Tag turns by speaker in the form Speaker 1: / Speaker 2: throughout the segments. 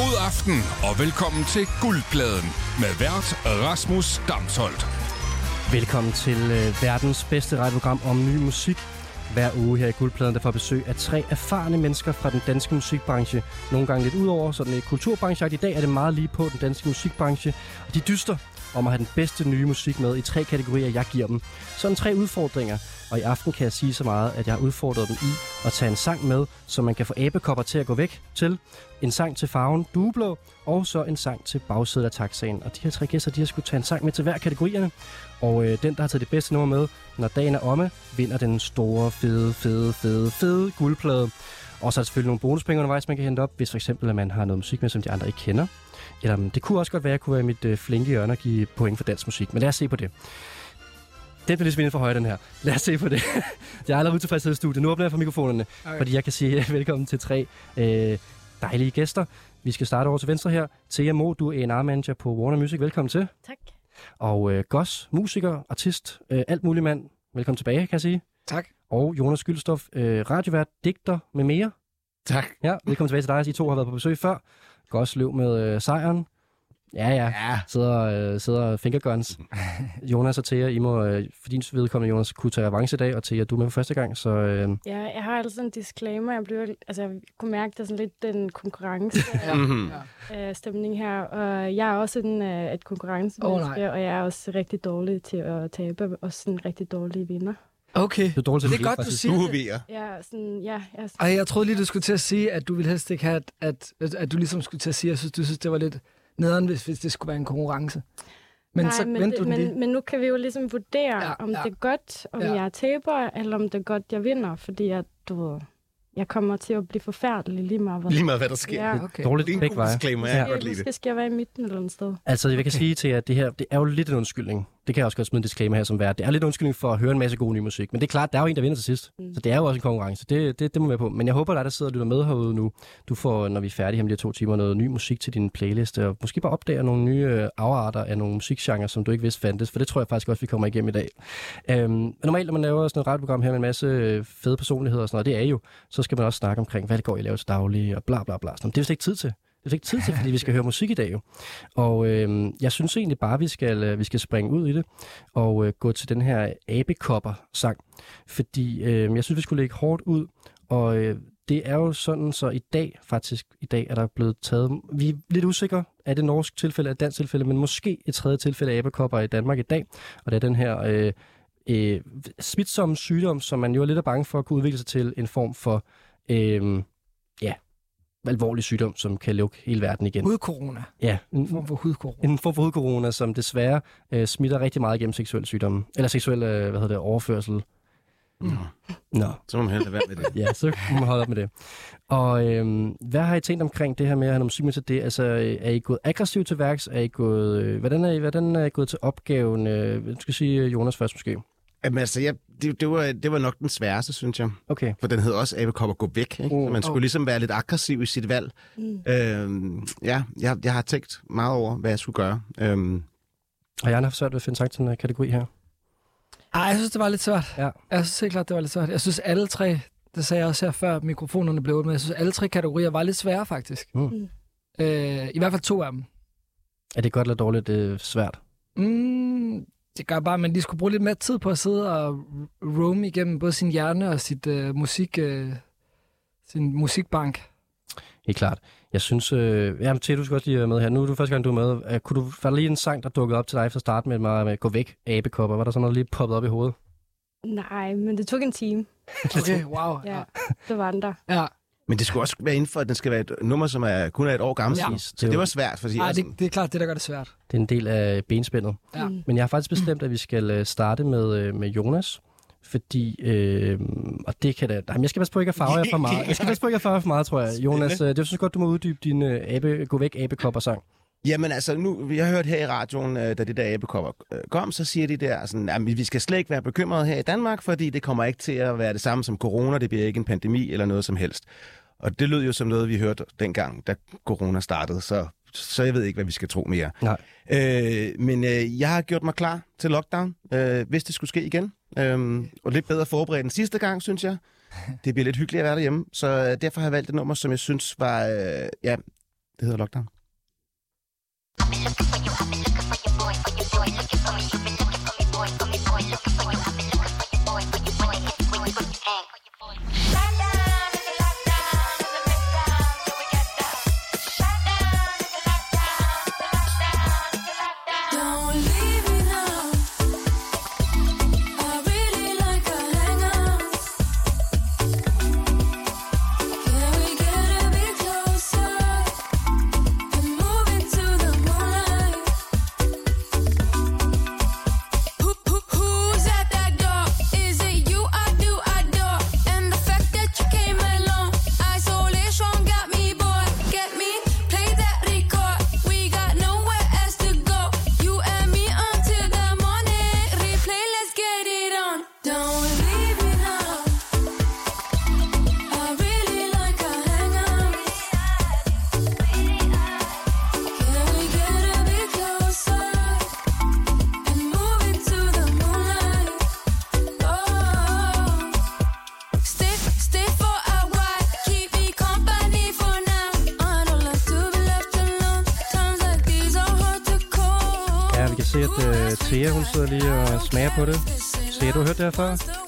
Speaker 1: God aften og velkommen til Guldpladen med vært Rasmus Damsholdt.
Speaker 2: Velkommen til øh, verdens bedste radioprogram om ny musik. Hver uge her i Guldpladen, der får besøg af tre erfarne mennesker fra den danske musikbranche. Nogle gange lidt udover, så den er kulturbranche. I dag er det meget lige på den danske musikbranche. Og de dyster om at have den bedste nye musik med i tre kategorier, jeg giver dem. Sådan tre udfordringer, og i aften kan jeg sige så meget, at jeg har udfordret dem i at tage en sang med, som man kan få abekopper til at gå væk til, en sang til farven dueblå, og så en sang til bagsædet af taxaen. Og de her tre gæster, de har skulle tage en sang med til hver kategorierne, og øh, den, der har taget det bedste nummer med, når dagen er omme, vinder den store, fede, fede, fede, fede guldplade. Og så er der selvfølgelig nogle bonuspenge undervejs, man kan hente op, hvis for eksempel, at man har noget musik med, som de andre ikke kender. Eller mm, det kunne også godt være, at jeg kunne være i mit øh, flinke hjørne og give point for dansk musik. Men lad os se på det. Den bliver lidt spændende for højre, den her. Lad os se på det. jeg er allerede utilfredshed i studiet. Nu åbner jeg for mikrofonerne, okay. fordi jeg kan sige velkommen til tre øh, dejlige gæster. Vi skal starte over til venstre her. Thea Mo, du er A&R-manager på Warner Music. Velkommen til.
Speaker 3: Tak.
Speaker 2: Og øh, Goss, musiker, artist, øh, alt muligt mand. Velkommen tilbage, kan jeg sige.
Speaker 4: Tak.
Speaker 2: Og Jonas Gyldstof, øh, radiovært, digter med mere.
Speaker 4: Tak.
Speaker 2: Ja, velkommen tilbage til dig. I to har været på besøg før. Goss løb med øh, sejren. Ja, ja.
Speaker 4: Ja,
Speaker 2: Sidder, øh, sidder fingerguns. Jonas og Thea, I må øh, for din vedkommende, Jonas, kunne tage avance i dag, og Thea, du er med for første gang, så øh,
Speaker 3: Ja, jeg har altså en disclaimer. Jeg, blev, altså, jeg kunne mærke, der er sådan lidt den konkurrence
Speaker 4: Mhm.
Speaker 3: øh, stemning her. Og jeg er også en, øh, et konkurrencemenneske, oh, og jeg er også rigtig dårlig til at tabe, og også en rigtig dårlig vinder.
Speaker 4: okay.
Speaker 2: du er dårlig til
Speaker 4: Det
Speaker 2: at
Speaker 4: er
Speaker 2: lide,
Speaker 4: godt, du
Speaker 2: faktisk.
Speaker 4: siger det.
Speaker 5: hovederer.
Speaker 3: Jeg er sådan, ja, jeg er sådan,
Speaker 4: Ej, jeg troede lige, du skulle til at sige, at du ville helst ikke have, at, at, at, at du ligesom skulle til at sige, at jeg synes, du synes, det var lidt nederen, hvis, hvis det skulle være en konkurrence. Men Nej, så
Speaker 3: men,
Speaker 4: vendte
Speaker 3: det,
Speaker 4: du den lige.
Speaker 3: men, men nu kan vi jo ligesom vurdere,
Speaker 4: Ja,
Speaker 3: ja, om
Speaker 4: ja.
Speaker 3: ja. det er godt, om
Speaker 4: Ja.
Speaker 3: ja. jeg taber, eller om det er godt, jeg vinder. Fordi at, du ved, jeg kommer til at blive forfærdelig lige meget. Hvad.
Speaker 5: Lige meget, hvad der sker.
Speaker 3: Ja.
Speaker 4: Okay.
Speaker 5: Det er
Speaker 2: Dårligt
Speaker 5: en
Speaker 2: begge
Speaker 5: god
Speaker 2: veje.
Speaker 5: disclaimer, jeg kan
Speaker 3: Jeg,
Speaker 5: godt lide det.
Speaker 3: måske skal jeg være i midten eller et sted.
Speaker 2: Altså, jeg kan sige til jer, at det her det er jo lidt en undskyldning. Det kan jeg også godt smide en disclaimer her som vært. Det er lidt en undskyldning for at høre en masse god ny musik. Men det er klart, der er jo en, der vinder til sidst.
Speaker 3: Mm.
Speaker 2: Så det er jo også en konkurrence. Det, det, det må vi være på. Men jeg håber, at dig, der sidder og lytter med herude nu, du får, når vi er færdige her om de her to timer, noget ny musik til din playlist. Og måske bare opdager nogle nye øh, afarter af nogle musikgenre, som du ikke vidste fandtes. For det tror jeg faktisk også, vi kommer igennem i dag. Øhm, men normalt, når man laver sådan et radioprogram her med en masse øh, fede personligheder og sådan noget, det er I jo, så skal man også snakke omkring, hvad det går, I laver til daglig og bla bla bla. Sådan. noget. Det er vi slet ikke tid til. Det er vi slet ikke tid til, fordi vi skal høre musik i dag jo. Og øh, jeg synes egentlig bare, vi skal, øh, vi skal springe ud i det og øh, gå til den her abekopper-sang. Fordi øh, jeg synes, vi skulle lægge hårdt ud, og øh, det er jo sådan, så i dag faktisk, i dag er der blevet taget, vi er lidt usikre, er det norsk tilfælde, er det dansk tilfælde, men måske et tredje tilfælde af abekopper i Danmark i dag, og det er den her øh, øh, smitsomme sygdom, som man jo er lidt er bange for at kunne udvikle sig til en form for, øh, ja, alvorlig sygdom, som kan lukke hele verden igen.
Speaker 4: Hudcorona.
Speaker 2: Ja,
Speaker 4: En form for hudcorona.
Speaker 2: en form for hudcorona, som desværre øh, smitter rigtig meget gennem seksuel sygdomme. Eller seksuel, øh, hvad hedder det, overførsel.
Speaker 5: Nå,
Speaker 2: Nå,
Speaker 5: så må man hellere være med det.
Speaker 2: ja, så må man holde op med det. Og øh, hvad har I tænkt omkring det her med at have noget musik med til det? Altså, øh, er I gået aggressivt til værks? Er I gået, øh, hvordan, er I, hvordan er I gået til opgaven? Øh, jeg skal sige øh, Jonas først måske.
Speaker 5: Jamen, altså, jeg, det, det, var, det var nok den sværeste, synes jeg.
Speaker 2: Okay.
Speaker 5: For den hed også Abekop at gå væk. Ikke?
Speaker 2: Mm.
Speaker 5: Så man skulle ligesom være lidt aggressiv i sit valg.
Speaker 3: Mm.
Speaker 5: Øhm, ja, jeg, jeg har tænkt meget over, hvad jeg skulle gøre. Øhm,
Speaker 2: Har jeg haft svært ved at finde sang til den her kategori her?
Speaker 4: Ej, jeg synes, det var lidt svært.
Speaker 2: Ja.
Speaker 4: Jeg synes helt klart, det var lidt svært. Jeg synes, alle tre, det sagde jeg også her før mikrofonerne blev åbnet, jeg synes, alle tre kategorier var lidt svære, faktisk.
Speaker 2: Mm.
Speaker 3: Mm.
Speaker 4: Øh, I hvert fald to af dem.
Speaker 2: Er det godt eller dårligt øh, svært?
Speaker 4: Mm, det gør bare, at man lige skulle bruge lidt mere tid på at sidde og roam igennem både sin hjerne og sit øh, musik, øh, sin musikbank.
Speaker 2: Helt klart. Jeg synes, øh, jamen, Thea, du skal også lige være med her. Nu er du første gang, du er med. Øh, kunne du falde lige en sang, der dukkede op til dig fra start med, med, med Gå væk, abekopper? Var der sådan noget lige poppet op i hovedet?
Speaker 3: Nej, men det tog en time.
Speaker 4: Okay, wow.
Speaker 3: Ja, det var den der.
Speaker 4: ja.
Speaker 5: men det skulle også være inden for, at den skal være et nummer, som er kun er et år gammelt.
Speaker 2: Ja.
Speaker 5: Så det var svært, fordi
Speaker 4: Ej,
Speaker 5: jeg,
Speaker 4: det, det er klart det, der gør det svært.
Speaker 2: Det er en del af benspændet.
Speaker 4: Ja.
Speaker 3: Mm.
Speaker 2: Men jeg har faktisk bestemt, at vi skal øh, starte med, øh, med Jonas. Fordi, øh, og det kan da... Jamen, jeg skal passe på ikke at farve jer for meget. Jeg skal passe på ikke at farve jer for meget, tror jeg. Jonas, øh, det synes jeg godt, du må uddybe din øh, abe, gå væk abekopper sang.
Speaker 5: Jamen altså, nu, jeg har hørt her i radioen, øh, da det der æbekopper øh, kom, så siger de der, sådan, at vi skal slet ikke være bekymrede her i Danmark, fordi det kommer ikke til at være det samme som corona, det bliver ikke en pandemi eller noget som helst. Og det lød jo som noget, vi hørte dengang, da corona startede, så, så jeg ved ikke, hvad vi skal tro mere.
Speaker 2: Nej.
Speaker 5: Øh, men øh, jeg har gjort mig klar til lockdown, øh, hvis det skulle ske igen. Øh, og lidt bedre forberedt end sidste gang, synes jeg. Det bliver lidt hyggeligt at være derhjemme, så øh, derfor har jeg valgt et nummer, som jeg synes var øh, ja, Det hedder Lockdown.
Speaker 6: Don't leave me now. I really like our hangouts. Can we get a bit closer and move into the moonlight? Who who who's at that door? Is it you I do adore? And the fact that you came alone, isolation got me bored. Get me, play that record. We got nowhere else to go. You and me until the morning. Replay, let's get it on. Don't leave me now. I really like our hangouts. Can we get a bit closer? And move into the moonlight. Oh, stay, stay for a while. Keep me company for now. I don't like to be left alone. Times like these are hard to call.
Speaker 2: Ja, vi kan se, at uh, Thea, hun sidder lige og smager på det. Thea, du har hørt det her før?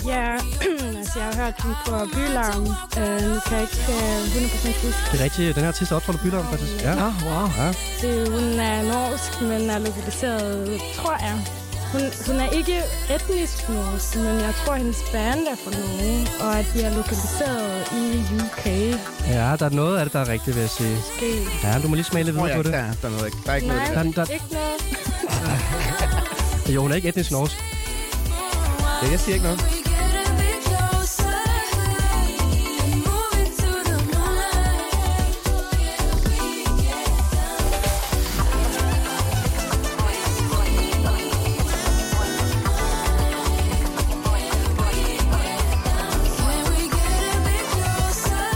Speaker 3: Ja, altså jeg har hørt den på Bylarm. Øh, nu kan jeg ikke øh, 100% huske
Speaker 2: Det er rigtigt. Den her artist er optrådt i Bylarm, faktisk. Ja.
Speaker 4: Ah, wow.
Speaker 2: ja.
Speaker 3: det. Hun er norsk, men er lokaliseret, tror jeg. Hun, hun er ikke etnisk norsk, men jeg tror, hendes band er fra Norge, og at de er lokaliseret i UK.
Speaker 2: ja, der er noget af det, der er rigtigt, vil jeg sige.
Speaker 3: Måske.
Speaker 2: Ja, du må lige smage lidt
Speaker 5: Tror
Speaker 2: videre
Speaker 5: jeg
Speaker 2: på
Speaker 5: ikke,
Speaker 2: det.
Speaker 5: der, er- der er noget, ikke- der er ikke
Speaker 3: Nej,
Speaker 5: noget.
Speaker 2: Den- den-
Speaker 3: ikke noget.
Speaker 2: Jo, hun er ikke etnisk norsk.
Speaker 5: Ja, jeg siger ikke noget.
Speaker 6: We get a bit closer and move into the moonlight. Can we get down? Can we get a bit closer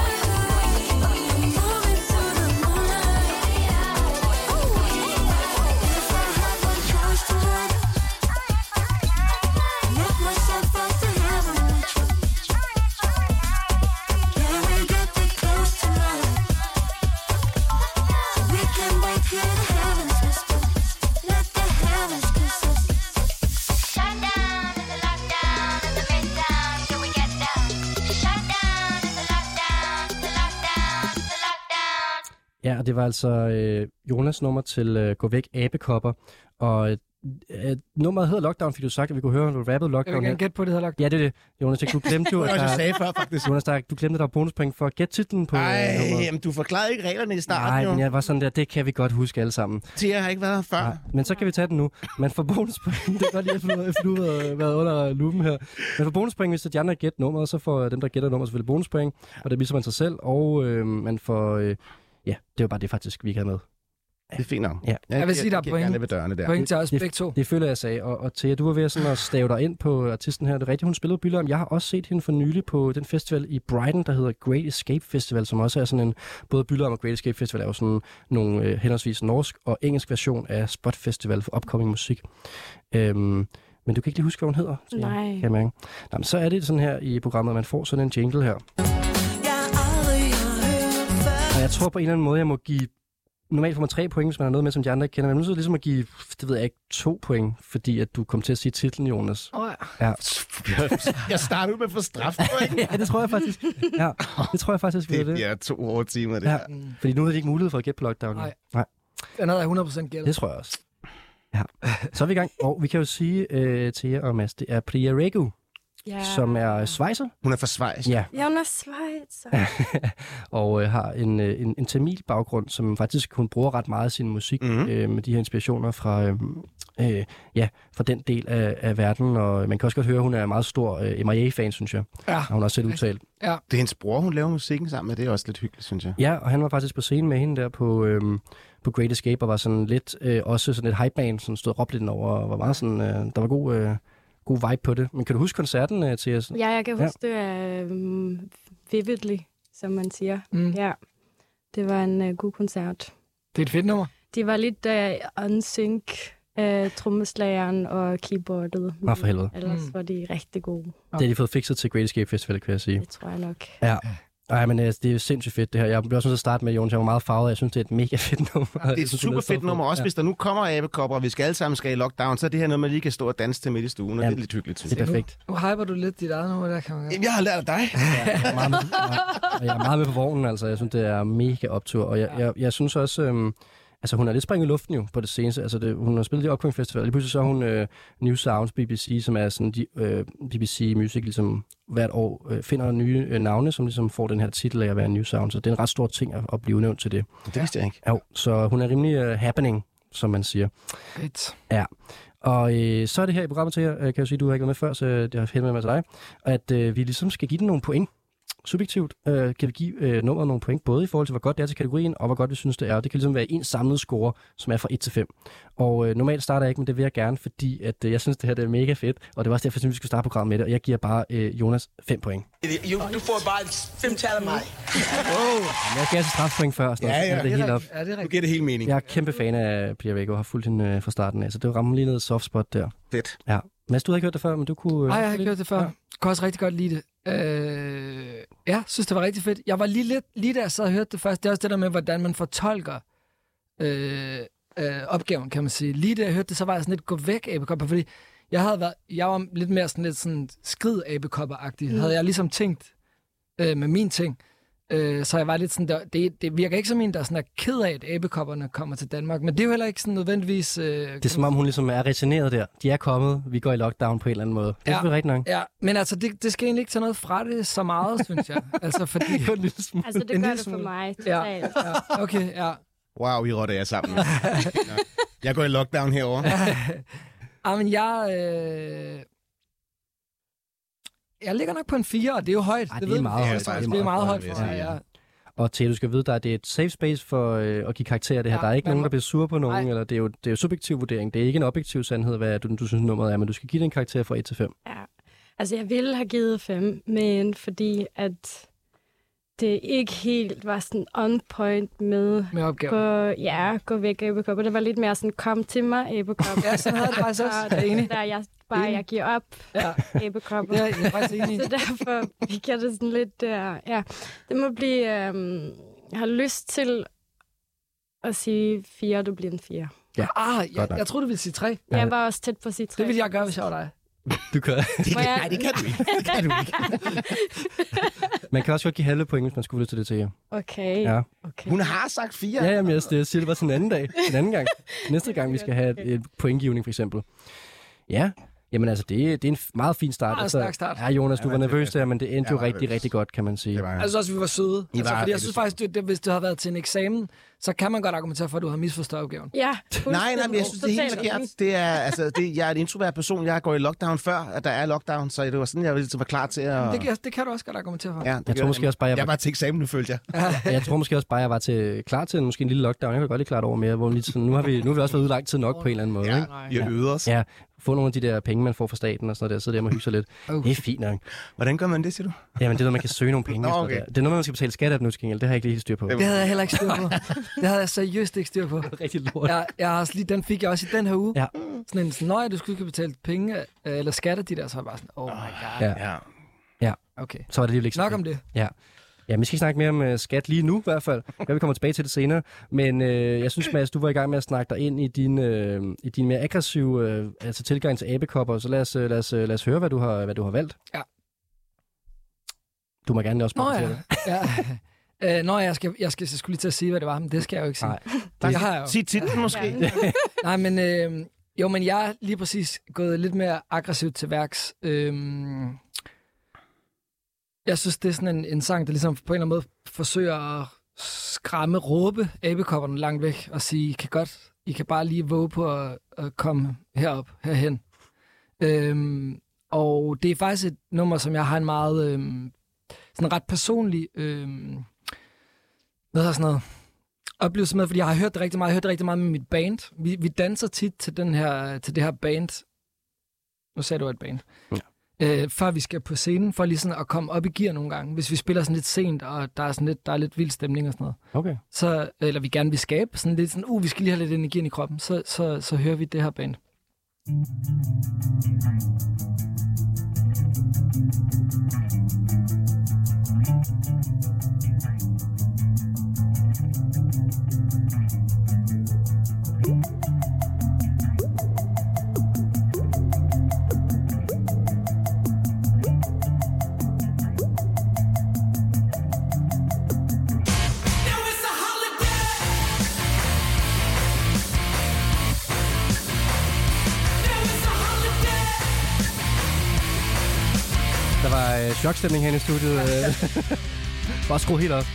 Speaker 6: and move into the moonlight? If I had one choice to make, make myself back to heaven with you. Can we get a bit close tonight? So we can wake hear the heavens whisper. Let the heavens kiss us.
Speaker 7: Shut down in the lockdown, in the midtown, till we get down. Shut down in the lockdown, the lockdown, the lockdown.
Speaker 2: Ja, og det var altså øh, Jonas nummer til øh, Gå væk abekopper. Og øh, øh, nummeret hedder Lockdown, fordi du sagt, at vi kunne høre, at du rappede
Speaker 4: Jeg
Speaker 2: Lockdown.
Speaker 4: vil gerne
Speaker 2: her.
Speaker 4: gætte på, det hedder lagt.
Speaker 2: Ja, det er det. Jonas, jeg- du glemte jo, at
Speaker 5: Det var jeg
Speaker 2: der,
Speaker 5: sagde før, faktisk.
Speaker 2: Jonas, der, du glemte, at der var bonuspring for at gætte titlen på øh,
Speaker 5: Ej,
Speaker 2: nummeret.
Speaker 5: jamen, du forklarede ikke reglerne i
Speaker 2: Nej,
Speaker 5: starten,
Speaker 2: men
Speaker 5: jo.
Speaker 2: jeg var sådan der, det kan vi godt huske alle sammen.
Speaker 5: Tia har ikke været her før.
Speaker 2: Nej, men så kan vi tage den nu. Men for bonuspoint, det er godt lige, at du- at du har været- været under lupen her. Men for bonuspoint, hvis de andre har gættet nummeret, så får dem, der gætter nummeret, selvfølgelig bonuspoint. Og det viser man sig selv, og øh, man får... Øh, ja, det var bare det faktisk, vi ikke havde med.
Speaker 5: Det er fint nok.
Speaker 2: Ja.
Speaker 4: Jeg vil sige, der er
Speaker 5: Jeg
Speaker 4: point.
Speaker 5: gerne ved dørene der.
Speaker 4: Point til os
Speaker 2: Det-
Speaker 4: begge to.
Speaker 2: Det føler jeg sagde. Og, og Thea, du var ved at sådan at stave dig ind på artisten her. Det er rigtigt, hun spillede Bylarm. Jeg har også set hende for nylig på den festival i Brighton, der hedder Great Escape Festival, som også er sådan en... Både Bylarm og Great Escape Festival er jo sådan nogle øh, henholdsvis norsk og engelsk version af Spot Festival for upcoming musik. Øhm, men du kan ikke lige huske, hvad hun hedder. Thea,
Speaker 3: Nej.
Speaker 2: Kan jeg mærke. Nå, men så er det sådan her i programmet, at man får sådan en jingle her. Og jeg tror på en eller anden måde, jeg må give... Normalt får man tre point, hvis man har noget med, som de andre ikke kender. Men nu er det ligesom at give, det ved jeg ikke, to point, fordi at du kom til at sige titlen, Jonas.
Speaker 4: Åh, ja.
Speaker 5: Jeg starter ud med at få straf, ikke?
Speaker 2: Ja, det tror jeg faktisk. Ja, det tror jeg faktisk, vi
Speaker 5: Det
Speaker 2: det, det.
Speaker 5: bliver to hårde timer, det
Speaker 2: Ja.
Speaker 5: her.
Speaker 2: Fordi nu har de ikke mulighed for at gætte på lockdown.
Speaker 4: Nej.
Speaker 2: Nej.
Speaker 4: Den havde jeg 100% gættet.
Speaker 2: Det tror jeg også. Ja. Så er vi i gang. Og vi kan jo sige øh, til jer og Mads, det er Priya Regu,
Speaker 3: Ja.
Speaker 2: ja. som er svejser.
Speaker 5: Hun er fra Schweiz.
Speaker 2: Ja,
Speaker 3: Ja, hun er Schweiz.
Speaker 2: og øh, har en, øh, en, en tamil baggrund, som faktisk hun bruger ret meget i sin musik
Speaker 5: Mhm.
Speaker 2: mm-hmm. øh, med de her inspirationer fra, øh, øh, ja, fra den del af, af verden. Og øh, man kan også godt høre, at hun er en meget stor øh, MIA-fan, synes jeg.
Speaker 4: Ja.
Speaker 2: Har hun også selv udtalt.
Speaker 5: Det er hendes bror, hun laver musikken sammen med. Det er også lidt hyggeligt, synes jeg.
Speaker 2: Ja, og han var faktisk på scenen med hende der på, øhm, på Great Escape, og var sådan lidt, øh, også sådan et hype band, som stod og råbte lidt ind over, og var meget sådan, øh, der var god, øh, god vibe på det. Men kan du huske koncerten, øh, til os?
Speaker 3: Ja, jeg kan huske, det er um, vividly, som man siger.
Speaker 4: Mm.
Speaker 3: Ja, det var en uh, god koncert.
Speaker 4: Det er et fedt nummer.
Speaker 3: Det var lidt uh, unsync, uh, trommeslageren og keyboardet.
Speaker 2: Nå, for helvede.
Speaker 3: Ellers
Speaker 4: Mm.
Speaker 3: mm. var de rigtig gode,
Speaker 2: Det har de fået fikset til Great Escape Festival, kan jeg sige.
Speaker 3: det tror jeg nok.
Speaker 2: Ja, Ej, men altså, det er jo sindssygt fedt det her. Jeg bliver også nødt til at starte med, Jonas, jeg var meget farvet. Jeg synes, det er et mega fedt nummer.
Speaker 5: Det er et super fedt nummer, også ja. hvis der nu kommer abekopper, og vi skal alle sammen skal i lockdown, så er det her noget, man lige kan stå og danse til midt i stuen, og
Speaker 2: Ja.
Speaker 5: det er lidt hyggeligt, synes
Speaker 2: Det er
Speaker 5: jeg.
Speaker 2: perfekt.
Speaker 4: Nu hyper du lidt dit eget nummer, der kan man godt.
Speaker 5: Jamen, jeg har lært af dig.
Speaker 2: Jeg er, meget med, jeg er meget med på vognen, altså. Jeg synes, det er mega optur. Og jeg, jeg, jeg synes også... Øhm, altså, hun er lidt springet i luften jo på det seneste. Altså, det, hun har spillet i Upcoming Festival, og lige pludselig så er hun øh, New Sounds BBC, som er sådan de, øh, BBC Music, ligesom hvert år øh, finder nye øh, navne, som ligesom får den her titel af at være New Sounds. Så det er en ret stor ting at, at blive nævnt til det.
Speaker 5: Det vidste jeg ikke.
Speaker 2: Jo, så hun er rimelig øh, happening, som man siger.
Speaker 4: Fedt.
Speaker 2: Ja, og øh, så er det her i programmet til jer, øh, kan jeg jo sige, du har ikke været med før, så øh, det har henvendt mig til dig, at øh, vi ligesom skal give den nogle point. Subjektivt øh, kan vi give øh, nummeret nogle point, både i forhold til, hvor godt det er til kategorien, og hvor godt vi synes, det er. Det kan ligesom være en samlet score, som er fra 1 til 5. Og øh, normalt starter jeg ikke, men det vil jeg gerne, fordi at, øh, jeg synes, det her det er mega fedt, og det var også derfor, jeg synes, vi skulle starte programmet med det, og jeg giver bare øh, Jonas 5 point.
Speaker 8: Jo, du får bare fem tal af mig.
Speaker 2: Men jeg skal altså strafpoint før, og sådan
Speaker 5: Ja,
Speaker 2: noget, så
Speaker 5: ja,
Speaker 2: er det helt op.
Speaker 4: Ja, det er
Speaker 5: Nu
Speaker 4: rigtigt.
Speaker 5: giver det helt mening.
Speaker 2: Jeg er kæmpe fan af Pia Vækker, og har fulgt hende øh, fra starten af, så det rammer lige ned i et soft spot der.
Speaker 5: Fedt.
Speaker 2: Ja. Mads, du havde ikke hørt det før, men du kunne...
Speaker 4: Nej, jeg har ikke hørt det før.
Speaker 2: øh, Ja.
Speaker 4: Ja. Kunne også rigtig godt lide det. Øh, ja, synes det var rigtig fedt. Jeg var lige lidt, lige da jeg sad og hørte det først, det er også det der med, hvordan man fortolker øh, øh, opgaven, kan man sige. Lige da jeg hørte det, så var jeg sådan lidt gå væk abekopper, fordi jeg havde været, jeg var lidt mere sådan lidt sådan skrid abekopper-agtig, mm. havde jeg ligesom tænkt øh, med min ting. Øh, så jeg var lidt sådan, der, det, det virker ikke som en, der sådan er ked af, at abekopperne kommer til Danmark, men det er jo heller ikke sådan nødvendigvis... Øh,
Speaker 2: Det er som om, hun ligesom er retineret der. De er kommet, vi går i lockdown på en eller anden måde. Det er
Speaker 4: Ja.
Speaker 2: selvfølgelig rigtigt nok.
Speaker 4: Ja, men altså, det, det skal egentlig ikke tage noget fra det så meget, synes jeg. Altså, fordi...
Speaker 3: Altså,
Speaker 4: En
Speaker 3: det gør
Speaker 4: lille
Speaker 3: det for
Speaker 4: smule.
Speaker 3: mig
Speaker 4: Ja.
Speaker 3: totalt. Ja.
Speaker 4: Ja, okay, ja.
Speaker 5: Wow, I rotter jer sammen. jeg går i lockdown herovre.
Speaker 4: Ah, men jeg... Øh... Jeg ligger nok på en 4, og det er jo højt.
Speaker 2: Ej, det er
Speaker 4: ved-
Speaker 2: meget
Speaker 5: højt,
Speaker 4: Det er,
Speaker 5: faktisk.
Speaker 4: det er meget højt
Speaker 5: vil jeg
Speaker 4: for mig,
Speaker 5: sige,
Speaker 4: ja.
Speaker 2: Og til du skal vide dig, at det er et safe space for øh, at give karakterer det her.
Speaker 4: Ja,
Speaker 2: der er ikke
Speaker 4: man
Speaker 2: nogen,
Speaker 4: må-
Speaker 2: der bliver sur på nogen,
Speaker 4: Nej.
Speaker 2: eller det er jo det er jo subjektiv vurdering. Det er ikke en objektiv sandhed, hvad du, du synes, nummeret er, men du skal give den karakter fra 1 til 5.
Speaker 3: Altså, jeg ville have givet fem, men fordi at det ikke helt var sådan on point med
Speaker 4: Med opgaven.
Speaker 3: gå, ja, gå væk, æbekopper. Det var lidt mere sådan, kom til mig, æbekopper.
Speaker 4: Ja, sådan havde jeg det faktisk også.
Speaker 3: Og
Speaker 4: Jeg er enig.
Speaker 3: Der er jeg bare, jeg giver op,
Speaker 4: Ja,
Speaker 3: æbekopper.
Speaker 4: det er jeg faktisk enig i.
Speaker 3: Så derfor fik jeg det sådan lidt der. Ja, det må blive... Øhm, jeg har lyst til at sige fire, du bliver en fire.
Speaker 4: Ah,
Speaker 2: Godt
Speaker 4: jeg,
Speaker 2: nok.
Speaker 4: jeg troede, du ville sige 3.
Speaker 2: Ja.
Speaker 3: Jeg var også tæt på at sige tre.
Speaker 4: Det ville jeg gøre, hvis jeg var dig.
Speaker 2: Du kan.
Speaker 3: Må jeg- Nej, det kan
Speaker 5: du ikke.
Speaker 2: Man kan også godt give halve point, hvis man skulle lytte til det til jer.
Speaker 3: Okay,
Speaker 2: Ja.
Speaker 3: okay.
Speaker 5: Hun har sagt fire.
Speaker 2: Ja, jamen, jeg, jeg siger det bare til en anden dag. En anden gang. Næste gang, vi skal have et, et pointgivning, for eksempel. Ja, jamen altså, det, det er en f- meget fin start.
Speaker 4: Meget
Speaker 2: altså,
Speaker 4: stærk start.
Speaker 2: Ja, Jonas, du var nervøs der, men det endte
Speaker 5: Jeg
Speaker 2: jo
Speaker 5: var
Speaker 2: rigtig,
Speaker 5: nervøs.
Speaker 2: rigtig godt, kan man sige.
Speaker 5: Det var
Speaker 4: Jeg synes også, vi var søde. Altså,
Speaker 5: var-
Speaker 4: fordi
Speaker 5: det er
Speaker 4: jeg synes
Speaker 5: søde.
Speaker 4: faktisk, det, det, hvis det havde været til en eksamen, så kan man godt argumentere for, at du har misforstået opgaven.
Speaker 3: Ja,
Speaker 5: Nej, nej, men jeg synes, det er helt
Speaker 3: Totalt.
Speaker 5: forkert. Det er, altså, det, jeg er en introvert person. Jeg går i lockdown før, at der er lockdown, så det var sådan, jeg ligesom var klar til at...
Speaker 4: Det, kan- det kan du også godt argumentere for.
Speaker 5: ja, det
Speaker 2: Jeg tror
Speaker 5: gør
Speaker 2: måske også bare, jeg
Speaker 5: Jeg
Speaker 2: var
Speaker 5: var til eksamen, nu følte jeg.
Speaker 2: Ja, jeg tror måske også bare, jeg var til, klar til en- måske en lille lockdown. Jeg kunne godt lige klare det over mere. Hvor man lige, sådan, nu, har vi, nu har vi også været ude lang tid nok på en eller anden måde. Ja. Ikke?
Speaker 5: Jeg øvede os.
Speaker 2: ja. Få nogle af de der penge, man får fra staten og sådan noget der. Sidde der og hygge sig lidt.
Speaker 4: Uh.
Speaker 2: Det er fint nok.
Speaker 5: Hvordan gør man det, siger du?
Speaker 2: Jamen, det er noget, man kan søge nogle penge.
Speaker 5: Nå,
Speaker 2: og sådan noget
Speaker 5: okay.
Speaker 2: der. Det er noget, man skal betale skat af nu, til gengæld. Det har jeg ikke lige helt styr på. Det
Speaker 4: Det havde jeg heller ikke styr på. Det havde jeg seriøst ikke styr på.
Speaker 2: er rigtig lort.
Speaker 4: Jeg, jeg har også lige, den fik jeg også i den her uge.
Speaker 2: Ja.
Speaker 4: Sådan en sådan, "Nå ja, du skulle ikke betale penge, øh, eller skatter de der, så var jeg bare sådan, oh my god.
Speaker 2: Ah, Ja.
Speaker 5: Ja.
Speaker 4: Okay.
Speaker 2: Så var det lige ikke så
Speaker 4: Nok
Speaker 2: fedt.
Speaker 4: om det.
Speaker 2: Ja. Ja, vi skal ikke snakke mere om øh, skat lige nu i hvert fald. Jeg vi kommer tilbage til det senere. Men øh, jeg synes, Mads, du var i gang med at snakke dig ind i din, øh, i din mere aggressive øh, altså tilgang til abekopper. Så lad os, øh, lad, os, øh, lad os høre, hvad du har, hvad du har valgt.
Speaker 4: Ja.
Speaker 2: Du må gerne også
Speaker 4: Nå
Speaker 2: kommentere
Speaker 4: ja.
Speaker 2: det.
Speaker 4: ja. Øh, nå, jeg, skal, jeg, skal, jeg skulle lige til at sige, hvad det var, men det skal jeg jo ikke sige.
Speaker 2: Nej.
Speaker 4: det har jeg jo.
Speaker 5: Sig titlen måske.
Speaker 4: Nej, men øh, jo, men jeg er lige præcis gået lidt mere aggressivt til værks. Øhm, jeg synes, det er sådan en, en sang, der ligesom på en eller anden måde forsøger at skræmme, råbe abekopperne langt væk og sige, I kan godt, I kan bare lige våge på at, at komme herop, herhen. Øhm, og det er faktisk et nummer, som jeg har en meget øhm, sådan ret personlig øhm, hvad hedder sådan noget, oplevelse med, fordi jeg har hørt det rigtig meget. Jeg har hørt det rigtig meget med mit band. Vi, vi danser tit til, den her, til det her band. Nu sagde du et band. Ja. Øh, før vi skal på scenen, for lige sådan at komme op i gear nogle gange. Hvis vi spiller sådan lidt sent, og der er, sådan lidt, der er lidt vild stemning og sådan noget.
Speaker 2: Okay.
Speaker 4: Så, eller vi gerne vil skabe sådan lidt sådan, uh, vi skal lige have lidt energien i kroppen. Så, så, så hører vi det her band.
Speaker 2: er øh, chokstemning herinde i studiet. Øh. Bare skru helt op.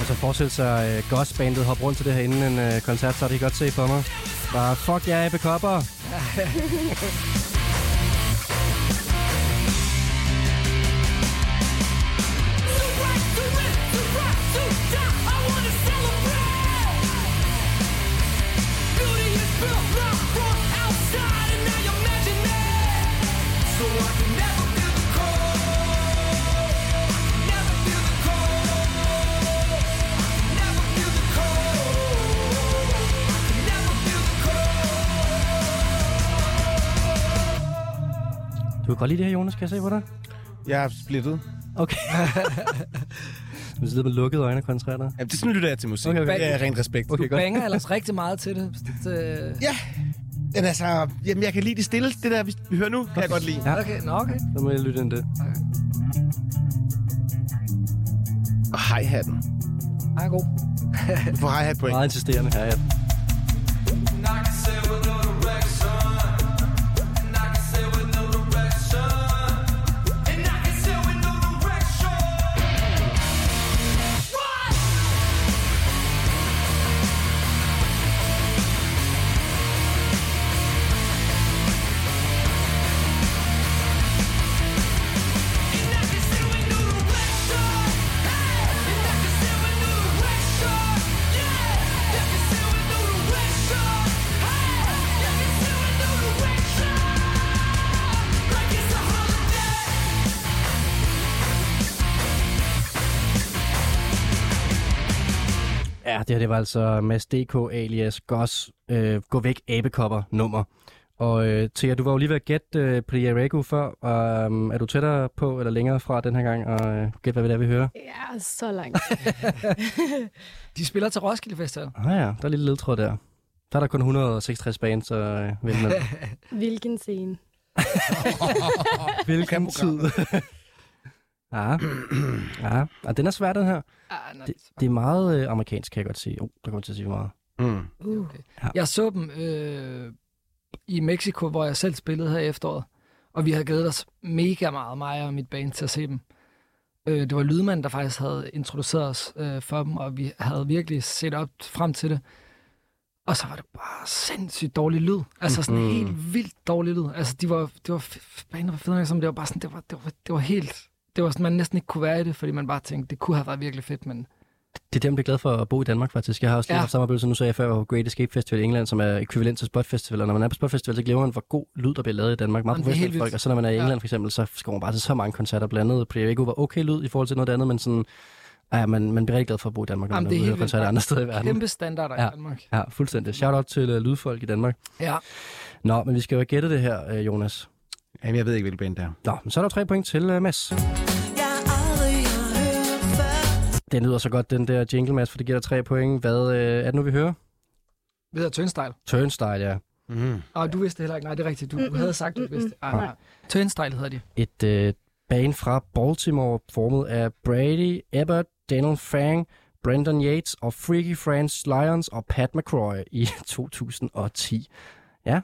Speaker 2: Og så forestil sig øh, gospel-bandet hoppe rundt til det her inden en øh, koncert, så det kan I godt se for mig. Bare fuck jer, yeah, Kopper. Du kan godt lide det her, Jonas. Kan jeg se på dig?
Speaker 5: Jeg er splittet.
Speaker 2: Okay. du sidder med lukkede øjne og koncentrerer dig.
Speaker 5: Jamen, det er sådan, lytter jeg til musik.
Speaker 2: Okay, okay.
Speaker 5: Det er rent respekt.
Speaker 2: Okay,
Speaker 4: Du
Speaker 2: godt.
Speaker 4: banger ellers rigtig meget til det. det
Speaker 5: Ja, men altså, jamen, jeg kan lide det stille. Det der, vi vi hører nu, kan jeg godt lide.
Speaker 2: Ja.
Speaker 4: okay, nå okay.
Speaker 2: Så må jeg lytte ind det.
Speaker 5: Og hi-hatten.
Speaker 4: Ej, god.
Speaker 5: Du får hi-hat point.
Speaker 2: Meget insisterende her, ja. Ja, det her det var altså Mads DK alias Goss øh, Gå væk abekopper nummer. Og øh, Thea, du var jo lige ved at gætte øh, Plia Rego før. Og, øhm, er du tættere på eller længere fra den her gang? Og øh, gæt, hvad det er, vi hører.
Speaker 9: Ja, så langt.
Speaker 4: De spiller til Roskilde Festival.
Speaker 2: Ah ja, der er en lille ledtråd der. Der er der kun 166 bands at øh, vælge med.
Speaker 3: Hvilken scene?
Speaker 2: Hvilken tid? ja. ja, og den er svær, den her.
Speaker 4: Ah, nej,
Speaker 2: Det, det er meget øh, amerikansk, kan jeg godt sige. Oh, der kommer til at sige for meget.
Speaker 5: Mm.
Speaker 4: Okay. Uh. Jeg så dem øh, i Mexico, hvor jeg selv spillede her i efteråret. Og vi havde glædet os mega meget, mig og mit band, til at se dem. Øh, det var Lydmand, der faktisk havde introduceret os øh, for dem, og vi havde virkelig set op frem til det. Og så var det bare sindssygt dårlig lyd. Altså sådan
Speaker 2: Mm-hmm.
Speaker 4: mm. helt vildt dårlig lyd. Altså de var, det var, f- bandet var fedt nok, som det var bare sådan, det var, det var, det var helt... Det var sådan, man næsten ikke kunne være i det, fordi man bare tænkte, det kunne have været virkelig fedt, men
Speaker 2: Det er dem, der er glad for at bo i Danmark, faktisk. Jeg har også lige
Speaker 4: Ja.
Speaker 2: ja. haft samme oplevelse, nu sagde jeg før, jeg var på Great Escape Festival i England, som er ekvivalent til Spot Festival. Og når man er på Spot Festival, så glemmer man, hvor god lyd, der bliver lavet i Danmark. Meget
Speaker 4: Jamen, det er helt
Speaker 2: professionelle folk.
Speaker 4: vildt.
Speaker 2: Og så når man er i
Speaker 4: Ja.
Speaker 2: England, for eksempel, så skal man bare til så mange koncerter blandt andet. Fordi jeg ikke var okay lyd i forhold til noget andet, men sådan... Ej, man, man bliver rigtig glad for at bo i Danmark, når
Speaker 4: Jamen,
Speaker 2: man
Speaker 4: det er
Speaker 2: er ude
Speaker 4: helt
Speaker 2: og koncerter
Speaker 4: vildt.
Speaker 2: andre steder i verden.
Speaker 4: kæmpe standarder ja.
Speaker 2: Ja.
Speaker 4: i Danmark.
Speaker 2: Ja, fuldstændig. Shout out til uh, lydfolk i Danmark.
Speaker 4: Ja.
Speaker 2: Nå, men vi skal jo have gættet det her, øh, Jonas.
Speaker 5: Jamen, jeg ved ikke, hvilken band det er.
Speaker 2: Nå, men så er der tre point til uh, Mads. Den lyder så godt, den der jingle, Mads, for det giver dig tre point. Hvad øh, er det nu, vi hører?
Speaker 4: Vi hedder Turnstyle.
Speaker 2: Turnstile, ja.
Speaker 5: Mm.
Speaker 4: Og du vidste heller ikke. Nej, det er rigtigt. Du, du havde sagt, du ikke vidste. Ah. Ej, nej. Turnstyle hedder de.
Speaker 2: et øh, band fra Baltimore, formet af Brady Abbott, Daniel Fang, Brandon Yates og Freaky Friends Lions og Pat McCroy i 2010. Ja,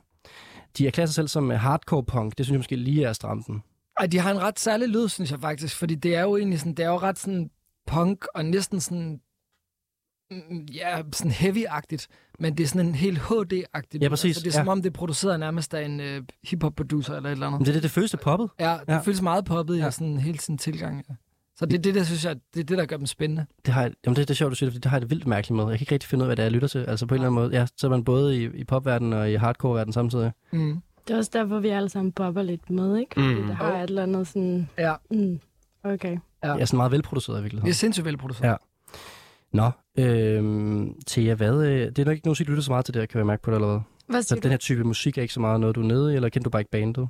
Speaker 2: de erklærer sig selv som øh, hardcore punk. Det synes jeg måske lige er stramten.
Speaker 4: Ej, de har en ret særlig lyd, synes jeg faktisk. Fordi det er jo egentlig sådan, det er jo ret sådan punk og næsten sådan mm, ja, sådan heavy-agtigt, men det er sådan en helt HD-agtig. lyd.
Speaker 2: præcis,
Speaker 4: Altså, det er som
Speaker 2: ja.
Speaker 4: om, det er produceret nærmest af en øh, hiphop-producer eller et eller
Speaker 2: Men
Speaker 4: andet.
Speaker 2: det er det, det føles det poppet.
Speaker 4: Ja, det
Speaker 2: Ja.
Speaker 4: ja. føles meget poppet i
Speaker 2: Ja.
Speaker 4: ja. sådan hele sin tilgang. Ja. Så det er det, der synes jeg, det er det, der gør dem spændende.
Speaker 2: Det, har, jeg- jamen det, det er sjovt, du siger det, fordi det har jeg det vildt mærkeligt med. Jeg kan ikke rigtig finde ud af, hvad det er, jeg lytter til. Altså på en eller anden måde, ja, så er man både i, i popverdenen og i hardcore-verdenen samtidig.
Speaker 4: Mm.
Speaker 9: Det er også derfor, vi alle sammen bobber lidt med, ikke? Fordi
Speaker 5: Mm.
Speaker 9: mm. det har et eller andet sådan...
Speaker 4: Ja.
Speaker 9: Mm, okay.
Speaker 4: Ja.
Speaker 2: Jeg er sådan meget velproduceret
Speaker 4: Det
Speaker 2: i
Speaker 4: er
Speaker 2: virkeligheden.
Speaker 4: sindssygt velproduceret.
Speaker 2: Ja. Nå, øh, Thea, hvad, øh, det er nok ikke nogen, du lytter så meget til det her, kan jeg mærke på det allerede.
Speaker 9: Hvad
Speaker 2: Så
Speaker 9: siger
Speaker 2: den her type musik er ikke så meget noget, du er nede i, eller kender du bare ikke bandet?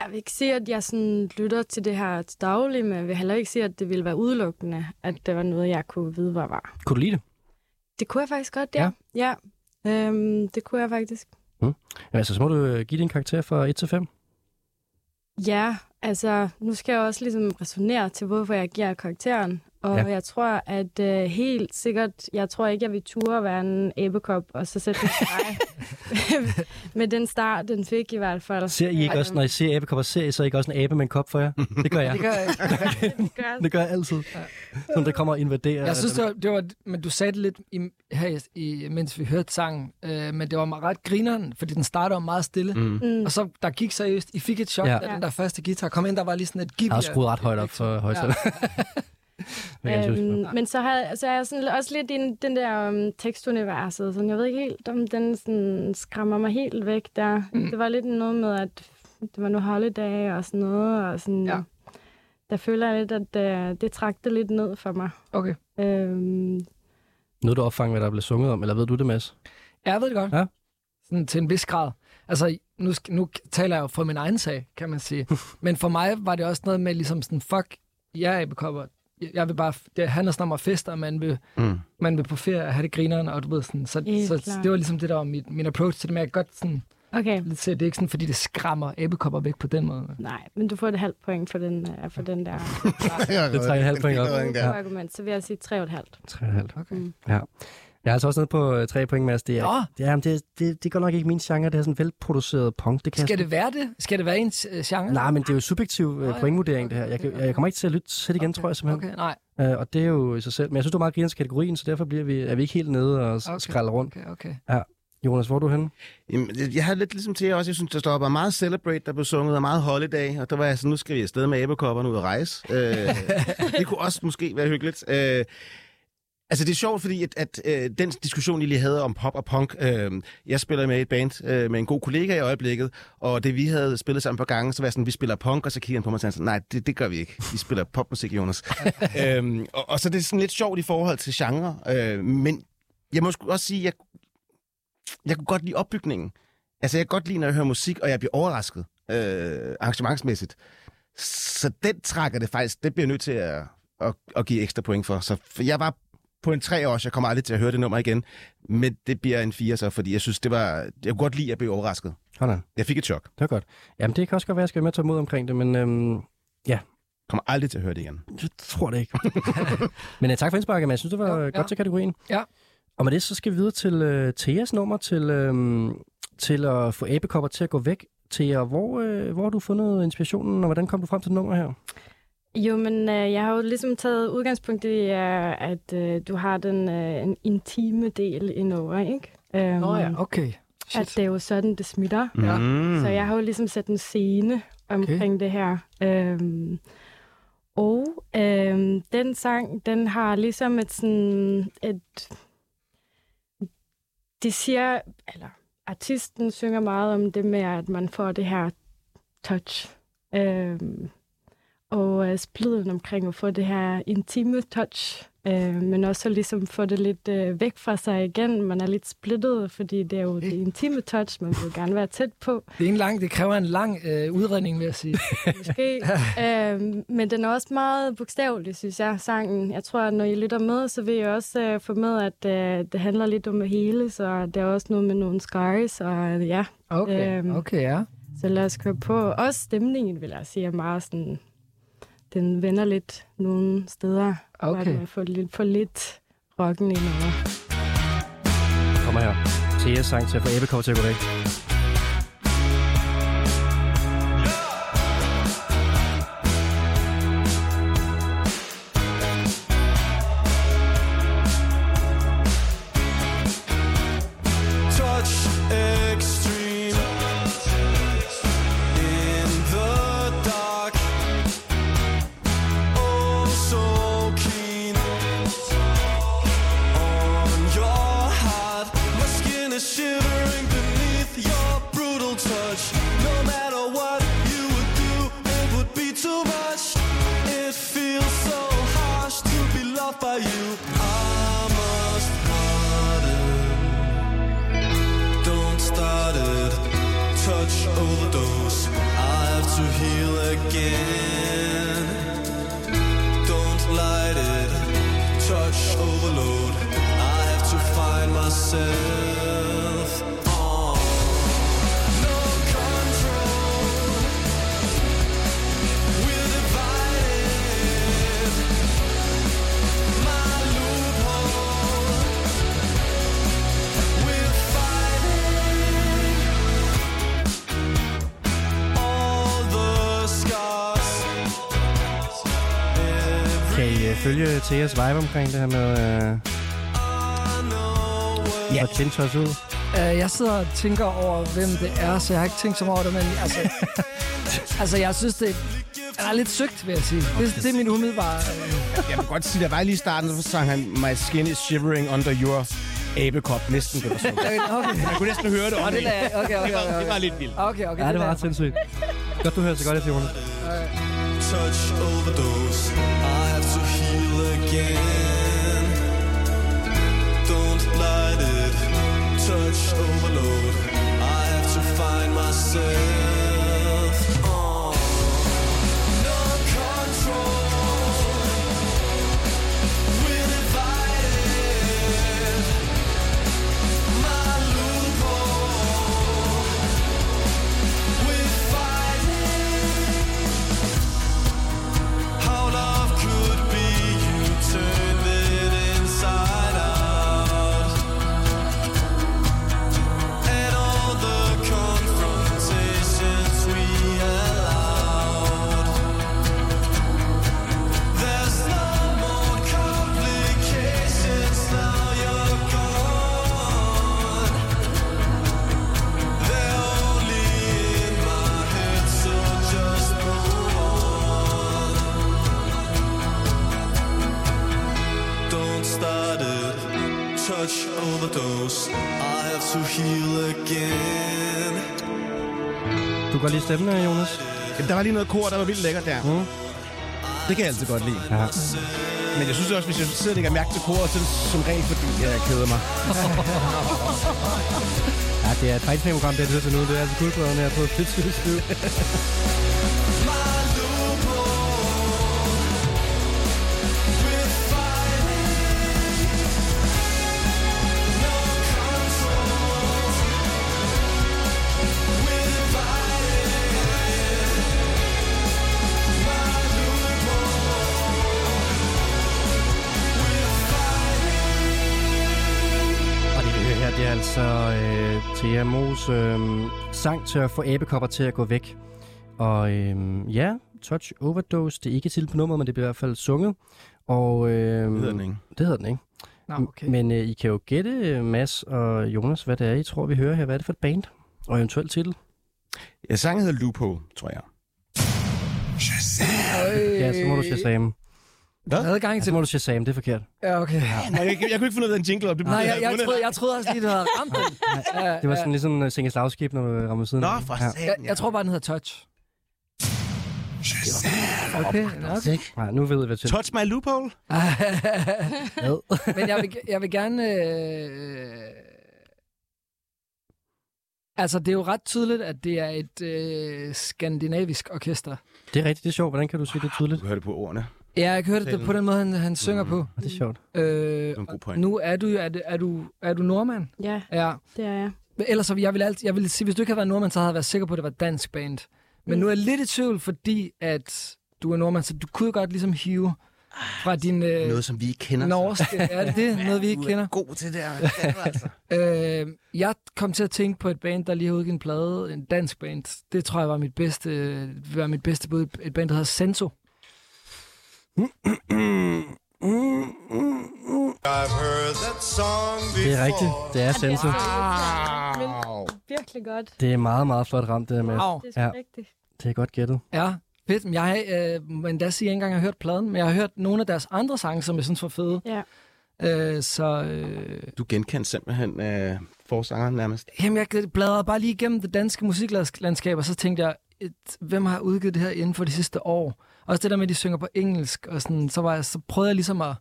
Speaker 9: Jeg vil ikke sige, at jeg sådan lytter til det her til daglig, men jeg vil heller ikke sige, at det ville være udelukkende, at det var noget, jeg kunne vide, hvad var.
Speaker 2: Kunne du lide det?
Speaker 9: Det kunne jeg faktisk godt, ja. Ja, ja. Øhm, det kunne jeg faktisk.
Speaker 2: Jamen, altså, så må du øh, give din karakter fra 1 til 5.
Speaker 9: Ja, altså, nu skal jeg også ligesom resonere til, hvorfor jeg giver karakteren. Og
Speaker 2: Ja.
Speaker 9: ja. jeg tror, at øh, helt sikkert, jeg tror ikke, jeg vil ture at være en æbekop, og så sætte den streg. med den start, den fik i hvert fald. Altså,
Speaker 2: Ser I ikke
Speaker 9: Og,
Speaker 2: også, når I ser abekopper, ser I så ikke også en abe med en kop for jer? Det gør jeg.
Speaker 4: Det gør jeg ikke.
Speaker 9: øhm, gør-
Speaker 2: Det gør jeg altid. Som der kommer og invaderer.
Speaker 4: Jeg synes,
Speaker 2: dem.
Speaker 4: det var, det var, men du sagde det lidt, i, her, i, mens vi hørte sangen, øh, men det var meget ret grineren, fordi den starter meget stille, mm.
Speaker 9: Mm,
Speaker 4: og så der gik seriøst, I fik et chok,
Speaker 2: Ja.
Speaker 4: ja. da den der første guitar kom ind, der var lige sådan et gib.
Speaker 2: Jeg har skruet ret højt op for højstænder. Ja.
Speaker 9: øhm, men så, havde, så er jeg sådan, også lidt i den, den der um, tekstuniverset. Sådan, jeg ved ikke helt, om den sådan, skræmmer mig helt væk der. Mm. Det var lidt noget med, at det var nu holiday og sådan noget. Og sådan,
Speaker 4: Ja.
Speaker 9: ja. Der føler jeg lidt, at uh, det trak det lidt ned for mig.
Speaker 4: Okay.
Speaker 9: Øhm,
Speaker 2: Nu er du opfanget, hvad der blev sunget om, eller ved du det, Mads?
Speaker 4: Ja, jeg ved det godt.
Speaker 2: Ja.
Speaker 4: Sådan til en vis grad. Altså, nu, sk- nu taler jeg jo fra min egen sag, kan man sige. Men for mig var det også noget med ligesom sådan, fuck, jeg er æbekopper. Jeg- Jeg vil bare, det handler sådan om at feste, og man vil,
Speaker 5: Mm.
Speaker 4: mm. man vil på ferie og have det grineren, og du ved sådan. Så,
Speaker 9: Helt
Speaker 4: så, så
Speaker 9: klart.
Speaker 4: det var ligesom det, der var mit, min approach til det, men jeg kan godt sådan,
Speaker 9: okay,
Speaker 4: lidt se, det er ikke sådan, fordi det skræmmer æbekopper væk på den måde.
Speaker 9: nej, men du får et halvt point for den, uh, for den der
Speaker 2: Det trækker halvt point op.
Speaker 5: Den
Speaker 9: ja.
Speaker 5: der.
Speaker 9: argument. Så vil jeg sige tre og et halvt. Mm.
Speaker 2: 3,5.
Speaker 4: Okay.
Speaker 2: Ja. Jeg er altså også nede på 3 point, Mads. Det
Speaker 4: Nå.
Speaker 2: er, det, er, jamen, det, er- det, det er godt nok ikke min genre. Det er sådan velproduceret punk. Det kan jeg
Speaker 4: Skal det være det? Skal det være ens øh, genre?
Speaker 2: Nej, men det er jo subjektiv
Speaker 4: Nå,
Speaker 2: øh,
Speaker 4: ja.
Speaker 2: pointvurdering, det her. Jeg, kan-
Speaker 4: Okay.
Speaker 2: jeg kommer ikke til at lytte til det igen, tror jeg simpelthen.
Speaker 4: Okay, nej.
Speaker 2: Øh, og det er jo i sig selv. Men jeg synes, du er meget grinerende til kategorien, så derfor bliver vi, er vi ikke helt nede og okay.
Speaker 4: Okay.
Speaker 2: skralder rundt.
Speaker 4: Okay, okay.
Speaker 2: Jonas, hvor er du henne?
Speaker 5: Jamen, jeg- jeg havde lidt ligesom til jer også, jeg synes, der stopper meget Celebrate, der blev sunget, og meget Holiday, og der var jeg sådan, nu skal vi afsted med æbekopperne ud og rejse. Øh, det kunne også måske være hyggeligt. Øh, altså, det er sjovt, fordi at, at øh, den diskussion, I lige havde om pop og punk, øh, jeg spiller med i et band øh, med en god kollega i øjeblikket, og det vi havde spillet sammen på gange, så var jeg sådan, vi spiller punk, og så kigger han på mig og sagde, sådan, nej, det, det gør vi ikke. Vi spiller popmusik, Jonas. øhm, og, og så er det er sådan lidt sjovt i forhold til genre, øh, men jeg må sgu også sige, jeg, jeg kunne godt lide opbygningen. Altså, jeg kan godt lide, når jeg hører musik, og jeg bliver overrasket øh, arrangementsmæssigt. Så den trækker det faktisk, det bliver jeg nødt til at, at, at give ekstra point for. Så for jeg var på en tre år, jeg kommer aldrig til at høre det nummer igen. Men det bliver en fire så, fordi jeg synes, det var... Jeg kunne godt lide, at jeg blev overrasket.
Speaker 2: Hold on.
Speaker 5: Jeg fik et chok.
Speaker 2: Det var godt. Jamen, det kan også godt være, at jeg skal være med til at tage mod omkring det, men øhm,
Speaker 5: Kommer aldrig til at høre det igen.
Speaker 2: jeg tror det ikke. men øh, tak for indsparket, men jeg synes, det var
Speaker 4: Ja,
Speaker 2: ja,
Speaker 4: ja.
Speaker 2: godt ja. til kategorien.
Speaker 4: Ja.
Speaker 2: Og med det, så skal vi videre til øh, Theas nummer, til, øh, til at få æbekopper til at gå væk. Thea, hvor, øh, hvor har du fundet inspirationen, og hvordan kom du frem til det nummer her?
Speaker 9: Jo, men øh, jeg har jo ligesom taget udgangspunkt i, øh, at øh, du har den øh, en intime del indover, ikke? Øhm,
Speaker 4: Nå ja, okay.
Speaker 9: At
Speaker 4: Shit.
Speaker 9: det er jo sådan, det smitter.
Speaker 4: Ja.
Speaker 5: Mm.
Speaker 9: Så jeg har jo ligesom sat en scene omkring okay. det her. Øhm, og øhm, den sang, den har ligesom et sådan et... Det siger, eller artisten synger meget om det med, at man får det her touch. Øhm, og øh, spliden omkring at få det her intime touch. Øh, men også ligesom få det lidt øh, væk fra sig igen. Man er lidt splittet, fordi det er jo det intime touch, man vil gerne være tæt på.
Speaker 4: Det, er en lang, det kræver en lang øh, udredning, vil jeg sige.
Speaker 9: måske. øhm, men den er også meget bogstavelig, synes jeg, sangen. Jeg tror, at når I lytter med, så vil jeg også øh, få med, at øh, det handler lidt om at hele, så der er også noget med nogle scars, og øh, ja,
Speaker 4: Okay,
Speaker 9: Øhm.
Speaker 4: okay, ja.
Speaker 9: så lad os køre på. Også stemningen, vil jeg sige, er meget sådan, den vender lidt nogle steder, hvor
Speaker 4: Okay.
Speaker 9: den er for lidt, for lidt rocken indover.
Speaker 2: Kommer her. Thea sang til at få æbekopper til at gå væk.
Speaker 10: touch extreme in the dark. Oh, so keen on your heart. My skin is shivering beneath your
Speaker 3: again. Don't light it, touch overload. I have to find myself. Oh, no control. We're divided. My loophole. We're fighting all the scars.
Speaker 2: Kan I øh, følge Theas vibe omkring det her med øh,
Speaker 4: Ja.
Speaker 2: at tinte os ud?
Speaker 4: Uh, jeg sidder og tænker over, hvem det er, så jeg har ikke tænkt så meget over det, men altså, altså jeg synes, det er lidt søgt, vil jeg sige. Det, det er min umiddelbare... Øh,
Speaker 5: Jeg kan godt sige, der var lige i starten, så sang han My skin is shivering under your abekop. Næsten det var sådan.
Speaker 4: okay,
Speaker 5: Jeg kunne næsten høre det.
Speaker 4: og det lader jeg- okay, okay,
Speaker 5: det, var,
Speaker 4: okay,
Speaker 5: det
Speaker 4: okay.
Speaker 5: var lidt vildt.
Speaker 4: Okay, okay.
Speaker 2: Ja, det var
Speaker 4: lader
Speaker 2: ret sindssygt. Godt, du hører så godt efter, Jonas.
Speaker 3: touch overdose. I have to heal again. Don't light it, touch overload. I have to find myself. Oh. No control. We're divided. My loophole. We're fighting. How love could be, you turned it inside out. And all the confrontations we allowed. There's no more complications now you're gone. They're only in my head, so just move on. Don't start it, touch overdose. I have to heal again.
Speaker 2: Du kan godt lide stemmen, øh, Jonas.
Speaker 5: Jamen, der var lige noget kor, der var vildt lækkert der.
Speaker 2: Mm.
Speaker 5: Det kan jeg altid godt lide.
Speaker 2: Ja.
Speaker 5: Men jeg synes også, hvis jeg sidder og lægger mærke til koret, så er det som regel, fordi jeg keder mig.
Speaker 2: ja, det er et fejlsnævprogram, det er det til nu. Det er altså guldpladen her på 24
Speaker 3: My loophole. We're fighting. No control. We're divided. My loophole. We're fighting.
Speaker 2: Og det vi hører her, det er altså øh, Thea Mos øh, sang til at få æbekopper til at gå væk. Og øh, ja, Touch Overdose, det er ikke titlen på nummeret, men det bliver i hvert fald sunget. Og, øh, det
Speaker 5: hedder den ikke.
Speaker 2: Det hedder den ikke.
Speaker 4: Nå, okay.
Speaker 2: Men øh, I kan jo gætte, øh, Mads og Jonas, hvad det er, I tror, vi hører her. Hvad er det for et band? Og eventuelt titel?
Speaker 5: Ja, sangen hedder Loophole, tror jeg.
Speaker 4: Øh,
Speaker 2: Ja, så må du shazam.
Speaker 4: Adgang
Speaker 2: Så
Speaker 4: til...
Speaker 2: må du shazam, det er forkert.
Speaker 4: Ja, okay.
Speaker 5: Nej, jeg, jeg, kunne ikke finde ud af den jingle op. Det
Speaker 4: Nej, jeg, jeg, troede, jeg troede også lige, du havde ramt den. Ja,
Speaker 2: Det var
Speaker 4: ja.
Speaker 2: sådan ligesom uh, Singer Slagskib, når du rammer siden.
Speaker 5: Nå,
Speaker 2: af.
Speaker 5: for
Speaker 2: ja.
Speaker 5: satan.
Speaker 4: Jeg, jeg tror bare, den hedder Touch. Okay, okay.
Speaker 2: Nej, nu ved jeg, hvad til.
Speaker 5: Touch my loophole.
Speaker 4: Men jeg vil, jeg vil gerne... Øh... Altså, det er jo ret tydeligt, at det er et øh, skandinavisk orkester.
Speaker 2: Det er rigtigt, det er sjovt. Hvordan kan du sige det tydeligt?
Speaker 5: Ah, Du hørte på ordene.
Speaker 4: Ja, jeg hørte det på den måde, han, han synger på.
Speaker 2: Ah, Det er sjovt.
Speaker 4: Øh,
Speaker 5: Det er en god
Speaker 4: og
Speaker 5: Mm. point.
Speaker 4: nu er du jo... Er, det- er, du, er du nordmand?
Speaker 9: Ja,
Speaker 4: Ja.
Speaker 9: det er jeg.
Speaker 4: Men Ellers, så vil- jeg vil, altid, jeg vil sige, hvis du ikke havde været nordmand, så havde jeg været sikker på, at det var et dansk band. Men nu er jeg lidt i tvivl, fordi at du er nordmand, så du kunne jo godt ligesom hive fra din øh,
Speaker 5: Noget, som vi ikke kender.
Speaker 4: norske... Er det det? Noget, vi ikke
Speaker 5: Du
Speaker 4: kender?
Speaker 5: er god til det her. Det er du altså.
Speaker 4: Øh, jeg kom til at tænke på et band, der lige har udgivet en plade, en dansk band. Det tror jeg var mit bedste, øh, var mit bedste bud. Et band, der hedder Senso.
Speaker 3: I've heard that song
Speaker 2: Det er rigtigt. Det er sensor.
Speaker 5: Wow.
Speaker 9: Virkelig godt.
Speaker 2: Det er meget, meget flot ramt, det der med.
Speaker 4: Wow.
Speaker 9: Det er
Speaker 2: Ja.
Speaker 9: sgu rigtigt.
Speaker 2: Det er godt gættet.
Speaker 4: Ja, fedt. Men Jeg har, øh, men der siger jeg ikke engang, at jeg har hørt pladen, men jeg har hørt nogle af deres andre sange, som jeg synes var fede.
Speaker 9: Ja.
Speaker 4: Øh, så øh,
Speaker 5: Du genkendte simpelthen øh, forsangeren nærmest.
Speaker 4: jamen, jeg bladrede bare lige igennem det danske musiklandskab, og så tænkte jeg, et, hvem har udgivet det her inden for de sidste år? Også det der med, at de synger på engelsk, og sådan, så, var jeg, så prøvede jeg ligesom at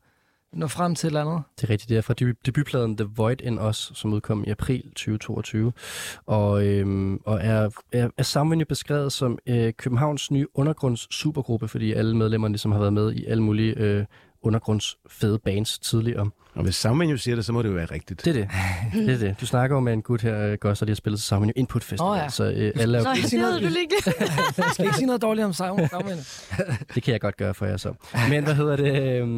Speaker 4: nå frem til et eller andet.
Speaker 2: Det er rigtigt, det er fra debu- debutpladen The Void in Us, som udkom i april 2022, og, øhm, og er, er, er sammenvendigt beskrevet som øh, Københavns nye undergrunds supergruppe, fordi alle medlemmerne ligesom har været med i alle mulige øh, undergrunds fede bands tidligere.
Speaker 5: Og hvis Savmenu siger det, så må det jo være rigtigt.
Speaker 2: Det er det. det, er det. Du snakker jo med en gut her, øh, Gørs, der lige har spillet til Sammenvendigt Input Festival,
Speaker 4: Åh,
Speaker 2: oh,
Speaker 4: ja.
Speaker 2: ja. så øh, alle er
Speaker 9: Nå, det ved du lige.
Speaker 4: Jeg skal ikke sige noget dårligt om Simon. Simon.
Speaker 2: Det kan jeg godt gøre for jer så. Men hvad hedder det? øhm,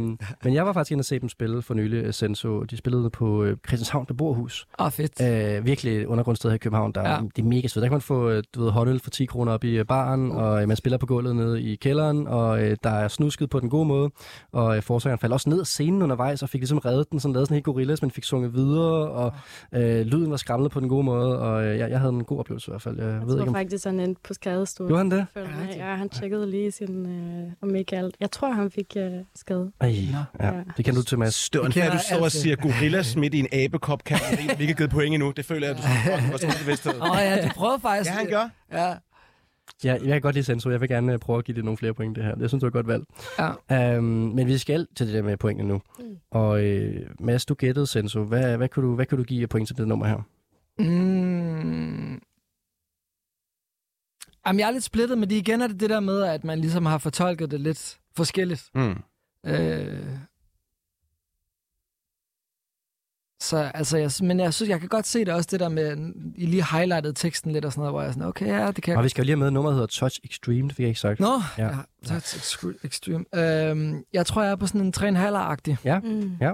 Speaker 2: Men jeg var faktisk inde og se dem spille for nylig, øh, Senso. De spillede på øh, Christianshavn Beboerhus.
Speaker 4: Åh, fedt.
Speaker 2: Øh, virkelig et undergrundssted her i København, der
Speaker 4: Ja.
Speaker 2: ja. det er mega svedt. Der kan man få øh, du ved, hotøl for 10 kroner op i øh, baren, og øh, man spiller på gulvet nede i kælderen, og øh, der er snusket på den gode måde. Og øh, forsangeren faldt også ned af scenen undervejs, og fik ligesom reddet den, sådan lavet sådan helt gorillas, men fik sunget videre, og øh, lyden var skramlet på den gode måde, og øh, jeg, jeg havde en god oplevelse i hvert fald. Jeg,
Speaker 9: Jeg
Speaker 2: ved
Speaker 9: tror
Speaker 2: ikke, om...
Speaker 9: faktisk, han endte på skadestuen.
Speaker 2: Gjorde han det?
Speaker 9: Følger mig. Ja, han tjekkede lige sin, øh, om ikke alt. Jeg tror, han fik øh, skade.
Speaker 2: Ej,
Speaker 9: Ja.
Speaker 2: ja. Det kan du til, Mads.
Speaker 5: Støren,
Speaker 4: kender
Speaker 5: her du står og
Speaker 4: alt det.
Speaker 5: siger gorillas midt i en abekop kategori, der ikke er givet point endnu. Det føler jeg, du skulle godt var bevidst
Speaker 4: Åh oh, ja, de prøvede faktisk.
Speaker 5: Ja, han gør.
Speaker 4: Ja.
Speaker 2: Ja, jeg kan godt lide Senso. Jeg vil gerne øh, prøve at give det nogle flere point, det her. Jeg synes, det var et godt valg.
Speaker 4: Ja.
Speaker 2: Um, men vi skal til det der med pointene nu. Mm. Og øh, Mads, du gættede Senso. Hvad, hvad, kunne du, hvad kunne du give af point til det nummer her?
Speaker 4: Mm. Jamen, jeg er lidt splittet, men det igen er det det der med, at man ligesom har fortolket det lidt forskelligt.
Speaker 5: Mm.
Speaker 4: Øh. Så altså, jeg, men jeg synes, jeg kan godt se det også, det der med, I lige highlightede teksten lidt og sådan noget, hvor jeg er sådan, okay, ja, det kan jeg
Speaker 2: Og vi skal jo lige have med, at nummeret hedder Touch Extreme, det fik jeg ikke sagt.
Speaker 4: Nå, ja.
Speaker 2: Ja.
Speaker 4: ja that's extre- extreme. Øhm, jeg tror, jeg er på sådan en 3,5-agtig.
Speaker 9: Mm.
Speaker 2: Ja.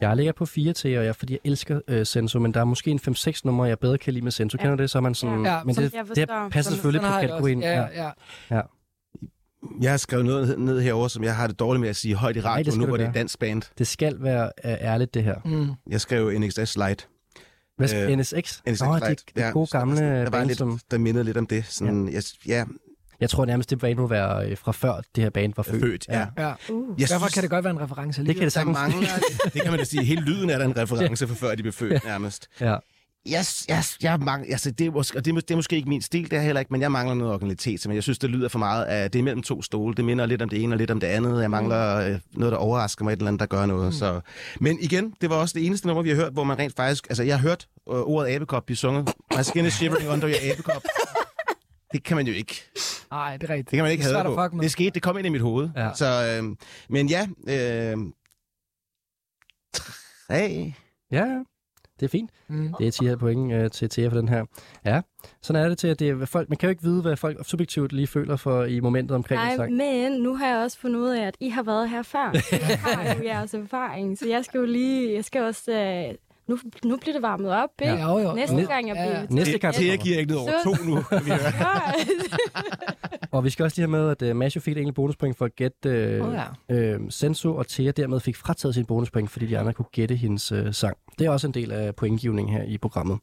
Speaker 2: Jeg ligger på 4 til, og jeg, fordi jeg elsker øh, Senso, men der er måske en 5-6 numre, jeg bedre kan lide med Senso.
Speaker 9: Ja.
Speaker 2: Ja. Kender du det? Så er man sådan...
Speaker 4: Ja,
Speaker 2: men
Speaker 4: som
Speaker 2: det,
Speaker 9: jeg
Speaker 2: det
Speaker 9: forstår.
Speaker 2: her passer
Speaker 9: Som-
Speaker 2: selvfølgelig på kategorien.
Speaker 4: Ja, ja.
Speaker 5: Jeg har skrevet noget ned herover, som jeg har det dårligt med at sige højt i
Speaker 2: det
Speaker 5: radioen,
Speaker 2: skal
Speaker 5: nu
Speaker 2: du
Speaker 5: hvor det er
Speaker 2: gøre.
Speaker 5: dansk band.
Speaker 2: Det skal være øh, ærligt, det her.
Speaker 4: Mm.
Speaker 5: Jeg skrev NXS Lite.
Speaker 2: Hvad,
Speaker 5: Øh,
Speaker 2: øh, NSX?
Speaker 5: NSX
Speaker 2: Nå,
Speaker 5: Lite.
Speaker 2: de, de
Speaker 5: Ja,
Speaker 2: gode
Speaker 5: så der var
Speaker 2: gamle
Speaker 5: sådan- der var
Speaker 2: band,
Speaker 5: lidt,
Speaker 2: som...
Speaker 5: der mindede lidt om det. Sådan, ja. Jeg, ja,
Speaker 2: Jeg tror nærmest, det band må være øh, fra før det her band var født.
Speaker 5: født. Ja.
Speaker 4: ja.
Speaker 9: Uh.
Speaker 5: Jeg
Speaker 4: Derfor
Speaker 5: synes,
Speaker 4: kan det godt være en reference
Speaker 2: Det kan
Speaker 4: alligevel.
Speaker 2: det sagtens.
Speaker 5: der mangler, det kan man da sige. Hele lyden er der en reference for før de blev født nærmest.
Speaker 2: Ja.
Speaker 5: Jeg, jeg, jeg mangler, altså det, er måske, og det, er, mås- det er måske ikke min stil, det er heller ikke, men jeg mangler noget originalitet, men jeg synes, det lyder for meget af, det er mellem to stole, det minder lidt om det ene og lidt om det andet,
Speaker 2: Mm.
Speaker 5: jeg mangler øh, noget, der overrasker mig, et eller andet, der gør noget. Mm. Så. Men igen, det var også det eneste nummer, vi har hørt, hvor man rent faktisk, altså jeg har hørt øh, ordet abekop blive sunget, my skin is shivering under your abekop. Det kan man jo ikke.
Speaker 4: Nej, det er rigtigt.
Speaker 5: Det kan man ikke
Speaker 4: det er
Speaker 5: have
Speaker 4: svært at
Speaker 5: på.
Speaker 4: fuck med.
Speaker 5: Det skete, det kom ind i mit hoved.
Speaker 2: Ja.
Speaker 5: Så, øh, men ja, øh, tre,
Speaker 2: Ja, ja. det er fint.
Speaker 4: Mm.
Speaker 2: Det er 10 her point øh, til Thea for den her. Ja, sådan er det til, at det er, hvad folk, man kan jo ikke vide, hvad folk subjektivt lige føler for i momentet omkring en
Speaker 9: Nej,
Speaker 2: sang.
Speaker 9: men nu har jeg også fundet ud af, at I har været her før. Jeg har jo jeres erfaring, så jeg skal jo lige... Jeg skal også... Øh, nu, nu bliver det varmet op, ikke?
Speaker 4: Ja, jo, jo.
Speaker 9: Næste
Speaker 4: jo.
Speaker 9: gang, jeg
Speaker 4: Ja,
Speaker 9: bliver...
Speaker 4: ja.
Speaker 2: Næste gang,
Speaker 5: Thea giver ikke noget over to nu. kan vi høre.
Speaker 2: og vi skal også lige have med, at øh, Masho fik et enkelt bonuspoint for at gætte øh,
Speaker 4: Åh, ja.
Speaker 2: øh, Senso, og Thea dermed fik frataget sin bonuspoint, fordi de andre kunne gætte hendes øh, sang. Det er også en del af pointgivningen her i programmet.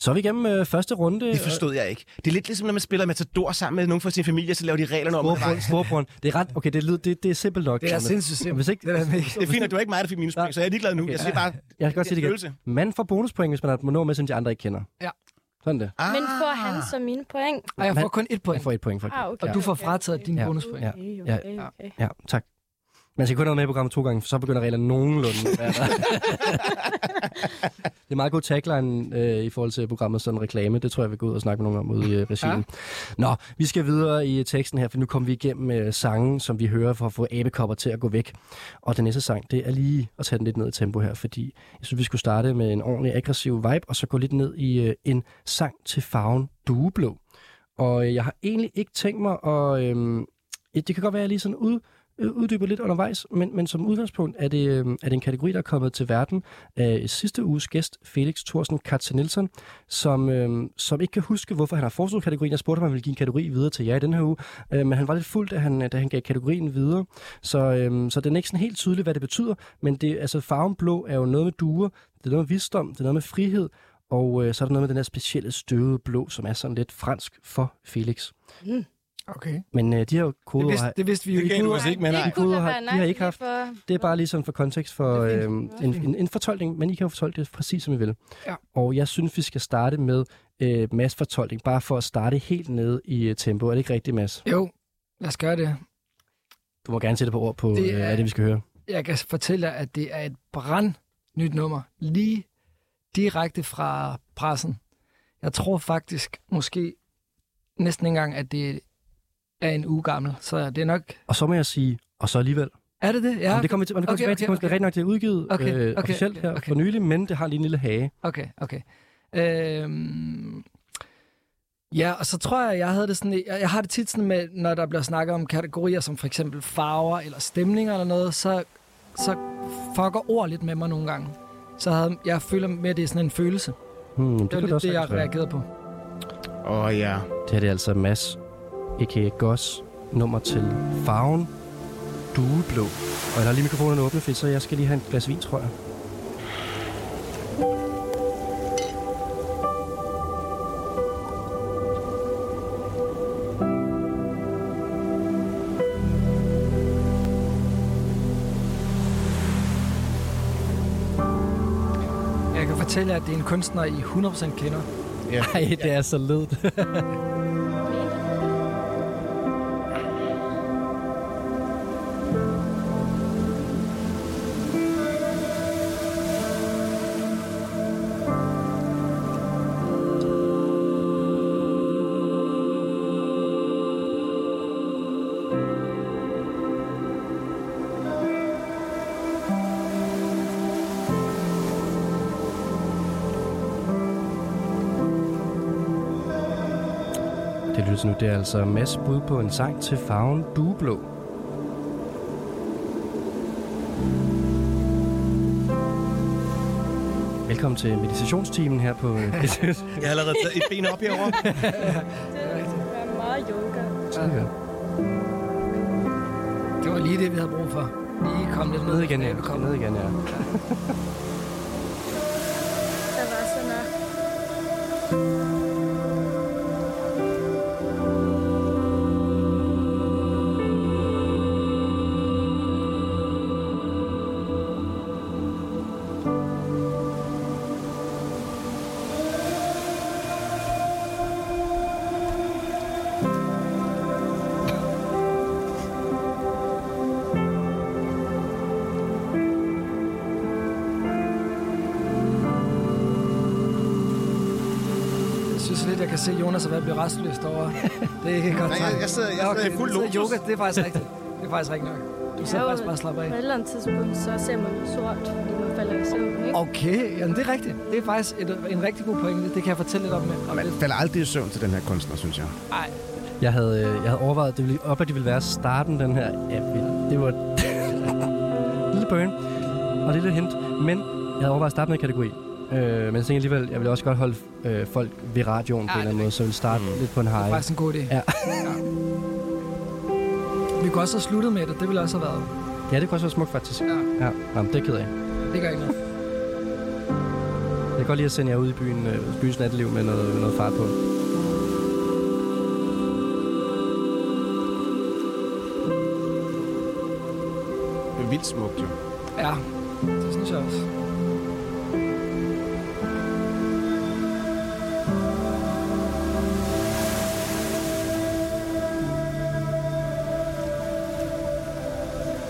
Speaker 2: Så er vi igennem øh, første runde.
Speaker 5: Det forstod jeg ikke. Det er lidt ligesom, når man spiller Matador sammen med nogen fra sin familie, så laver de reglerne om. at-
Speaker 2: Sporbrun, sporbrun. Det er ret, okay, det, lyder, det, det er simpelt nok.
Speaker 4: Det er
Speaker 2: Thomas.
Speaker 4: sindssygt
Speaker 2: Og
Speaker 4: simpelt.
Speaker 2: Hvis ikke,
Speaker 4: Det er da mega-
Speaker 5: Det er fint, at du er ikke mig, der fik minuspoint, så jeg er ligeglad nu. Jeg siger bare,
Speaker 2: jeg kan godt
Speaker 5: Det er
Speaker 2: sige det
Speaker 5: følelse.
Speaker 2: igen. Man får bonuspoint, hvis man har et nummer med, som de andre ikke kender.
Speaker 4: Ja.
Speaker 2: Sådan det.
Speaker 5: ah,
Speaker 9: Men får han så mine point?
Speaker 4: Og jeg får kun et
Speaker 2: Man
Speaker 4: point.
Speaker 2: får et point for det.
Speaker 9: Ah, okay.
Speaker 4: Og du får frataget dine
Speaker 2: Ja.
Speaker 4: bonuspoint.
Speaker 2: Ja.
Speaker 9: Okay,
Speaker 2: Ja.
Speaker 9: okay, okay.
Speaker 2: Ja, tak. Man skal kun have med i programmet to gange, for så begynder reglerne nogenlunde. at være der. det er meget god tagline øh, i forhold til programmet sådan en reklame. Det tror jeg, vi går ud og snakke med nogen om ude i øh, regien.
Speaker 4: Ja.
Speaker 2: Ja. Nå, vi skal videre i øh, teksten her, for nu kommer vi igennem øh, sangen, som vi hører for at få abekopper til at gå væk. Og den næste sang, det er lige at tage den lidt ned i tempo her, fordi jeg synes, vi skulle starte med en ordentlig aggressiv vibe, og så gå lidt ned i øh, en sang til farven dueblå. Og øh, jeg har egentlig ikke tænkt mig at... Øh, det kan godt være, at jeg lige sådan ud, øh, uddyber lidt undervejs, men, men som udgangspunkt er det, øh, er det en kategori, der er kommet til verden af sidste uges gæst, Felix Thorsen Katze Nielsen, som, øh, som ikke kan huske, hvorfor han har foreslået kategorien. Jeg spurgte, om han ville give en kategori videre til jer i den her uge, øh, men han var lidt fuld, da han, da han gav kategorien videre. Så, øh, så det er ikke sådan helt tydeligt, hvad det betyder, men det, altså, farven blå er jo noget med duer, det er noget med visdom, det er noget med frihed, og øh, så er der noget med den her specielle støvede blå, som er sådan lidt fransk for Felix.
Speaker 4: Okay.
Speaker 2: Men øh, de her
Speaker 4: Det
Speaker 2: koder
Speaker 4: vidste,
Speaker 2: har...
Speaker 4: det vidste vi jo
Speaker 5: det
Speaker 4: ikke.
Speaker 5: gav du os ikke med, nej.
Speaker 2: kunne da være nice lige Det er bare ligesom for kontekst for
Speaker 4: Det er
Speaker 2: øh,
Speaker 4: fint.
Speaker 2: en, en, en fortolkning, men I kan jo fortolke det præcis, som I vil.
Speaker 4: Ja.
Speaker 2: Og jeg synes, vi skal starte med øh, Mads fortolkning, bare for at starte helt nede i øh, tempo. Er det ikke rigtigt, Mads?
Speaker 4: Jo, lad os gøre det.
Speaker 2: Du må gerne sætte på ord på,
Speaker 4: Det
Speaker 2: det er...
Speaker 4: er-
Speaker 2: øh, hvad det, vi skal høre.
Speaker 4: jeg kan fortælle jer, at det er et brand nyt nummer, lige direkte fra pressen. Jeg tror faktisk måske næsten ikke engang, at det er en uge gammel, så det er nok...
Speaker 2: Og så må jeg sige, og så alligevel.
Speaker 4: Er det det?
Speaker 2: Ja,
Speaker 4: Ja,
Speaker 2: Jamen, det kommer vi til, men det kommer
Speaker 4: okay,
Speaker 2: tilbage til,
Speaker 4: okay,
Speaker 2: kommer okay. rigtig nok til at udgivet
Speaker 4: Okay,
Speaker 2: øh,
Speaker 4: okay,
Speaker 2: officielt her
Speaker 4: okay.
Speaker 2: for nylig, men det har lige en lille hage.
Speaker 4: Okay, okay. Øhm, ja, og så tror jeg, jeg havde det sådan, jeg, jeg har det tit sådan med, når der bliver snakket om kategorier som for eksempel farver eller stemninger eller noget, så, så fucker ord lidt med mig nogle gange. Så havde, jeg føler med, at det er sådan en følelse. Det,
Speaker 2: Hmm, det,
Speaker 4: var
Speaker 2: kan
Speaker 4: lidt det, jeg
Speaker 2: sagtens være.
Speaker 4: reagerede på.
Speaker 5: Åh oh, ja.
Speaker 2: Det her det er altså Mads, a.k.a. Goss, nummer til farven dueblå. Og jeg har lige mikrofonen åbne, for så jeg skal lige have en glas vin, tror jeg.
Speaker 4: Jeg kan fortælle jer, at det er en kunstner, I 100% kender.
Speaker 2: Nej, det er så ledt. Det lyder nu, det er altså Mads bud på en sang til farven dueblå. Velkommen til meditationstimen her på... øh,
Speaker 5: Jeg har allerede taget et ben op herovre.
Speaker 9: Det er meget yoga.
Speaker 4: Det var lige det, vi havde brug for. Lige kom lidt
Speaker 2: Ned igen, ja.
Speaker 4: Velkommen.
Speaker 2: Ned igen, ja.
Speaker 9: Der var sådan noget.
Speaker 4: Jeg synes lidt, jeg kan se Jonas er ved at blive restløst over. Det er ikke et godt
Speaker 5: Nej, jeg- jeg sidder- jeg sidder i fuld
Speaker 4: du sidder
Speaker 5: lotus.
Speaker 4: yoga, det er faktisk rigtigt. Det er faktisk rigtigt nok. Du sidder
Speaker 9: Jo,
Speaker 4: faktisk bare og slapper af.
Speaker 9: På et eller andet tidspunkt, så ser man noget sort, fordi man falder i søvn, ikke?
Speaker 4: Okay, jamen det er rigtigt. Det er faktisk et, en rigtig god pointe. Det kan jeg fortælle lidt om. om
Speaker 5: Man
Speaker 4: lidt.
Speaker 5: falder aldrig i søvn til den her kunstner, synes jeg.
Speaker 2: Jeg havde, øh, jeg havde overvejet, at det ville, op, at det ville være starten, den her. Ja, vi- det var lille burn og lille hint. Men jeg havde overvejet at starte med en kategori. Øh, men jeg tænkte alligevel, jeg ville også godt holde øh, folk ved radioen
Speaker 4: det
Speaker 2: på en eller
Speaker 4: er
Speaker 2: anden måde, så jeg ville starte mm. lidt på en
Speaker 4: Det er
Speaker 2: high.
Speaker 4: faktisk en god idé.
Speaker 2: Ja.
Speaker 4: Vi kunne også have sluttet med det. Det ville også have været.
Speaker 2: Ja, det kunne også være smukt faktisk.
Speaker 4: Ja.
Speaker 2: Ja, Nå, men det er jeg ked af.
Speaker 4: Det gør ikke noget.
Speaker 2: Jeg kan godt lide at sende jer ud i byen, øh, byens natteliv med noget, med noget fart på.
Speaker 5: Det er vildt smukt, jo.
Speaker 4: Ja, det synes jeg også.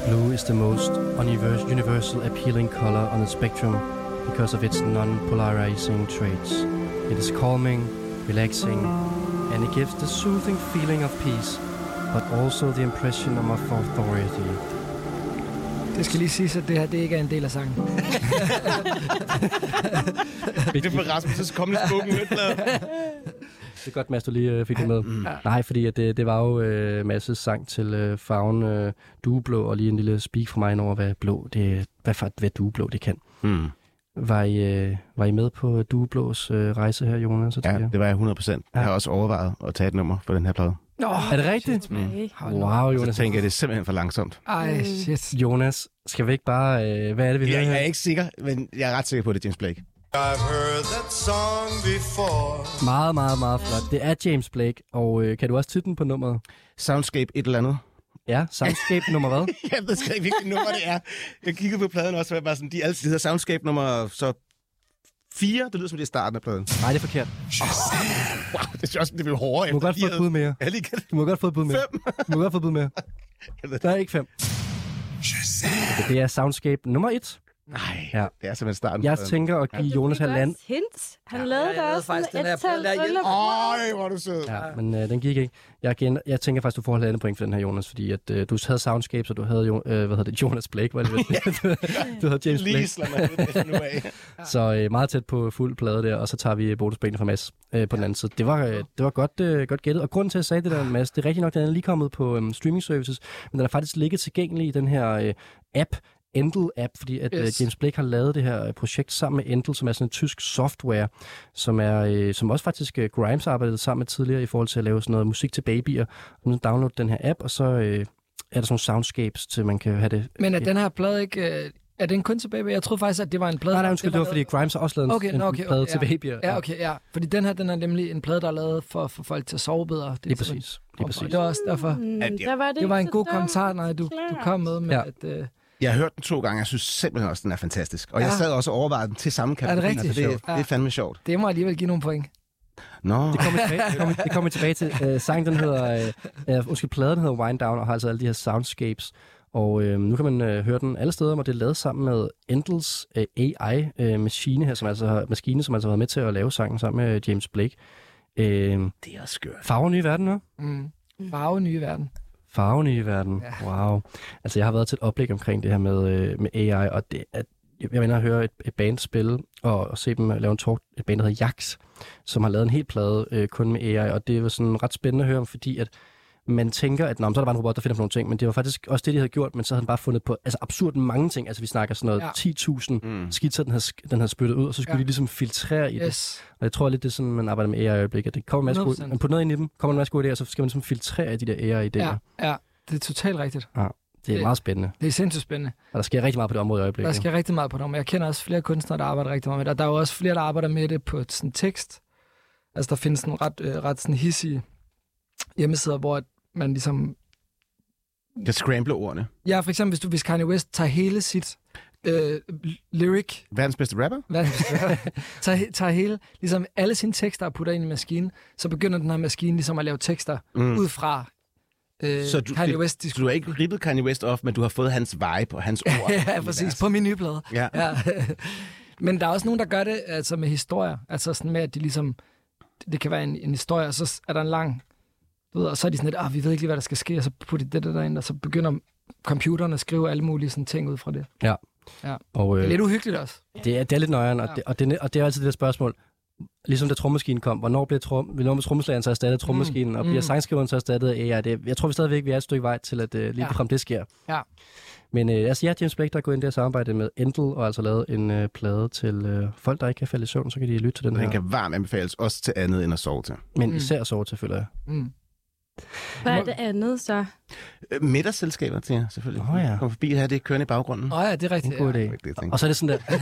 Speaker 2: Blue is the most universe- universal appealing color on the spectrum because of its non-polarizing traits. It is calming, relaxing, and it gives the soothing feeling of peace, but also the impression of authority.
Speaker 4: Det skal lige siges, at det her det ikke er en del af sangen.
Speaker 5: Det er for Rasmus' kommende spukken.
Speaker 2: Det er godt, Mads, du lige øh, fik det med. Nej, fordi at det, det var jo øh, Masses sang til øh, farven øh, dueblå, og lige en lille speak for mig ind over, hvad, blå, det, hvad, for- hvad dueblå det kan.
Speaker 5: Mm.
Speaker 2: Var I, øh, var I med på dueblås øh, rejse her, Jonas? og Thea?
Speaker 5: Ja, det var jeg 100%. Jeg har også overvejet at tage et nummer på den her plade.
Speaker 4: Nå,
Speaker 2: Er det rigtigt?
Speaker 9: Okay.
Speaker 2: Wow,
Speaker 5: Så
Speaker 2: Jonas.
Speaker 5: tænker jeg, det er simpelthen for langsomt.
Speaker 4: ej shit.
Speaker 2: Jonas, skal vi ikke bare... Øh, hvad er det, vi hører
Speaker 5: Jeg, jeg er
Speaker 2: her?
Speaker 5: ikke sikker, men jeg er ret sikker på, at det er James Blake.
Speaker 10: I've heard that song before.
Speaker 2: Meget, meget, meget flot. Det er James Blake, og øh, kan du også titlen på nummeret?
Speaker 5: Soundscape et eller andet.
Speaker 2: Ja, Soundscape nummer hvad?
Speaker 5: Jeg ved sgu ikke, hvilket nummer det er. Jeg kiggede på pladen også, og jeg var sådan, de altid hedder Soundscape nummer så 4. Det lyder som, det er starten af pladen.
Speaker 2: Nej, det er forkert.
Speaker 5: Wow, det er også, det blev hårdere
Speaker 2: Du må godt få et bud mere.
Speaker 5: Jeg lige kan
Speaker 2: Du må godt få et bud mere. Du må godt få et bud mere. Der er ikke fem.
Speaker 10: Just
Speaker 2: Det er Soundscape nummer et.
Speaker 5: Nej,
Speaker 2: Ja.
Speaker 5: ja. det er simpelthen starten.
Speaker 2: Jeg
Speaker 5: på den.
Speaker 2: tænker at give Jonas halvanden.
Speaker 9: Hints. Han ja, lavede
Speaker 4: jeg
Speaker 9: da
Speaker 4: lavede
Speaker 9: også
Speaker 4: faktisk
Speaker 9: sådan
Speaker 4: den her-
Speaker 9: et tal
Speaker 4: den der hjælp.
Speaker 9: under
Speaker 5: Øj, hvor er du sød.
Speaker 2: Ja, men øh, den gik ikke. Jeg, gen, jeg tænker faktisk, du får halvandet point for den her, Jonas, fordi at, øh, du havde Soundscape, så du havde jo, øh, hvad hedder det, Jonas Blake, var det vel? du havde James
Speaker 5: Lige
Speaker 2: Blake.
Speaker 5: slå mig ud det nu af.
Speaker 2: Så øh, meget tæt på fuld plade der, og så tager vi øh, bonuspoint fra Mads øh, på den anden side. Det var, øh, det var godt, øh, godt gættet. Og grunden til, at jeg sagde
Speaker 5: Ah.
Speaker 2: det der, Mads, det er rigtigt nok, den er lige kommet på øhm, streaming services, men den er faktisk ligget tilgængelig i den her øh, app, Endel app, fordi at yes.
Speaker 4: Yes.
Speaker 2: øh, James Blake har lavet det her øh, projekt sammen med Endel, som er sådan en tysk software, som er øh, som også faktisk øh, Grimes arbejdede sammen med tidligere i forhold til at lave sådan noget musik til babyer. Og nu download den her app, og så øh, er der sådan nogle soundscapes til, man kan have det.
Speaker 4: Men er den her plade ikke... øh, Er den kun til baby? Jeg troede faktisk, at det var en plade.
Speaker 2: Nej, nej, undskyld, det var fordi Grimes har også lavet en,
Speaker 4: Okay,
Speaker 2: en
Speaker 4: nå, okay, okay,
Speaker 2: plade til
Speaker 4: ja.
Speaker 2: babyer.
Speaker 4: Ja, okay, ja. Fordi den her, den er nemlig en plade, der er lavet for, for folk til at sove bedre. Det
Speaker 2: Lige præcis. Lige præcis.
Speaker 4: Det var også derfor.
Speaker 9: Mm,
Speaker 5: At jeg-
Speaker 9: der var det,
Speaker 4: Det
Speaker 9: ikke
Speaker 4: var en
Speaker 9: så
Speaker 4: god
Speaker 9: dumt.
Speaker 4: kommentar, nej, du, du
Speaker 9: Klart.
Speaker 4: kom med, med
Speaker 2: Ja.
Speaker 4: ja. at... Øh,
Speaker 5: Jeg har hørt den to gange, jeg synes simpelthen også, den er fantastisk. Og ja. jeg
Speaker 4: Ja.
Speaker 5: sad også og overvejede den til samme kategori.
Speaker 4: rigtigt?
Speaker 5: så det,
Speaker 4: Ja.
Speaker 5: det er fandme sjovt.
Speaker 4: det må alligevel give nogle point.
Speaker 5: Nå,
Speaker 2: Det kommer tilbage, det kommer, det kommer tilbage til. Øh, sangen, den hedder, øh, øh, undskyld, pladen hedder Wind Down, og har altså alle de her soundscapes. Og øh, nu kan man øh, høre den alle steder, og det er lavet sammen med Endels øh, AI-maskine her, som altså har, maskine, som altså har været med til at lave sangen sammen med James Blake. Øh,
Speaker 5: det er også skørt.
Speaker 2: farver nye verden, hva'?
Speaker 4: Mm. Farve nye verden.
Speaker 2: Farven i verden. Ja. Wow. Altså, jeg har været til et oplæg omkring det her med, øh, med AI, og det er, jeg var inde og høre et, et band spille, og, og se dem lave en talk, et band, der hedder Jax, som har lavet en hel plade øh, kun med AI, og det var sådan ret spændende at høre om, fordi at man tænker, at Nå, men så er der bare en robot, der finder på nogle ting, men det var faktisk også det, de havde gjort, men så havde den bare fundet på altså absurd mange ting. Altså, vi snakker sådan noget
Speaker 4: Ja.
Speaker 2: ja. 10.000
Speaker 5: Mm.
Speaker 2: skitser, den havde, sk- den havde spyttet ud, og så skulle ja.
Speaker 4: Ja.
Speaker 2: de ligesom filtrere i yes. det.
Speaker 4: Yes.
Speaker 2: Og jeg tror lidt, det er sådan, man arbejder med AI i øjeblikket. Det kommer en masse gode,
Speaker 4: 100%.
Speaker 2: man putter noget ind i dem, kommer en masse gode idéer, og så skal man ligesom filtrere i de der AI-idéer.
Speaker 4: Ja, ja, det er totalt rigtigt.
Speaker 2: Det er
Speaker 4: Det-
Speaker 2: meget spændende,
Speaker 4: Det er sindssygt spændende.
Speaker 2: og der sker rigtig meget på det område i øjeblikket.
Speaker 4: Der sker rigtig meget på det, men jeg kender også flere kunstnere, der arbejder rigtig meget med det. Og der er jo også flere, der arbejder med det på sådan tekst. Altså, der findes sådan ret, øh, ret sådan hissige hjemmesider, hvor at man ligesom...
Speaker 5: Kan scramble ordene.
Speaker 4: Ja, for eksempel, hvis, du, hvis Kanye West tager hele sit øh, lyric
Speaker 5: Verdens bedste rapper?
Speaker 4: Hvad? tager, he- tager hele, ligesom alle sine tekster og putter ind i maskinen, så begynder den her maskine ligesom at lave tekster
Speaker 5: Mm.
Speaker 4: mm. ud fra øh,
Speaker 5: Så du-
Speaker 4: Kanye
Speaker 5: det-
Speaker 4: West.
Speaker 5: Så du har ikke rippet Kanye West off, men du har fået hans vibe og hans ord.
Speaker 4: ja, præcis, på min nye plade.
Speaker 5: Ja.
Speaker 4: Ja. Men der er også nogen, der gør det altså med historier. Altså sådan med, at de ligesom... Det kan være en, en historie, og så er der en lang... Du ved, og så er de sådan lidt, ah, vi ved ikke lige, hvad der skal ske, og så putter de det der derind, og så begynder computeren at skrive alle mulige sådan ting ud fra det.
Speaker 2: Og,
Speaker 4: Det er
Speaker 2: øh,
Speaker 4: lidt uhyggeligt også.
Speaker 2: det, er, det er lidt nøjeren, og, det, og, det, og det er altid det der spørgsmål. Ligesom da trommemaskinen kom, hvornår bliver trom, hvornår bliver trommeslageren så erstattet af trommemaskinen, mm. og bliver
Speaker 4: mm.
Speaker 2: sangskriveren så erstattet af AI? Det, jeg tror vi stadigvæk, vi er et stykke vej til, at øh, lige
Speaker 4: Ja.
Speaker 2: ja. frem det sker.
Speaker 4: Ja.
Speaker 2: Men øh, altså, ja, James Blake, der er gået ind der og samarbejdet med Endel, og altså lavet en øh, plade til øh, folk, der ikke kan falde i søvn, så kan de lytte til den
Speaker 5: Den
Speaker 2: her.
Speaker 5: kan varmt anbefales også til andet end at sove til.
Speaker 2: Men
Speaker 4: Mm.
Speaker 2: især sove til, føler jeg.
Speaker 4: Mm.
Speaker 9: Hvad er det andet så?
Speaker 5: Øh, Middagsselskaber til jer, selvfølgelig.
Speaker 2: Åh, ja.
Speaker 5: Kom forbi her, det er kørende i baggrunden.
Speaker 4: Nå ja, det er
Speaker 2: En
Speaker 4: rigtigt.
Speaker 2: god
Speaker 4: ja.
Speaker 5: Det,
Speaker 2: idé.
Speaker 5: jeg tænkte.
Speaker 2: Og så er det sådan der.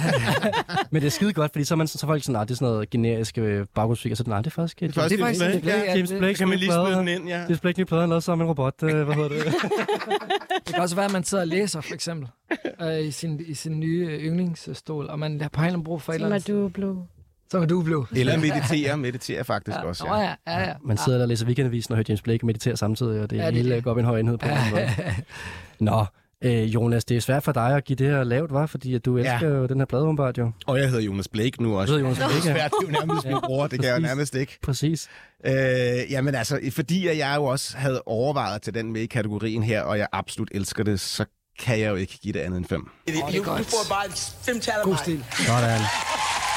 Speaker 2: Men det er skide godt, fordi så er, man, så er folk sådan, nej, det er sådan noget generisk øh, baggrundsmusik, og så nej, det er faktisk... øh,
Speaker 5: Det er faktisk
Speaker 4: Det er faktisk James
Speaker 5: James Blake,
Speaker 4: Blake,
Speaker 5: ja.
Speaker 4: ja.
Speaker 2: James
Speaker 4: det-
Speaker 2: Blake,
Speaker 5: Så kan man lige smide den ind, ja.
Speaker 2: Det er Blake Nye Plader, lavet sammen med en robot. Øh, hvad hedder det?
Speaker 4: Det kan også være, at man sidder og læser, for eksempel, øh, i, sin, i sin nye øh, yndlingsstol, og man har på en eller anden brug for et eller
Speaker 9: Som er
Speaker 4: andet.
Speaker 9: du blev...
Speaker 4: Som er du blev.
Speaker 5: Eller meditere, meditere faktisk også,
Speaker 4: Nå
Speaker 5: ja.
Speaker 4: ja, ja, ja.
Speaker 2: Man sidder der og læser weekendavisen og hører James Blake meditere samtidig, og det
Speaker 4: Ja,
Speaker 2: ja,
Speaker 4: det-
Speaker 2: hele går op i en høj enhed på en eller anden måde. Nå, øh, Jonas, det er svært for dig at give det her lavt, var, fordi at du elsker jo den her plade, åbenbart jo.
Speaker 5: Og jeg hedder Jonas Blake nu
Speaker 2: Du
Speaker 5: også.
Speaker 2: hedder Jonas Blake, ja.
Speaker 5: Svært, det er jo nærmest min bror, det kan jeg jo
Speaker 2: Præcis.
Speaker 5: nærmest ikke.
Speaker 2: Præcis.
Speaker 5: Øh, jamen altså, fordi at jeg jo også havde overvejet til den med i kategorien her, og jeg absolut elsker det, så kan jeg jo ikke give det andet end fem.
Speaker 4: det er
Speaker 8: you,
Speaker 4: godt.
Speaker 8: you får bare fem tal af
Speaker 4: God
Speaker 8: mig.
Speaker 4: stil.
Speaker 2: Sådan.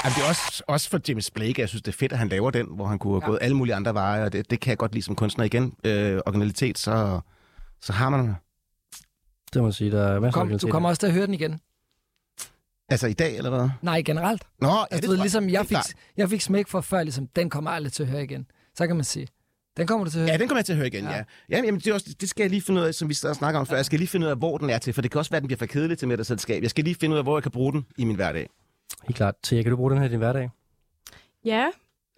Speaker 5: Jamen, det er også, også for James Blake, jeg synes, det er fedt, at han laver den, hvor han kunne have ja. gået alle mulige andre veje, og det, det kan jeg godt lide som kunstner igen. Øh, originalitet, så, så har man
Speaker 2: Det må man sige, der er masser af
Speaker 4: Kom, du
Speaker 2: kvalitet.
Speaker 4: kommer også til at høre den igen.
Speaker 5: Altså i dag, eller hvad?
Speaker 4: Nej, generelt.
Speaker 5: Nå, ja,
Speaker 4: Altså, du
Speaker 5: tror
Speaker 4: ved, ligesom jeg
Speaker 5: Helt
Speaker 4: fik,
Speaker 5: klart.
Speaker 4: jeg fik smæk for før, ligesom, den kommer jeg aldrig til at høre igen. Så kan man sige, den kommer du til at høre.
Speaker 5: Ja, den kommer jeg til at høre igen, ja. ja. Jamen, jamen, det, er også, det skal jeg lige finde ud af, som vi stadig snakker om før. Jeg skal lige finde ud af, hvor den er til, for det kan også være, at den bliver for kedelig til middagsselskab. Jeg skal lige finde ud af, hvor jeg kan bruge den i min hverdag.
Speaker 2: Helt klart. Thea, kan du bruge den her i din hverdag?
Speaker 9: Ja,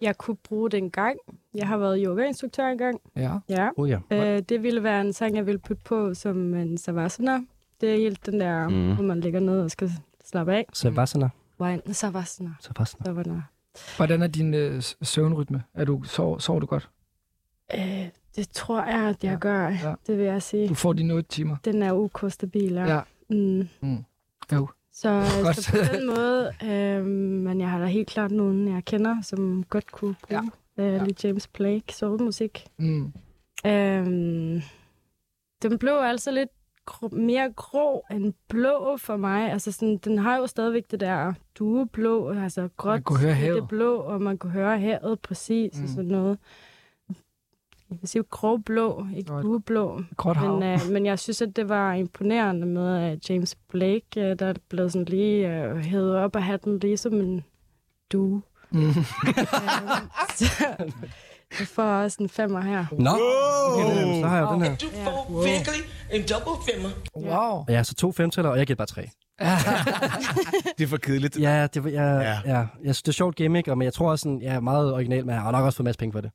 Speaker 9: jeg kunne bruge den gang. Jeg har været yogainstruktør engang.
Speaker 4: Ja.
Speaker 9: Ja.
Speaker 2: Oh ja.
Speaker 9: Øh, det ville være en sang, jeg ville putte på som en savasana. Det er helt den der,
Speaker 5: Mm.
Speaker 9: mm. hvor man ligger ned og skal slappe af.
Speaker 2: Savasana.
Speaker 9: Wine, savasana,
Speaker 2: Savasana.
Speaker 9: savasana.
Speaker 4: Hvordan er din øh, s- søvnrytme? Er du, sover, sover du godt?
Speaker 9: Øh, det tror jeg, at jeg
Speaker 4: Ja.
Speaker 9: gør.
Speaker 4: Ja.
Speaker 9: Det vil jeg sige.
Speaker 4: Du får dine 8 timer.
Speaker 9: Den er ok stabil.
Speaker 4: Ja.
Speaker 9: Mm.
Speaker 4: Mm. Jo.
Speaker 9: Så, øh,
Speaker 4: Godt.
Speaker 9: så på den måde, øh, men jeg har da helt klart nogen, jeg kender, som godt kunne bruge ja. Øh, lidt James Blake soulmusik.
Speaker 4: Mm.
Speaker 9: Øhm, den blev altså lidt gr- mere grå end blå for mig. Altså sådan, den har jo stadigvæk det der dueblå, altså gråt
Speaker 4: kunne høre
Speaker 9: i
Speaker 4: havet.
Speaker 9: det blå, og man kunne høre havet præcis mm. og sådan noget. Jeg vil sige gråblå, ikke
Speaker 4: Godt.
Speaker 9: dueblå.
Speaker 4: Gråt hav.
Speaker 9: Men, øh, men jeg synes, at det var imponerende med at James Blake, øh, der blev sådan lige øh, hævet op og hatten lige som en due.
Speaker 4: Mm.
Speaker 9: Øhm, så, jeg får også en femmer her.
Speaker 2: Nå, okay, så har jeg jo den her.
Speaker 8: Du får virkelig en dobbelt femmer.
Speaker 4: Wow.
Speaker 2: Ja, så to femtaler, og jeg gætter bare tre.
Speaker 5: Det er for kedeligt.
Speaker 2: Ja, det, var- jeg, ja. ja. Jeg synes, det er sjovt gimmick, og, men jeg tror også, sådan, jeg er meget original, men jeg har nok også fået en masse penge for det.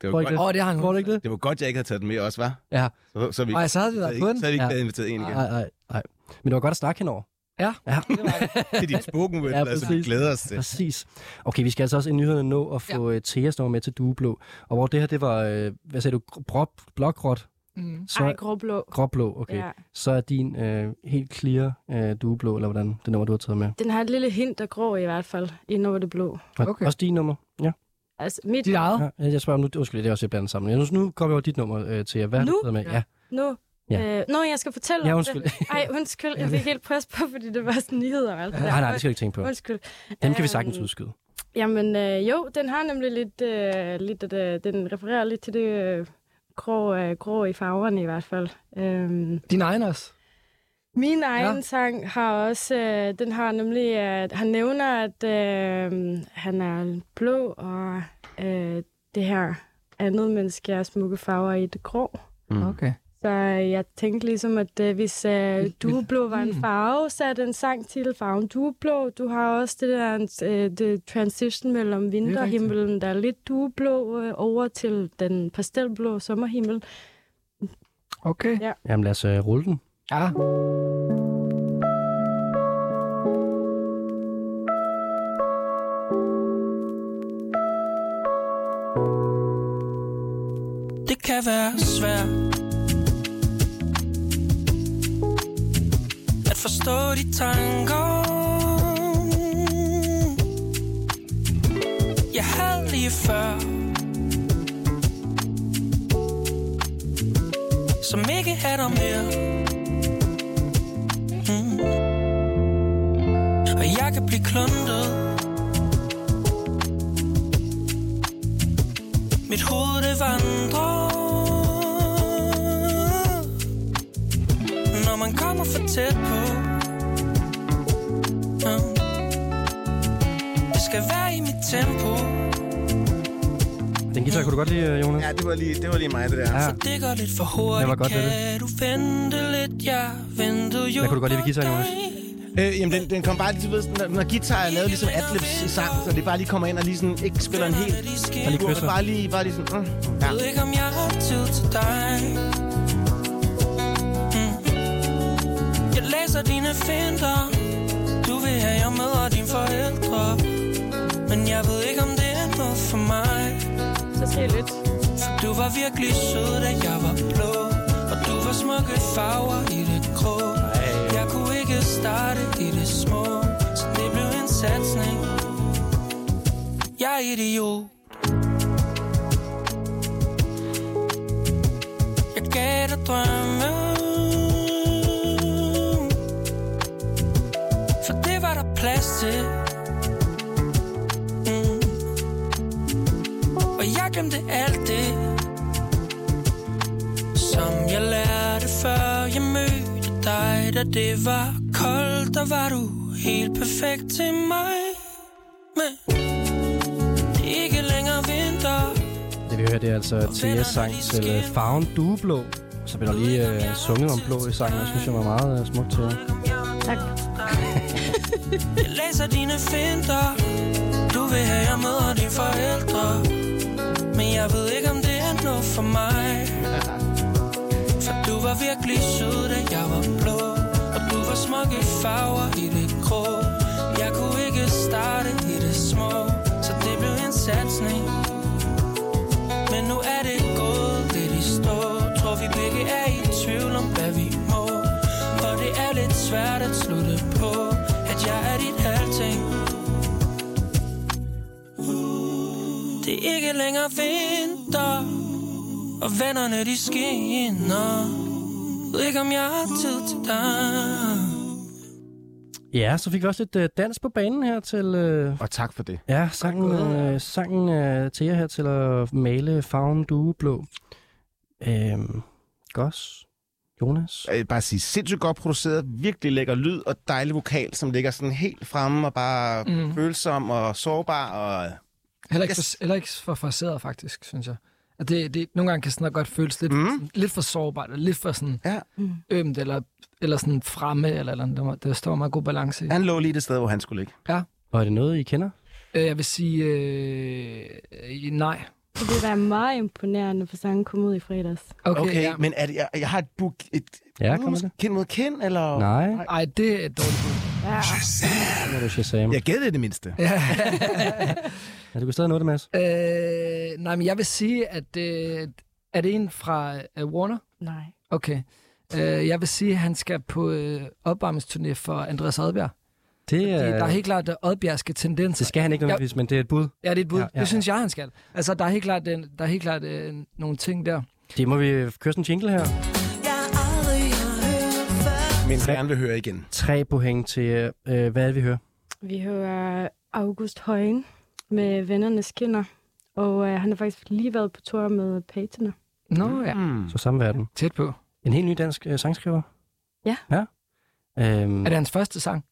Speaker 5: Det
Speaker 2: Tror
Speaker 5: var,
Speaker 2: ikke
Speaker 5: godt,
Speaker 4: Åh, det har han.
Speaker 2: Tror du ikke det?
Speaker 5: det var godt, jeg ikke havde taget den med også, var.
Speaker 2: Ja.
Speaker 5: Så, så, vi,
Speaker 4: Nej, så havde vi
Speaker 5: så,
Speaker 4: været
Speaker 5: ikke-
Speaker 4: på den.
Speaker 5: så havde vi ikke
Speaker 2: Ja.
Speaker 5: været inviteret en igen.
Speaker 2: Nej, nej, nej. Men det var godt at snakke henover.
Speaker 5: Det er dit spoken word,
Speaker 2: Ja,
Speaker 5: ja, som vi
Speaker 2: præcis.
Speaker 5: glæder os til.
Speaker 2: Præcis. Okay, vi skal altså også i nyhederne nå at få ja. Thea står med til Dueblå. Og hvor det her, det var, øh, hvad sagde du, grå, blågråt?
Speaker 4: Mm.
Speaker 2: Så,
Speaker 9: Ej, gråblå.
Speaker 2: gråblå, okay.
Speaker 9: Ja.
Speaker 2: Så er din øh, helt clear øh, dueblå, eller hvordan det nummer, du har taget med.
Speaker 9: øh, Den har et lille hint af grå i hvert fald, ind over det blå.
Speaker 2: Og,
Speaker 4: Okay.
Speaker 2: Også din nummer. Ja.
Speaker 9: Altså, mit
Speaker 4: Dit eget.
Speaker 2: ja. Jeg spørger om nu, undskyld, det er også jeg blander sammen. Jeg, nu kommer jeg over dit nummer øh, til jer. Hvad har du
Speaker 9: Nu?
Speaker 2: taget med? Ja,
Speaker 9: nu...
Speaker 2: Ja.
Speaker 9: Ja. Øh, nå, jeg skal fortælle
Speaker 2: ja
Speaker 9: om
Speaker 2: undskyld.
Speaker 9: det. Ej, undskyld. Jeg fik helt pres på, fordi det var sådan nyheder. Altså.
Speaker 2: nej, nej, det skal du ikke tænke på.
Speaker 9: Undskyld.
Speaker 2: Dem kan vi sagtens
Speaker 9: Øhm,
Speaker 2: udskyde.
Speaker 9: Jamen øh, jo, den har nemlig lidt, øh, lidt at, øh, den refererer lidt til det øh, grå, øh, grå i farverne i hvert fald. Øhm,
Speaker 4: Din egen også.
Speaker 9: min egen
Speaker 4: Ja.
Speaker 9: ja. sang har også, øh, den har nemlig, at han nævner, at øh, han er blå, og øh, det her andet menneske er smukke farver i det grå.
Speaker 4: Okay.
Speaker 9: Så jeg tænkte ligesom, at øh, hvis
Speaker 4: Mm.
Speaker 9: øh, dueblå var en farve, så er den sangtitel farven dueblå. Du har også det der øh, det transition mellem vinterhimlen, der er lidt dueblå øh, over til den pastelblå sommerhimmel.
Speaker 4: Okay.
Speaker 2: Jamen lad os øh, rulle den.
Speaker 4: Ja.
Speaker 10: Det kan være svært At forstå de tanker Jeg havde lige før Som ikke er der mere mm. Og jeg kan blive kluntet Mit hoved det vandrer Når man kommer for tæt på Ja. Det skal være i mit tempo
Speaker 2: Den guitar kunne du godt lide, øh, Jonas?
Speaker 5: Ja, det var lige, det var lige mig, det der.
Speaker 2: Ja.
Speaker 10: Så det går lidt for
Speaker 2: Det
Speaker 10: hurtigt
Speaker 2: var godt, det
Speaker 10: Kan du vente lidt Jeg ventede jo
Speaker 2: Hvad kunne du godt lide ved
Speaker 10: på
Speaker 2: guitaren, Jonas?
Speaker 10: dig.
Speaker 5: Øh, jamen, den, den kom bare lige til, ved, sådan, når, når guitar er lavet ligesom adlibs i sang, så det bare lige kommer ind og lige sådan, ikke spiller en helt
Speaker 10: De skal
Speaker 2: Og lige
Speaker 5: Bare,
Speaker 2: kysser.
Speaker 5: bare lige, bare lige sådan, mm, ja.
Speaker 10: Jeg ved ikke, om jeg har tid til dig. Mm. Jeg læser dine finder. Du vil have, jeg møder dine forældre. Men jeg ved ikke, om det er noget for mig.
Speaker 9: Så skal jeg lidt.
Speaker 10: Du var virkelig sød, da jeg var blå. Og du var smukke farver i det grå. Jeg kunne ikke starte i det små. Så det blev en satsning. Jeg er idiot. Jeg gav dig drømme For det var der plads til mm. Og jeg glemte alt det Som jeg lærte før jeg mødte dig Da det var koldt, der var du helt perfekt til mig Men det er ikke længere vinter
Speaker 2: Det vi hører, det er altså Theas sang til øh, farven dueblå. Så bliver der lige øh, sunget om blå i sangen, og det synes jeg var meget øh, smukt til.
Speaker 9: Tak.
Speaker 10: Jeg læser dine finder Du vil have, jeg møder dine forældre Men jeg ved ikke, om det er noget for mig For du var virkelig sød, da jeg var blå Og du var smuk i farver i det grå Jeg kunne ikke starte i det små Så det blev en satsning Men nu er det gået lidt i stå Tror vi begge er i tvivl om, hvad vi må Og det er lidt svært længere vinter Og vennerne de skinner Ved ikke om jeg har tid til dig
Speaker 2: Ja, så fik vi også lidt øh, dans på banen her til... Øh,
Speaker 5: Og tak for det.
Speaker 2: ja, sangen, øh, sangen øh, til jer her til at male farven dueblå. Øhm, Gos, Jonas.
Speaker 5: Jeg vil Øh, bare sige, sindssygt godt produceret, virkelig lækker lyd og dejlig vokal, som ligger sådan helt fremme og bare mm. følsom og sårbar. Og...
Speaker 4: Heller ikke,
Speaker 5: Yes.
Speaker 4: for, heller ikke for forceret, faktisk, synes jeg. At det, det, nogle gange kan sådan noget godt føles lidt, mm. sådan, lidt for sårbart, eller lidt for sådan
Speaker 5: Ja.
Speaker 4: ømt, eller, eller sådan fremme, eller, eller andet. Der var- der står meget god balance i.
Speaker 5: Han lå lige det sted, hvor han skulle ligge.
Speaker 4: Ja.
Speaker 2: Og er det noget, I kender?
Speaker 4: Øh, jeg vil sige, øh, øh, nej.
Speaker 9: Det ville være meget imponerende, for sangen kom ud i fredags.
Speaker 4: Okay,
Speaker 5: Okay,
Speaker 4: ja.
Speaker 5: men er det, jeg, jeg har et book... Et,
Speaker 2: Ja, kan man det?
Speaker 5: Kind mod kind, eller...
Speaker 2: Nej,
Speaker 4: Ej, det er et dårligt. bud.
Speaker 9: Ja.
Speaker 2: det er du Shazam. Ja.
Speaker 5: Jeg gættede det, det mindste. Ja.
Speaker 2: ja, du kan stadig nå det, Mads.
Speaker 4: Øh, nej, men jeg vil sige, at øh, er det en fra øh, Warner?
Speaker 9: Nej.
Speaker 4: Okay. Øh, jeg vil sige, at han skal på øh, opvarmningsturné for Andreas Odbjerg.
Speaker 2: Det,
Speaker 4: Ja.
Speaker 2: øh,
Speaker 4: Der er helt klart øh, Odbjergske tendenser.
Speaker 2: det skal han ikke nødvendigvis, men det er et bud.
Speaker 4: Ja, det er et bud.
Speaker 2: Ja,
Speaker 4: Ja,
Speaker 2: ja,
Speaker 4: ja, det synes jeg, han skal. Altså, der er helt klart, den, der er helt klart øh, nogle ting der.
Speaker 2: Det må vi øh, køre sådan en jingle her.
Speaker 5: Men jeg gerne vil høre igen.
Speaker 2: Tre point til, øh, hvad er det, vi hører?
Speaker 9: Vi hører August Højen med Vennernes Kinder, og øh, han har faktisk lige været på tur med Patina.
Speaker 4: Nå ja,
Speaker 5: Mm.
Speaker 2: Så samme verden.
Speaker 4: tæt på.
Speaker 2: En helt ny dansk øh, sangskriver?
Speaker 9: Ja.
Speaker 2: Ja. Øhm,
Speaker 4: Er det hans første sang?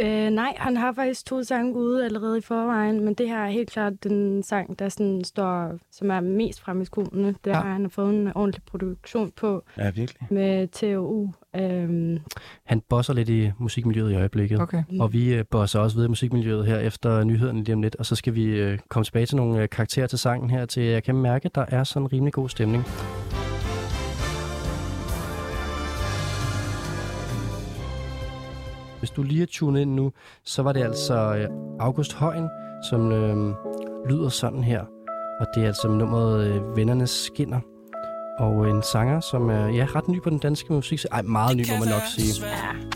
Speaker 9: Øh, nej, han har faktisk to sange ude allerede i forvejen, men det her er helt klart den sang, der sådan står, som er mest frem i skoene. Det
Speaker 4: Ja.
Speaker 9: har han har fået en ordentlig produktion på
Speaker 5: Ja, virkelig.
Speaker 9: med TOU. Øhm,
Speaker 2: Han bosser lidt i musikmiljøet i øjeblikket.
Speaker 4: Okay.
Speaker 2: Og vi øh, bosser også videre i musikmiljøet her efter nyhederne lige om lidt, og så skal vi øh, komme tilbage til nogle øh, karakterer til sangen her, til jeg kan mærke, der er sådan en rimelig god stemning. Hvis du lige er tunet ind nu, så var det altså øh, August Højen, som øh, lyder sådan her. Og det er altså nummeret øh, Vennernes Skinner. Og en sanger, som er ja, ret ny på den danske musik. Ej, meget ny, må man nok sige.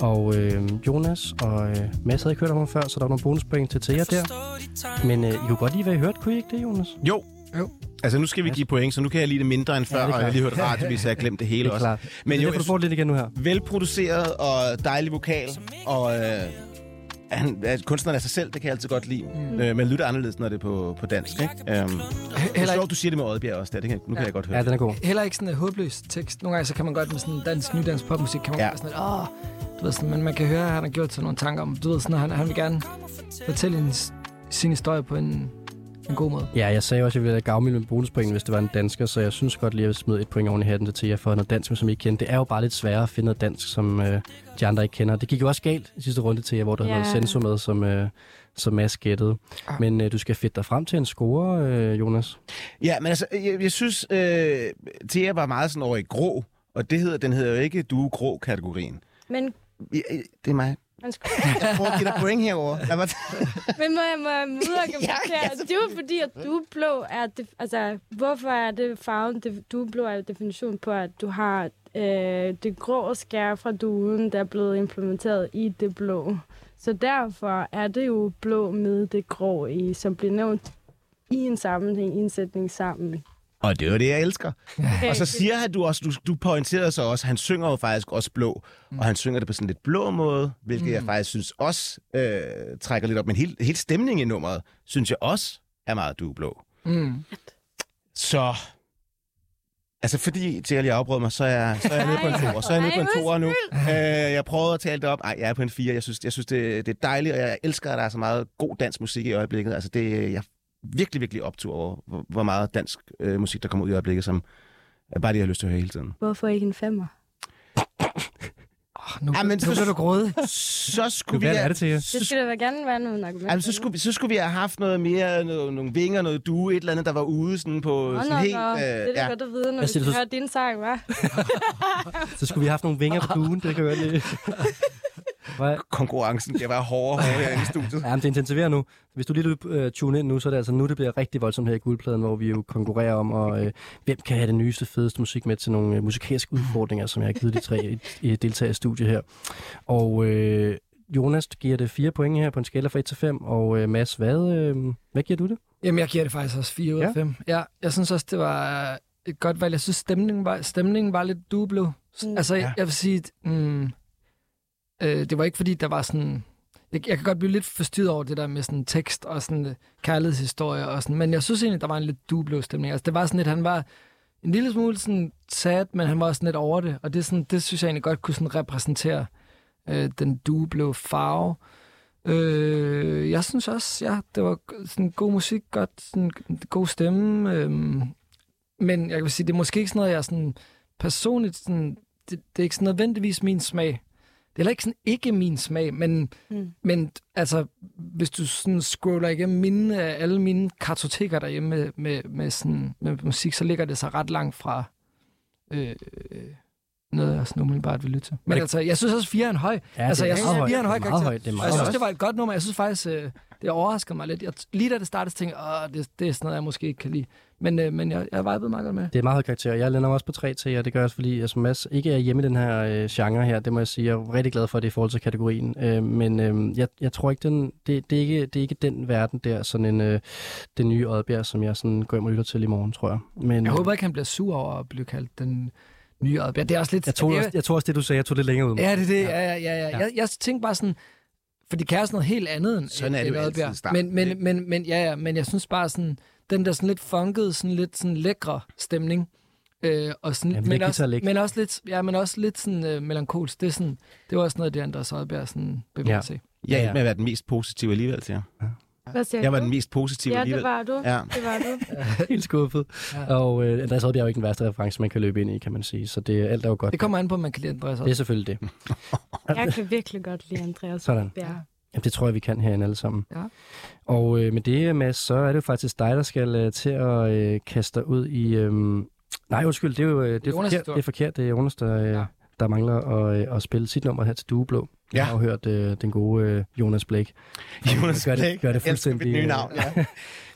Speaker 2: Og øh, Jonas og øh, Mads havde ikke hørt om ham før, så der var nogle bonuspoint til til jer der. Men øh, I kunne godt lide, hvad I hørte, kunne I ikke det, Jonas?
Speaker 5: Jo.
Speaker 4: Jo.
Speaker 5: Altså, nu skal vi give point, så nu kan jeg lide det mindre end før, ja, og jeg har lige hørt radiovis, så jeg har glemt det hele
Speaker 2: Det er
Speaker 5: også.
Speaker 2: klart. Men
Speaker 5: Men
Speaker 2: det er
Speaker 5: jo,
Speaker 2: derfor, du får det lidt igen nu her.
Speaker 5: velproduceret og dejlig vokal, og øh, han, altså, kunstneren er sig selv, det kan jeg altid godt lide. Mm. Øh, man lytter anderledes, når det er på, på dansk. Ikke? Øhm, det er
Speaker 4: Heller
Speaker 5: sjovt,
Speaker 4: ikke,
Speaker 5: du siger det med Oddbjerg også, der. Det kan, nu kan jeg godt høre.
Speaker 2: Ja, den er god.
Speaker 4: heller ikke sådan en håbløs tekst. Nogle gange så kan man godt med sådan dansk, nydansk popmusik, kan man
Speaker 5: Ja.
Speaker 4: ja. godt sådan lidt, åh, du ved sådan, men man kan høre, at han har gjort sig nogle tanker om, du ved sådan, at han, han vil gerne fortælle en, sin historie på en, en god måde.
Speaker 2: Ja, jeg sagde også, at jeg ville have gavmild med bonuspoint, hvis det var en dansker, så jeg synes godt lige, at jeg vil smide et point oven i hatten til Tia for noget dansk, som I ikke kender. Det er jo bare lidt sværere at finde noget dansk, som øh, de andre ikke kender. Det gik jo også galt i sidste runde til jer, hvor der yeah.
Speaker 9: Ja.
Speaker 2: havde noget senso med, som, øh, som Mads gættede.
Speaker 4: Ah.
Speaker 2: Men øh, du skal fedte dig frem til en score, øh, Jonas.
Speaker 5: Ja, men altså, jeg, jeg synes, øh, Thea var meget sådan over i grå, og det hedder, den hedder jo ikke du er grå-kategorien.
Speaker 9: men
Speaker 5: Ja, øh, det er mig.
Speaker 9: man skulle...
Speaker 5: Jeg prøver at give dig point herovre. Jeg var,
Speaker 9: Men må jeg, må jeg
Speaker 5: Ja,
Speaker 9: modargumentere?
Speaker 5: ja,
Speaker 9: ja, ja, det er jo fordi, at du blå er... def- altså, hvorfor er det farven? Det, du blå er jo definition på, at du har øh, det grå skær fra duen, der er blevet implementeret i det blå. Så derfor er det jo blå med det grå i, som bliver nævnt i en sammenhæng, i en sætning sammen.
Speaker 5: og det er jo det, jeg elsker.
Speaker 9: Okay.
Speaker 5: Og så siger han, du også, du, du pointerede så også, han synger jo faktisk også blå, og han synger det på sådan lidt blå måde, hvilket jeg faktisk synes også øh, trækker lidt op. Men hele, hele stemningen i nummeret, synes jeg også er meget du er blå.
Speaker 4: Mm.
Speaker 5: Så... Altså, fordi Thea lige afbrød mig, så er jeg, så er jeg nede på en
Speaker 9: Ej.
Speaker 5: toer. Så er jeg nede på en
Speaker 9: Ej,
Speaker 5: toer nu. Øh, jeg prøvede at tale det op. Ej, jeg er på en fire. Jeg synes, jeg synes det, det er dejligt, og jeg elsker, at der er så meget god dansk musik i øjeblikket. Altså, det, jeg er virkelig, virkelig optur over, hvor, hvor meget dansk øh, musik, der kommer ud i øjeblikket, som er bare det, jeg har lyst til at høre hele tiden.
Speaker 9: Hvorfor ikke en femmer?
Speaker 4: Oh, nu,
Speaker 5: Ja,
Speaker 4: ja,
Speaker 5: Ah, men
Speaker 4: men nu
Speaker 5: så-
Speaker 4: bliver du grådig.
Speaker 5: Så skulle
Speaker 2: Hvad
Speaker 5: vi
Speaker 2: er det til jer?
Speaker 9: Det skal da gerne være nogle argumenter.
Speaker 5: Jamen, så, skulle, vi- så skulle vi have haft noget mere, noget, nogle vinger, noget due, et eller andet, der var ude sådan på
Speaker 9: Nå, nå,
Speaker 5: sådan
Speaker 9: nå.
Speaker 5: helt... øh,
Speaker 9: Det er da godt at vide, når
Speaker 2: Hvad
Speaker 9: vi
Speaker 2: siger
Speaker 9: skal
Speaker 2: du så?
Speaker 9: høre din sang, hva'?
Speaker 2: Så skulle vi have haft nogle vinger på duen, det kan jeg godt lide. Hvad?
Speaker 5: konkurrencen bliver bare hårdere og hårdere herinde i studiet.
Speaker 2: Ja, men det intensiverer nu. Hvis du lige uh, tune ind nu, så er det altså nu, det bliver rigtig voldsomt her i guldpladen, hvor vi jo konkurrerer om, og øh, hvem kan have det nyeste, fedeste musik med til nogle øh, musikalske udfordringer, som jeg har givet de tre i, i deltagere i studiet her. Og øh, Jonas du giver det fire point her på en skala fra 1 til 5, og øh, Mads, hvad, øh, hvad giver du det?
Speaker 4: Jamen, jeg giver det faktisk også 4 ud af
Speaker 2: Ja.
Speaker 4: 5. Ja, jeg synes også, det var øh, et godt valg. Jeg synes, stemningen var, stemningen var lidt dublo. Mm. Altså, ja. jeg vil sige, at, mm, øh, det var ikke fordi, der var sådan... Jeg, jeg kan godt blive lidt forstyrret over det der med sådan tekst og sådan øh, kærlighedshistorie og sådan, men jeg synes egentlig, der var en lidt dublo stemning. Altså, det var sådan lidt, han var en lille smule sådan sad, men han var også sådan lidt over det, og det, er sådan, det synes jeg egentlig godt kunne sådan repræsentere øh, den dublo farve. Øh, jeg synes også, ja, det var g- sådan god musik, godt, sådan, god stemme. Øh, men jeg vil sige, det er måske ikke sådan noget, jeg sådan personligt, sådan, det, det er ikke sådan nødvendigvis min smag. Det er heller ikke sådan ikke min smag, men, mm. men altså, hvis du sådan scroller igennem mine, alle mine kartoteker derhjemme med, med, med, sådan, med musik, så ligger det så ret langt fra øh, øh, noget, jeg sådan umiddelbart vil lytte til. Men
Speaker 2: det-
Speaker 4: altså, jeg synes også, fire er en høj. Ja, altså, jeg synes, vi har en høj
Speaker 2: Det er meget
Speaker 4: karakter.
Speaker 2: højt. Det er
Speaker 4: Og
Speaker 2: meget
Speaker 4: jeg synes,
Speaker 2: højt.
Speaker 4: det var et godt nummer. Jeg synes faktisk, øh, det overraskede mig lidt. Jeg, lige da det startede, så tænkte jeg, "Åh, det, det er sådan noget, jeg måske ikke kan lide. Men, øh, men jeg, jeg vibede meget godt med.
Speaker 2: Det er meget høj karakter. Jeg lander mig også på 3 til jer. Det gør jeg også, fordi jeg som Mads ikke er hjemme i den her øh, genre her. Det må jeg sige. Jeg er rigtig glad for det i forhold til kategorien. Øh, men øh, jeg, jeg tror ikke, den, det, det, er ikke, det er ikke den verden der, sådan en, øh, den nye Oddbjerg, som jeg sådan går hjem og lytter til i morgen, tror jeg. Men,
Speaker 4: Jeg håber ikke, han bliver sur over at blive kaldt den nye Oddbjerg. Det er også lidt...
Speaker 2: jeg tog,
Speaker 4: det er-
Speaker 2: også, jeg tog også det, du sagde. Jeg tog det længere ud.
Speaker 4: Ja, det er det. Ja, ja, ja. ja. Jeg, jeg tænkte bare sådan, fordi kan er sådan noget helt andet end
Speaker 5: Sådan er
Speaker 4: end
Speaker 5: det jo
Speaker 4: Oddbjerg.
Speaker 5: altid i starten,
Speaker 4: men, men,
Speaker 5: ikke?
Speaker 4: men, men, ja, ja, men jeg synes bare sådan, den der sådan lidt funkede, sådan lidt sådan lækre stemning, øh, og sådan,
Speaker 2: Jamen,
Speaker 4: men,
Speaker 2: lidt
Speaker 4: også,
Speaker 2: guitarlæg.
Speaker 4: men, også lidt, ja, men også lidt sådan øh, melankolsk. Det, er sådan, det var også noget, af det Anders Oddbjerg sådan bevægede
Speaker 2: Ja.
Speaker 4: sig. i.
Speaker 5: Jeg
Speaker 2: Ja,
Speaker 5: endte
Speaker 2: ja.
Speaker 5: med at være den mest positive alligevel til jer.
Speaker 9: Hvad siger
Speaker 5: Jeg
Speaker 9: du?
Speaker 5: var den mest positive
Speaker 9: Ja, det
Speaker 5: alligevel.
Speaker 9: var du.
Speaker 5: Ja.
Speaker 9: Det var du.
Speaker 2: Helt skuffet. Ja. Og øh, Andreas Oddbjerg er jo ikke den værste reference, man kan løbe ind i, kan man sige. Så det, alt er jo godt.
Speaker 4: Det kommer an på, om man kan lide Andreas
Speaker 2: det er
Speaker 4: Oddbjerg.
Speaker 2: selvfølgelig det.
Speaker 9: Jeg kan virkelig godt lide Andreas
Speaker 2: Sådan.
Speaker 9: Bjerg.
Speaker 2: Jamen, det tror jeg, vi kan herinde alle sammen.
Speaker 4: Ja.
Speaker 2: Og øh, med det, Mads, så er det jo faktisk dig, der skal øh, til at øh, kaste dig ud i... Øh... Nej, undskyld, det er jo øh, det er
Speaker 4: Jonas'
Speaker 2: forkert,
Speaker 4: tur.
Speaker 2: det er forkert. Det er Jonas, der, øh,
Speaker 4: Ja.
Speaker 2: ja. der mangler at, øh, at spille sit nummer her til Dueblå. Ja. Jeg har jo hørt øh, den gode øh, Jonas Blake.
Speaker 5: Jonas
Speaker 2: Gør det-
Speaker 5: Blake.
Speaker 2: gør det
Speaker 5: Jeg elsker mit
Speaker 2: fuldstændig,
Speaker 5: nye
Speaker 2: øh,
Speaker 5: navn,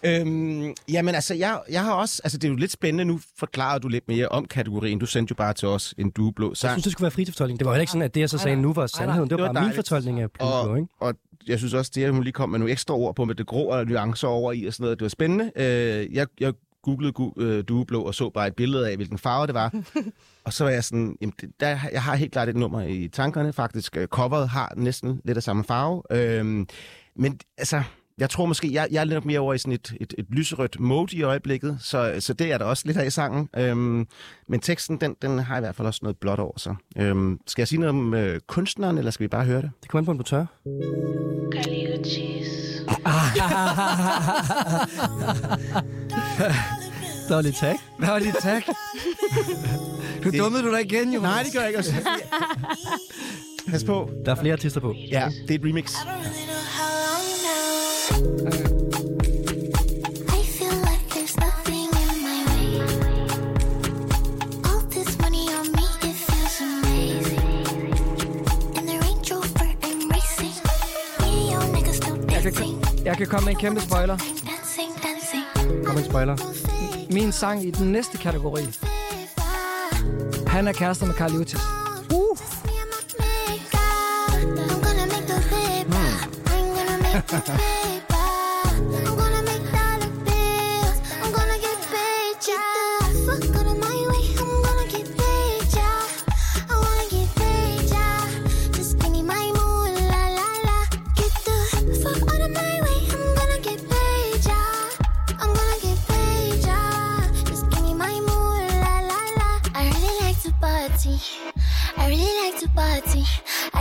Speaker 5: ja. øhm, jamen altså, jeg, jeg har også... Altså, det er jo lidt spændende. Nu forklarede du lidt mere om kategorien. Du sendte jo bare til os en dueblå
Speaker 2: Jeg
Speaker 5: sang.
Speaker 2: synes, det skulle være fri til fortolkning. Det var jo heller ikke sådan, at det, jeg så sagde nu, var sandheden. Det var
Speaker 5: det var
Speaker 2: bare min
Speaker 5: dejligt.
Speaker 2: fortolkning af Pluto,
Speaker 5: Og,
Speaker 2: ikke?
Speaker 5: og jeg synes også, det at hun lige kom med nogle ekstra ord på med det grå og nuancer over i og sådan noget, det var spændende. Øh, jeg, jeg googlede gu, øh, dueblå og så bare et billede af, hvilken farve det var. og så var jeg sådan, jamen, det, der, jeg har helt klart et nummer i tankerne faktisk. Øh, Coveret har næsten lidt af samme farve. Øh, men altså, jeg tror måske, jeg, jeg er lidt mere over i sådan et, et, et lyserødt mode i øjeblikket, så, så det er der også lidt af i sangen. Øhm, men teksten, den, den har i hvert fald også noget blåt over sig. Øhm, skal jeg sige noget om øh, kunstneren, eller skal vi bare høre det?
Speaker 2: Det kommer an på, om du tør. Der var lidt tag.
Speaker 4: Nå, lige tak. du dummede du dig igen, jo.
Speaker 5: Nej, det gør jeg ikke. Altså, Pas på.
Speaker 2: Der er flere artister på.
Speaker 5: Ja, det er et remix.
Speaker 7: I feel like there's nothing in my way. All this money on me, it feels amazing. In the Range Rover, I'm racing. Me, your niggas still dancing.
Speaker 4: Jeg kan komme med en kæmpe spoiler.
Speaker 7: I'm dancing, dancing.
Speaker 2: Kom en spoiler.
Speaker 4: Min sang i den næste kategori, han er kærester med Carl Utis.
Speaker 7: Just me and my makeup. I'm gonna make those paper. I'm gonna make those paper. I'm gonna make dollar bills. I'm gonna get paid, yeah. Fuck out of my way. I'm gonna get paid, yeah. I wanna get paid, yeah. Just give me my mood, la la la. Get the fuck out of my way. I'm gonna get paid, yeah. I'm gonna get paid, yeah. Just give me my mood, la la la. I really like to party. I really like to party.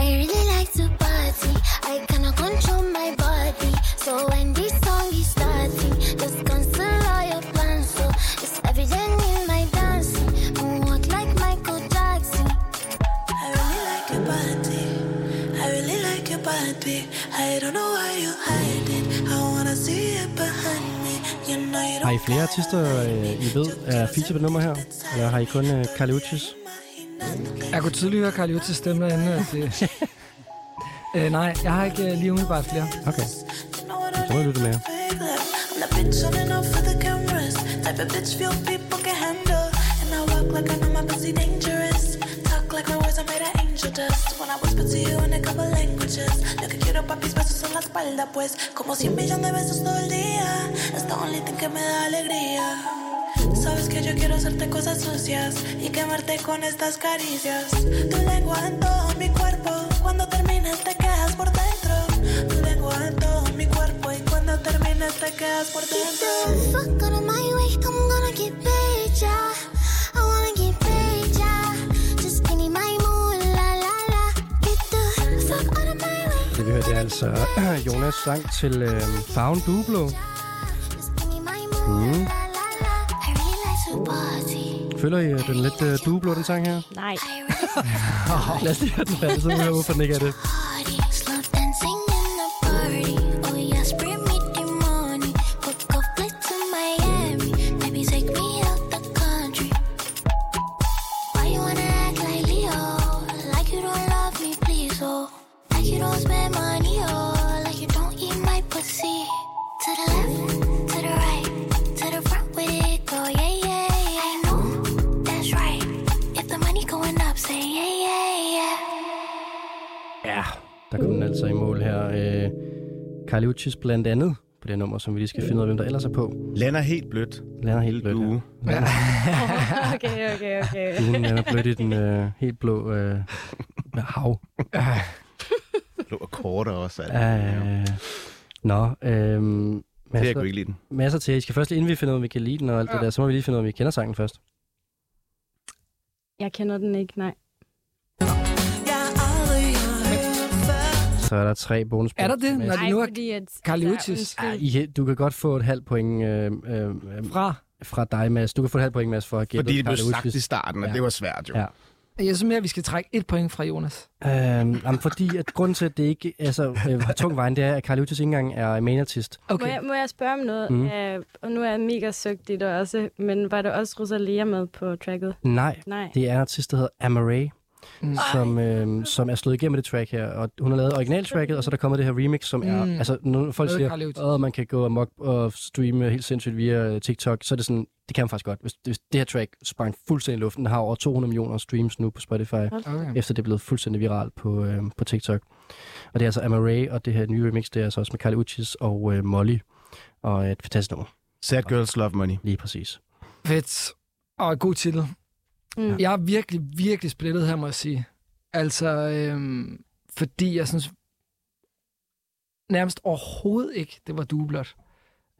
Speaker 7: I really like to party. I cannot control my body. So when this song is starting, just cancel all your plans. So it's evident in my dancing. Moonwalk like Michael Jackson.
Speaker 10: I really like your body. I really like your body. I don't know why you hide it. I wanna see it behind me. You know you don't
Speaker 2: Har I flere artister, øh, I ved, er feature på nummer her? Eller har I kun øh, Carly Uchis?
Speaker 4: Jeg kunne tydeligt høre Carl Juttes stemme derinde. og Det... øh, nej, jeg har ikke øh, lige umiddelbart flere.
Speaker 2: Okay. Jeg tror, jeg lytter mere.
Speaker 10: fake love. I'm the bitch on off for the cameras. Type of bitch few people can handle. And I walk like I know my pussy dangerous. Talk like my words are made of angel dust. When I whisper to you in a couple languages. Look at cute up puppies, but it's
Speaker 11: beso en la espalda, pues como 100 millones de besos todo el día. Es the only thing que me da alegría. Sabes que yo quiero hacerte cosas sucias y quemarte con estas caricias. Tu lengua en todo mi cuerpo, cuando terminas te quedas por dentro. Tu lengua en todo mi cuerpo y cuando terminas te quedas por dentro.
Speaker 7: Fuck out of my way, I'm gonna get paid, yeah. I wanna get paid, yeah. Just give me my moon, la la la. Get the fuck out of my way.
Speaker 2: Det vi hørte det er altså Jonas sang til øh, Farven Dublo. Mm.
Speaker 7: I really like to party.
Speaker 2: Føler I at den er lidt øh, Dublo, den sang her?
Speaker 7: Nej.
Speaker 2: Lad os lige høre den falde, så vi hører, hvorfor den ikke er det.
Speaker 7: Party, slow dancing in the party. Oh yes, bring me the money. Go go fly to Miami. Baby, take me out the country. Why you wanna act like Leo? Like you don't love me, please, oh. Like you don't spend money, oh. Like you don't eat my pussy. To the left, to the right, to the front with it, go yeah yeah. yeah. I know that's right. If the money going up, say yeah yeah yeah.
Speaker 2: Ja, der kom den altså i mål her. Øh, Carl Uchis blandt andet på det nummer, som vi lige skal finde ud af, hvem der ellers er på.
Speaker 5: Lander helt blødt.
Speaker 2: Lander helt blødt.
Speaker 5: Du.
Speaker 2: Ja.
Speaker 12: Okay, okay, okay.
Speaker 2: Duen lander blødt i den øh, helt blå øh, hav.
Speaker 5: Blå akkorder også. altså. alt muligt.
Speaker 2: Øh, nå, øh,
Speaker 5: Det jeg kunne ikke lide den.
Speaker 2: masser til. I skal først lige, inden vi finder ud af, om vi kan lide den og alt ja. det der, så må vi lige finde ud af, om vi kender sangen først.
Speaker 9: Jeg kender den ikke, nej.
Speaker 2: Så er der tre bonus.
Speaker 4: Er der det, når de nu er
Speaker 9: fordi at...
Speaker 4: Carly
Speaker 9: Ja,
Speaker 4: Uchis
Speaker 2: Ja, I, du kan godt få et halvt point øh, øh, øh,
Speaker 4: fra?
Speaker 2: fra dig, Mads. Du kan få et halvt point, Mads, for at gætte
Speaker 5: Fordi det blev
Speaker 2: Carla
Speaker 5: sagt i
Speaker 2: Uchis.
Speaker 5: starten, og
Speaker 2: Ja.
Speaker 5: det var svært jo.
Speaker 2: Ja.
Speaker 4: Jeg synes mere, at vi skal trække et point fra Jonas.
Speaker 2: Øhm, jamen, fordi at grunden til, at det ikke altså, øh, har tung vejen, det er, at Carl Uchis ikke engang er main artist.
Speaker 4: Okay. Mm-hmm.
Speaker 9: Må, jeg, må jeg spørge om noget?
Speaker 2: Mhm.
Speaker 9: Mm. Uh, og nu er jeg mega søgt i det også, men var der også Rosalia med på tracket?
Speaker 2: Nej,
Speaker 9: Nej.
Speaker 2: det er en artist, der hedder Amaray, mm. som, øh, som er slået igennem med det track her. Og hun har lavet originaltracket, og så er der kommet det her remix, som er...
Speaker 4: Mm.
Speaker 2: Mm. Altså, når folk
Speaker 4: Med Carl
Speaker 2: siger,
Speaker 4: Uchis.
Speaker 2: at man kan gå amok og streame helt sindssygt via øh, TikTok, så er det sådan, det kan man faktisk godt. Hvis, hvis det her track sprang fuldstændig i luften, den har over 200 millioner streams nu på Spotify.
Speaker 4: Okay.
Speaker 2: efter det er blevet fuldstændig viralt på, øh, på TikTok. Og det er altså Amaray, og det her nye remix, det er altså også med Carly Uchis og øh, Molly. Og et fantastisk nummer,
Speaker 5: Sad Girls Love Money.
Speaker 2: lige præcis.
Speaker 4: Fedt. Og god titel.
Speaker 9: Mm.
Speaker 4: Mm. Jeg er virkelig, virkelig splittet her, må jeg sige. Altså, øhm, fordi jeg synes nærmest overhovedet ikke, det var dueblot.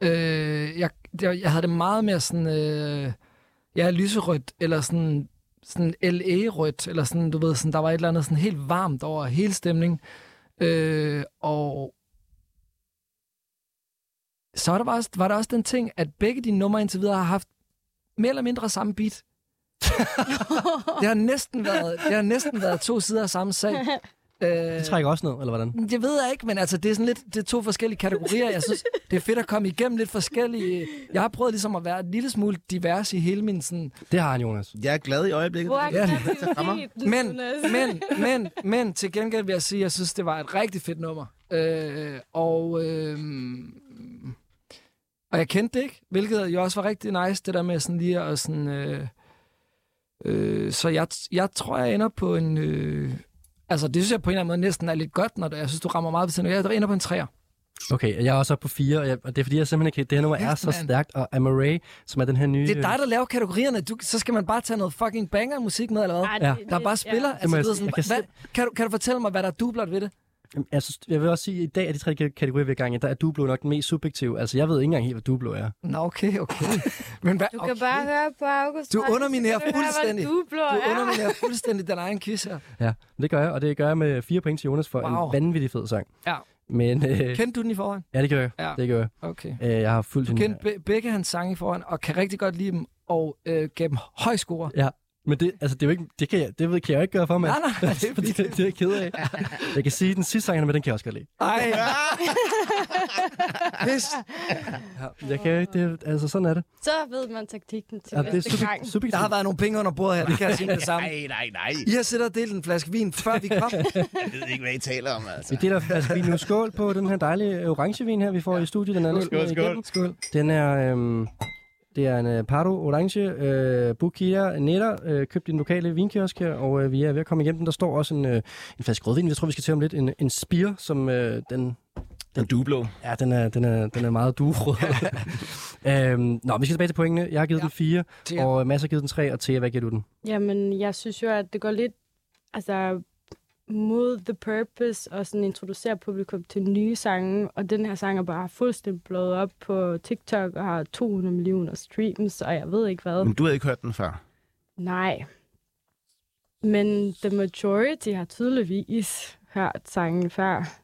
Speaker 4: Øh, jeg, jeg, jeg havde det meget mere sådan, øh, jeg er lyserødt, eller sådan, sådan LA-rødt, eller sådan, du ved, sådan, der var et eller andet sådan helt varmt over hele stemningen. Øh, og så var der, bare, var der også den ting, at begge dine numre indtil videre har haft mere eller mindre samme beat. det, har næsten været, det har næsten været to sider af samme sag. Øh,
Speaker 2: Det trækker også ned, eller hvordan?
Speaker 4: det ved jeg ikke, men altså, det er sådan lidt det er to forskellige kategorier. Jeg synes, det er fedt at komme igennem lidt forskellige. Jeg har prøvet ligesom at være en lille smule divers i hele min sådan...
Speaker 2: Det har han, Jonas.
Speaker 5: Jeg er glad i øjeblikket.
Speaker 9: Hvor er
Speaker 4: Ja,
Speaker 9: kreativiteten,
Speaker 4: Men,
Speaker 9: Jonas?
Speaker 4: men, men, men til gengæld vil jeg sige, at jeg synes, det var et rigtig fedt nummer. Øh, og, øh, og jeg kendte det ikke, hvilket jo også var rigtig nice, det der med sådan lige at sådan... Øh, øh, så jeg, jeg tror, jeg ender på en... Øh, altså, det synes jeg på en eller anden måde næsten er lidt godt, når det, jeg synes, du rammer meget på siden. Jeg ender på en træer.
Speaker 2: Okay, jeg er også oppe på fire, og, jeg, og det er fordi, jeg simpelthen ikke... Det her nummer er
Speaker 4: Kæft,
Speaker 2: så
Speaker 4: mand.
Speaker 2: stærkt, og Amaray, som er den her nye...
Speaker 4: Det er dig, der laver kategorierne. Du, så skal man bare tage noget fucking banger musik med, eller hvad?
Speaker 9: Ej,
Speaker 2: Ja.
Speaker 9: det-
Speaker 4: Der
Speaker 9: det-
Speaker 4: bare spiller.
Speaker 9: Ja.
Speaker 4: Ja. Altså,
Speaker 2: jeg
Speaker 4: jeg, ved,
Speaker 2: sige-
Speaker 4: sådan,
Speaker 2: jeg
Speaker 4: kan, hvad,
Speaker 2: kan
Speaker 4: kan, du, kan du fortælle mig, hvad der er dublert ved det?
Speaker 2: Jamen, Jeg, synes, jeg vil også sige, at i dag af de tre kategorier, vi er i gang i, der er Dublo nok den mest subjektive. Altså, jeg ved ikke engang helt, hvad Dublo er.
Speaker 4: Nå, okay, okay. Men hvad,
Speaker 9: Du kan
Speaker 4: okay.
Speaker 9: bare høre på August.
Speaker 4: Du
Speaker 9: Martin, så
Speaker 4: underminerer
Speaker 9: kan du høre, hvad
Speaker 4: fuldstændig.
Speaker 9: Du blå
Speaker 4: Du
Speaker 9: er.
Speaker 4: underminerer fuldstændig din egen quiz her.
Speaker 2: Ja, men det gør jeg, og det gør jeg med fire point til Jonas for wow.
Speaker 4: Wow.
Speaker 2: en vanvittig fed sang.
Speaker 4: Ja.
Speaker 2: Men, øh,
Speaker 4: Kendte du den i forhånd?
Speaker 2: ja, det gør jeg.
Speaker 4: Ja.
Speaker 2: Det gør jeg.
Speaker 4: Okay.
Speaker 2: Øh, jeg har fulgt
Speaker 4: Du
Speaker 2: hende-
Speaker 4: kendte be- begge hans sange i forhånd, og kan rigtig godt lide dem, og øh, gav dem høj score.
Speaker 2: Ja, men det, altså, det, er jo ikke, det, kan, jeg, det ved- kan jeg jo ikke gøre for mig.
Speaker 4: Nej, nej, det er
Speaker 2: Fordi det, det er jeg ked af. Jeg kan sige, at den sidste sang, han er med, den kan jeg også godt lide.
Speaker 4: Ej,
Speaker 2: Ja, jeg kan, jo ikke- det, altså, sådan er det.
Speaker 9: Så ved man taktikken til
Speaker 2: Ja, det er
Speaker 9: næste
Speaker 2: super,
Speaker 9: gang.
Speaker 4: der
Speaker 2: subjektivt.
Speaker 4: har været nogle penge under bordet her, det kan jeg sige med det samme.
Speaker 5: Nej, nej, nej.
Speaker 4: I har siddet og delt en flaske vin, før vi kom.
Speaker 5: Jeg ved ikke, hvad I taler om, altså.
Speaker 2: Vi deler altså, vi er nu skål øh, på den her dejlige orangevin her, vi får i studiet. Den er skål, skål, skål. Den er øhm, Det er en øh, Pardo Orange, øh, Bukia Nera, øh, købt i den lokale vinkiosk her, og øh, vi er ved at komme igennem den. Der står også en, øh, en flaske rødvin, jeg tror, vi skal til om lidt. En, en spire, som øh, den...
Speaker 5: Den dublå.
Speaker 2: Ja, den er, den er, den er meget duerød. øhm, nå, vi skal tilbage til pointene. Jeg har givet ja. den fire,
Speaker 9: Thea.
Speaker 2: og Mads har givet den tre, og Thea, hvad giver du den?
Speaker 9: Jamen, jeg synes jo, at det går lidt altså, mod the purpose og sådan introducere publikum til nye sange. Og den her sang er bare fuldstændig blået op på TikTok og har 200 millioner streams, og jeg ved ikke hvad.
Speaker 5: Men du havde ikke hørt den før.
Speaker 9: Nej. Men the majority har tydeligvis hørt sangen før.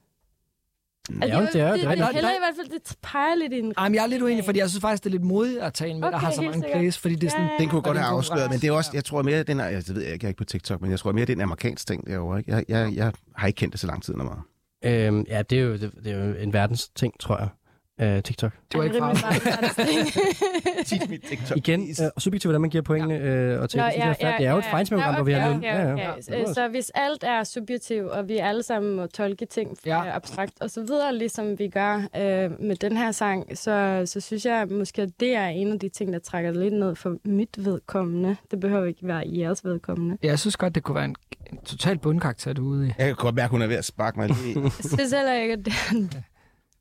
Speaker 4: Mm.
Speaker 9: Altså, det, det hælder i hvert fald, det peger lidt i en...
Speaker 4: Jamen, jeg er lidt uenig, fordi jeg synes faktisk, det er lidt modigt at tage en med, okay, der har så
Speaker 9: helt
Speaker 4: mange
Speaker 9: sikkert.
Speaker 4: plays, fordi det er sådan...
Speaker 5: Mm. Øh, Den kunne godt
Speaker 4: og det er
Speaker 5: have
Speaker 4: en
Speaker 5: afsløret,
Speaker 4: konkurrence.
Speaker 5: men det er også, jeg tror mere, den er, jeg ved jeg ikke, jeg er ikke på TikTok, men jeg tror mere, det er en amerikansk ting derovre. Ikke? Jeg, jeg, jeg har ikke kendt det så lang tid, når man.
Speaker 2: Øhm, ja, det er, jo, det, det er jo en verdens ting, tror jeg. Øh, TikTok.
Speaker 4: Det var ikke
Speaker 5: Teach me TikTok.
Speaker 2: Igen, øh, subjektivt, hvordan man giver pointene, øh, og til,
Speaker 9: Nå,
Speaker 2: Nå, ja, ja, ja, det er jo et ja, fejnsmævprogram, hvor vi har lavet.
Speaker 9: Ja, ja, ja. Øh, Så hvis alt er subjektivt, og vi alle sammen må tolke ting ja. abstrakt og så videre, ligesom vi gør øh, med den her sang, så, så synes jeg måske, at det er en af de ting, der trækker lidt ned for mit vedkommende. Det behøver ikke være jeres vedkommende.
Speaker 4: Ja, jeg synes godt, det kunne være en, en total bundkarakter, du er ude i.
Speaker 5: Jeg kan godt mærke, hun er ved at sparke mig lige.
Speaker 9: Jeg synes heller ikke, at det er en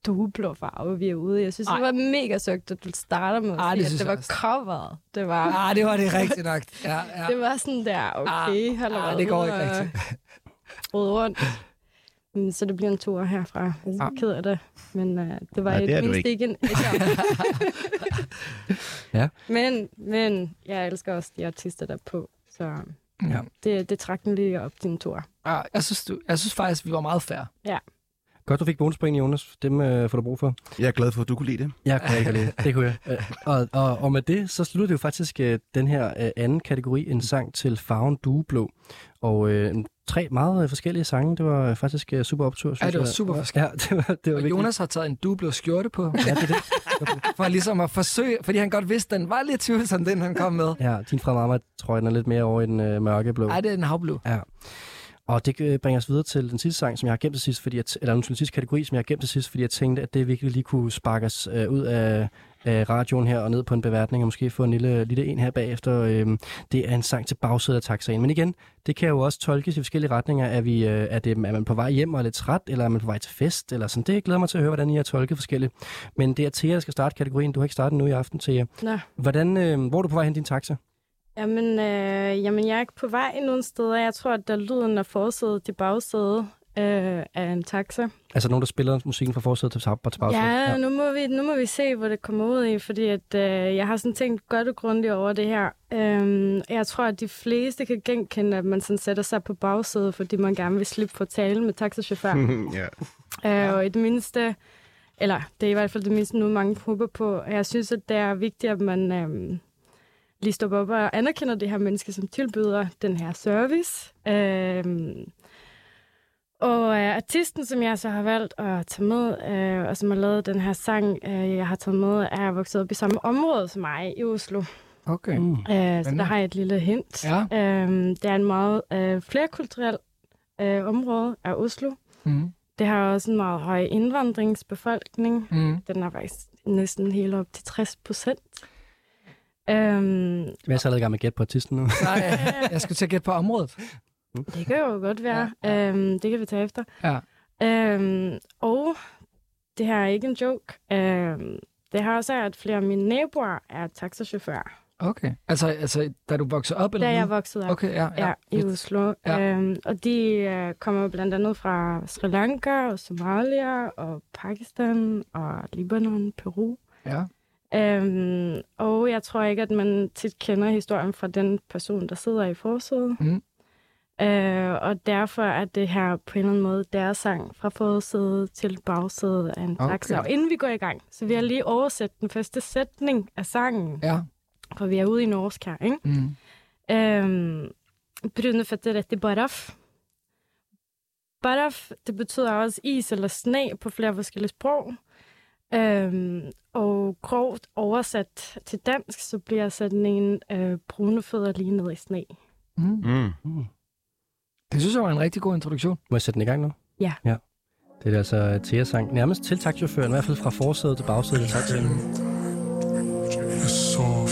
Speaker 9: dublå farve, vi er ude i. Jeg synes, Ej. det var mega søgt, at du starter med at
Speaker 4: Ej, det
Speaker 9: sige, at
Speaker 4: synes
Speaker 9: det
Speaker 4: jeg
Speaker 9: var coveret. Det var...
Speaker 4: Ah, det var det rigtigt nok. Ja, ja.
Speaker 9: Det var sådan der, okay, hold
Speaker 4: ah,
Speaker 9: da
Speaker 4: det går
Speaker 9: op,
Speaker 4: ikke
Speaker 9: og Rode rundt. Mm, Så det bliver en tur herfra. Jeg
Speaker 4: Ah.
Speaker 9: er ked af det, men uh, det var
Speaker 2: Nej,
Speaker 9: Nej,
Speaker 2: det er
Speaker 9: et
Speaker 2: du
Speaker 9: mindst
Speaker 2: ikke.
Speaker 9: ikke en etter.
Speaker 2: Ja.
Speaker 9: men, men jeg elsker også de artister, der er på, så
Speaker 4: Ja.
Speaker 9: det, det trak den lige op din tur.
Speaker 4: Ah, jeg, synes, du, jeg synes faktisk, vi var meget færre.
Speaker 9: Ja.
Speaker 2: Godt, du fik bonuspoint, Jonas. Dem øh, får du brug for.
Speaker 5: Jeg er glad for, at du kunne lide det.
Speaker 2: Jeg kunne ikke lide det. Det kunne jeg. Øh, Og, og, og med det, så slutter det jo faktisk øh, den her øh, anden kategori, en sang til farven dueblå. Og øh, tre meget øh, forskellige sange. Det var øh, faktisk øh, super optur, synes
Speaker 4: Ja, det var
Speaker 2: jeg.
Speaker 4: super forskelligt.
Speaker 2: Ja, det var, det var
Speaker 4: Og
Speaker 2: virkelig-
Speaker 4: Jonas har taget en dublo skjorte på.
Speaker 2: Ja, det er
Speaker 4: det. For ligesom at forsøge, fordi han godt vidste, den var lidt tvivlsom, den han kom med.
Speaker 2: Ja, din fra mamma, tror jeg, den er lidt mere over i den øh, mørkeblå.
Speaker 4: Ej, det er en havblå.
Speaker 2: Ja. Og det øh, bringer os videre til den sidste sang, som jeg har gemt til sidst, fordi jeg t- eller undskyld, den sidste kategori, som jeg har gemt til sidst, fordi jeg tænkte, at det virkelig lige kunne sparkes øh, ud af, af radioen her og ned på en beværtning, og måske få en lille, lille en her bagefter. Øh, det er en sang til bagsædet af taxaen. Men igen, det kan jo også tolkes i forskellige retninger. Er, vi, øh, er, det, er man på vej hjem og er lidt træt, eller er man på vej til fest? Eller sådan. Det glæder mig til at høre, hvordan I har tolket forskelligt. Men det er Thea, der skal starte kategorien. Du har ikke startet nu i aften, Thea.
Speaker 9: Nå.
Speaker 2: Hvordan, øh, hvor er du på vej hen i din taxa?
Speaker 9: Jamen, øh, jamen, jeg er ikke på vej nogen steder. Jeg tror, at der lyden af forsædet til bagsædet øh, af en taxa.
Speaker 2: Altså nogen, der spiller musikken fra forsædet til, sag- til bagsædet?
Speaker 9: Ja, nu må, vi, nu må vi se, hvor det kommer ud i, fordi at, øh, jeg har sådan tænkt godt og grundigt over det her. Øhm, jeg tror, at de fleste kan genkende, at man sådan sætter sig på bagsædet, fordi man gerne vil slippe for tale med taxachaufføren.
Speaker 5: ja.
Speaker 9: Øh, og i det mindste, eller det er i hvert fald det mindste, nu mange håber på. Og Jeg synes, at det er vigtigt, at man øhm, lige står op og anerkender det her menneske, som tilbyder den her service. Øhm, og øh, artisten, som jeg så har valgt at tage med, øh, og som har lavet den her sang, øh, jeg har taget med, er vokset op i samme område som mig i Oslo.
Speaker 4: Okay.
Speaker 9: Mm. Øh, så der har jeg et lille hint.
Speaker 4: Ja.
Speaker 9: Øhm, det er en meget øh, flerkulturel øh, område af Oslo.
Speaker 4: Mm.
Speaker 9: Det har også en meget høj indvandringsbefolkning.
Speaker 4: Mm.
Speaker 9: Den er faktisk næsten helt op til 60 procent. Øhm,
Speaker 2: Hvad er så allerede i gang med at gætte på artisten nu?
Speaker 4: Nej, jeg skulle til at gætte på området.
Speaker 9: det kan jo godt være. Ja, ja. Øhm, det kan vi tage efter.
Speaker 4: Ja.
Speaker 9: Øhm, og det her er ikke en joke. Øhm, det har også, at flere af mine naboer er taxachauffører.
Speaker 4: Okay. Altså, altså da du voksede op? Eller
Speaker 9: Da jeg
Speaker 4: nu?
Speaker 9: voksede op.
Speaker 4: Okay, ja. ja.
Speaker 9: ja, i Oslo.
Speaker 4: Ja.
Speaker 9: Ja. Øhm, og de øh, kommer blandt andet fra Sri Lanka og Somalia og Pakistan og Libanon, Peru.
Speaker 4: Ja.
Speaker 9: Øhm, og jeg tror ikke, at man tit kender historien fra den person, der sidder i forsædet.
Speaker 4: Mm.
Speaker 9: Øh, og derfor er det her på en eller anden måde deres sang fra forsædet til bagsædet af en
Speaker 4: Okay.
Speaker 9: taxa. Og inden vi går i gang, så vil jeg lige oversætte den første sætning af sangen.
Speaker 4: Ja.
Speaker 9: For vi er ude i norsk her, ikke?
Speaker 4: Mm.
Speaker 9: Øhm, brune føtter rett i baraf. Baraf, det betyder også is eller sne på flere forskellige sprog. Øhm, og grovt oversat til dansk, så bliver sætningen øh, brune fødder lige ned i sne.
Speaker 5: Mm.
Speaker 2: Mm.
Speaker 4: Det synes jeg var en rigtig god introduktion.
Speaker 2: Må jeg sætte den i gang nu?
Speaker 9: Ja.
Speaker 2: ja. Det er altså Thea sang nærmest til taktchaufføren, i hvert fald fra forsædet til bagsædet til taktchaufføren.
Speaker 10: Jeg sov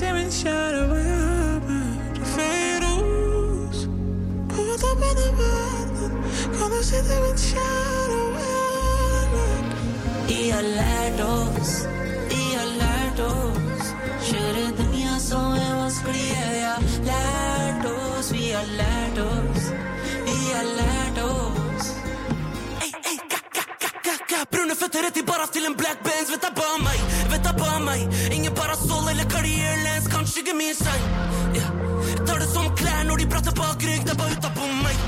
Speaker 13: er
Speaker 8: pensar verte feroz Puedo tapar de verdad
Speaker 13: er
Speaker 8: cuando se te pensar
Speaker 13: I har lært oss, de har lært oss. Kjøre dunia som er vanskelige. De har lært oss, vi har lært oss. Vi har lært oss.
Speaker 8: Jeg har brune føtter rett i baras til en black bands Vet jeg bare om meg, vet jeg bare om meg Ingen parasol eller karrierelens Kanskje ikke min sang Ja. Jeg Tar det som klær når de prater bak rygg Det er bare utapå meg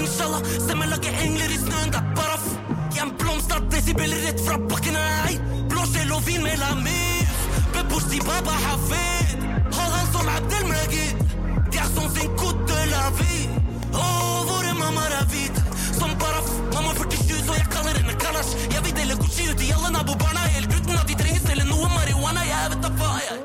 Speaker 8: Inshallah, stemmen lager engler i snøen Det er bare f... Jeg er en blomst av desibeler rett fra bakken av ei Blå sjel og vin med lamif Bebosti baba hafid Halal som Abdelmagid Det er som sin kote la vie Åh, våre mammaer er hvite Som bare f... Mamma 47, så jeg kaller henne Kalash Jeg vil dele Gucci ut til alle nabobarna Helt uten at de trenger selge noe marihuana Jeg vet da faen jeg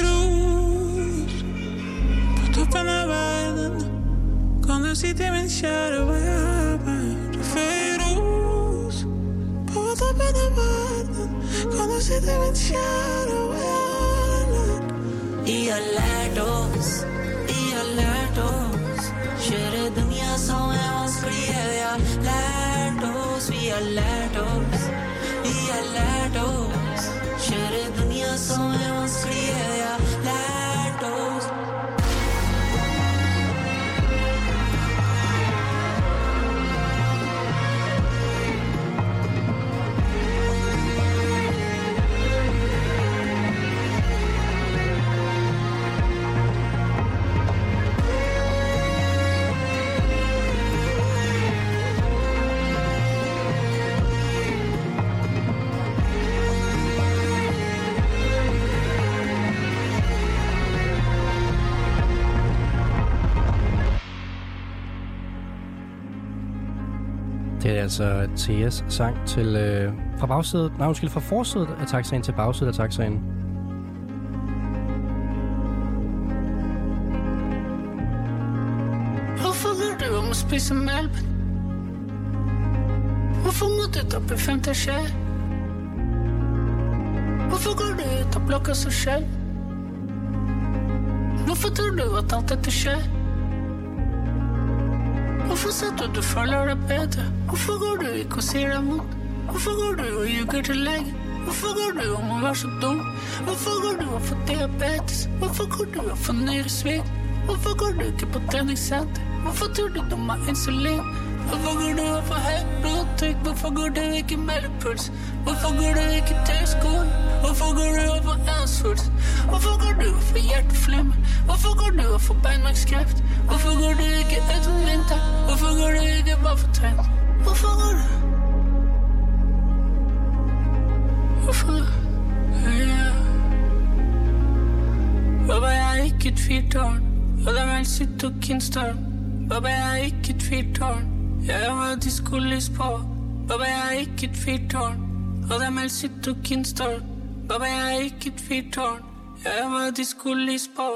Speaker 14: Feroz På toppen av verden Kan du si til min kjære hva jeg har vært Feroz På toppen av verden Kan du si til min kjære hva jeg har vært
Speaker 13: De har lært oss, de har lært oss. Kjøre dunia som er vanskelige. De har lært oss, vi har lært oss. Vi har lært oss. Kjøre dunia som er vanskelige. De har lært oss.
Speaker 2: Det er altså Theas sang til, øh, fra bagsædet, nej undskyld, fra forsædet af taxaen til bagsædet af taxaen.
Speaker 14: Hvorfor ved du om at spise malmen? Hvorfor må du opp i femte skje? Hvorfor går du ut og blokker så sjøl? Hvorfor tror du at alt dette skjer? Hvorfor sier du du føler deg bedre? Hvorfor går du ikke og sier deg imot? Hvorfor går du og ljuger til legen? Hvorfor går du om å være så dum? Hvorfor går du og får diabetes? Hvorfor går du og får nyresvikt? Hvorfor går du ikke på treningssenter? Hvorfor tror du du må ha insulin? Hvorfor går du og får høyt blodtrykk? Hvorfor går du ikke meldepuls? Hvorfor går du ikke til skolen? Hvorfor går du og får ansvars? Hvorfor går du og får hjerteflimmer? Hvorfor går du og får beinmargskreft? Hvorfor går du ikke ut om vinteren? Hvorfor går du ikke bare for trent? Hvorfor går du? Hvorfor? Ja. Baba, jeg er ikke et fyrtårn. Og det er vel sitt og kinstorm. Baba, jeg er ikke et fyrtårn. Jeg har diskolys på. Baba, jeg er ikke et fyrtårn. Og det er vel sitt og kinstorm. Baba, jeg er ikke et fyrtårn. Jeg har diskolys på.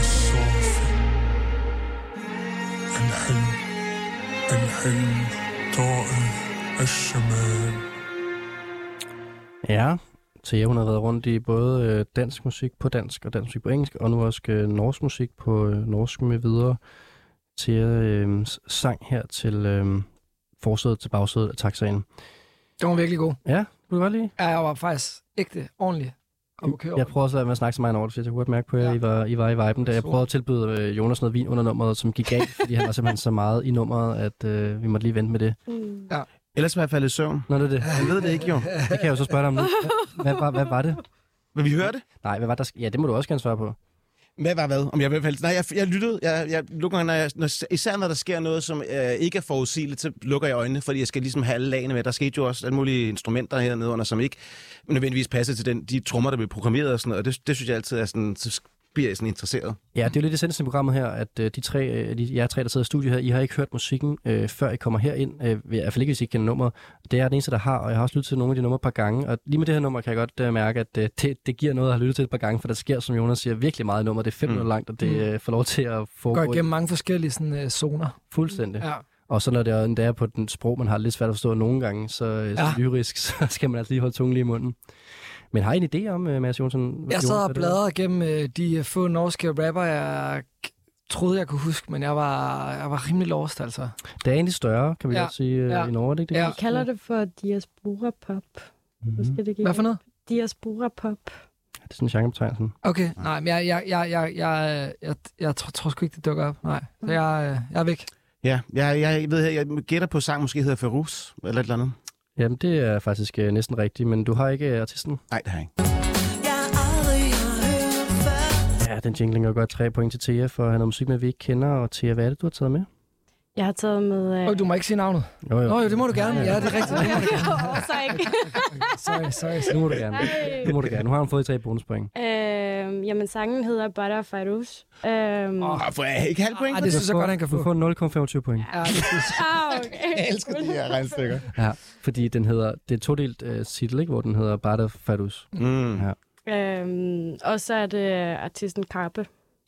Speaker 8: الصوف
Speaker 15: الحلم الحلم طائر الشمال
Speaker 2: Ja, Thea hun har været rundt i både øh, dansk musik på dansk og dansk musik på engelsk, og nu også øh, norsk musik på øh, norsk med videre. Thea øh, sang her til øh, forsædet til bagsædet af taxaen.
Speaker 4: Den var virkelig god.
Speaker 2: Ja, kunne du godt lide?
Speaker 4: Ja, jeg var faktisk ægte, ordentlig. oppe at køre
Speaker 2: Jeg prøver også at lade være med at snakke så meget over det, fordi jeg kunne godt mærke på, at I var, I var i viben der. Jeg prøvede at tilbyde øh, Jonas noget vin under nummeret, som gik af, fordi han var simpelthen så meget i nummeret, at øh, vi måtte lige vente med det.
Speaker 4: Ja.
Speaker 5: Ellers var jeg faldet i søvn.
Speaker 2: Nå, det er det.
Speaker 5: Han ved det ikke, jo.
Speaker 2: Det kan jeg jo så spørge dig om nu. Hvad, hvad, var- hvad var det?
Speaker 5: Vil vi høre det?
Speaker 2: Nej, hvad var der? sk- Ja, det må du også gerne svare på.
Speaker 5: Hvad var hvad? Om jeg faldt? Nej, jeg, jeg lyttede. Jeg, jeg, lukker, når jeg, når, især når der sker noget, som øh, ikke er forudsigeligt, så lukker jeg øjnene, fordi jeg skal ligesom have alle lagene med. Der skete jo også alle mulige instrumenter hernede under, som ikke nødvendigvis passer til den, de trommer, der blev programmeret og sådan noget. Og det, det synes jeg altid er sådan... Så, bliver jeg sådan interesseret.
Speaker 2: Ja, det er jo lidt essensen i programmet her, at øh, de tre, øh, de, jer tre, der sidder i studiet her, I har ikke hørt musikken, øh, før I kommer herind. Øh, ved- I hvert fald ikke, hvis I ikke kender nummer. Det er jeg den eneste, der har, og jeg har også lyttet til nogle af de numre et par gange. Og lige med det her nummer kan jeg godt øh, mærke, at øh, det, det giver noget at have lyttet til et par gange, for der sker, som Jonas siger, virkelig meget i nummer. Det er fem
Speaker 4: Mm.
Speaker 2: minutter langt, og det øh, får lov til at foregå...
Speaker 4: Går
Speaker 2: i-
Speaker 4: igennem mange forskellige sådan, øh, zoner.
Speaker 2: Fuldstændig.
Speaker 4: Ja.
Speaker 2: Og så når det er- endda er på den sprog, man har lidt svært at forstå nogle gange, så, ja. så
Speaker 4: Ja.
Speaker 2: lyrisk, så skal man altså lige holde tungen lige i munden. Men har I en idé om, øh, Mads Jonsson? hvad
Speaker 4: Jeg
Speaker 2: Jonas,
Speaker 4: sad
Speaker 2: hvad
Speaker 4: og
Speaker 2: det
Speaker 4: bladrede igennem øh, de øh, få norske rapper, jeg k- troede, jeg kunne huske, men jeg var, jeg var rimelig lost, altså.
Speaker 2: var? Det er egentlig større, kan vi ja.
Speaker 4: Ja.
Speaker 2: godt sige, øh,
Speaker 4: Ja.
Speaker 2: i Norge, er det ikke det? Mhm.
Speaker 4: Ja.
Speaker 9: Vi kalder det for diaspora pop. Mm-hmm.
Speaker 4: Hvad for noget?
Speaker 9: Diaspora pop.
Speaker 2: Det er sådan en genrebetegnelse.
Speaker 4: Okay, nej, men jeg, jeg, jeg, jeg, jeg, øh, jeg, jeg tror, tror sgu ikke, det dukker op. Nej,
Speaker 9: Mm.
Speaker 4: så jeg, øh, jeg er væk.
Speaker 5: Ja, jeg, jeg ved jeg gætter på sang, måske hedder Ferus, eller et eller andet.
Speaker 2: Jamen, det er faktisk øh, næsten rigtigt, men du har ikke øh, artisten?
Speaker 5: Nej, det har jeg ikke.
Speaker 2: Ja, den jingling er godt tre point til Thea, for han har musik med, vi ikke kender. Og Thea, hvad er det, du har taget med?
Speaker 9: Jeg har taget med... Øh...
Speaker 4: Oh, du må ikke sige navnet.
Speaker 2: Jo,
Speaker 4: Nå jo, det må du gerne. Ja, det er rigtigt. Det må du gerne.
Speaker 9: så ikke.
Speaker 4: Sorry, sorry. sorry.
Speaker 2: Nu må du gerne.
Speaker 9: Nej.
Speaker 2: Nu må du gerne. Nu har han fået tre bonuspoint.
Speaker 9: Øhm, jamen, sangen hedder Butter Fairuz. Øhm, oh,
Speaker 5: for jeg ikke halv point?
Speaker 4: Ej, Ah, det synes jeg godt, han kan
Speaker 2: Du
Speaker 4: få.
Speaker 2: får 0,25 point.
Speaker 4: Ja, det synes jeg.
Speaker 9: Ah, okay.
Speaker 5: Jeg elsker de her regnstykker.
Speaker 2: Ja, fordi den hedder, det er todelt øh, titel, ikke? hvor den hedder Barda Fadus.
Speaker 5: Mm.
Speaker 2: Ja.
Speaker 9: Øhm, og så er det artisten Karpe.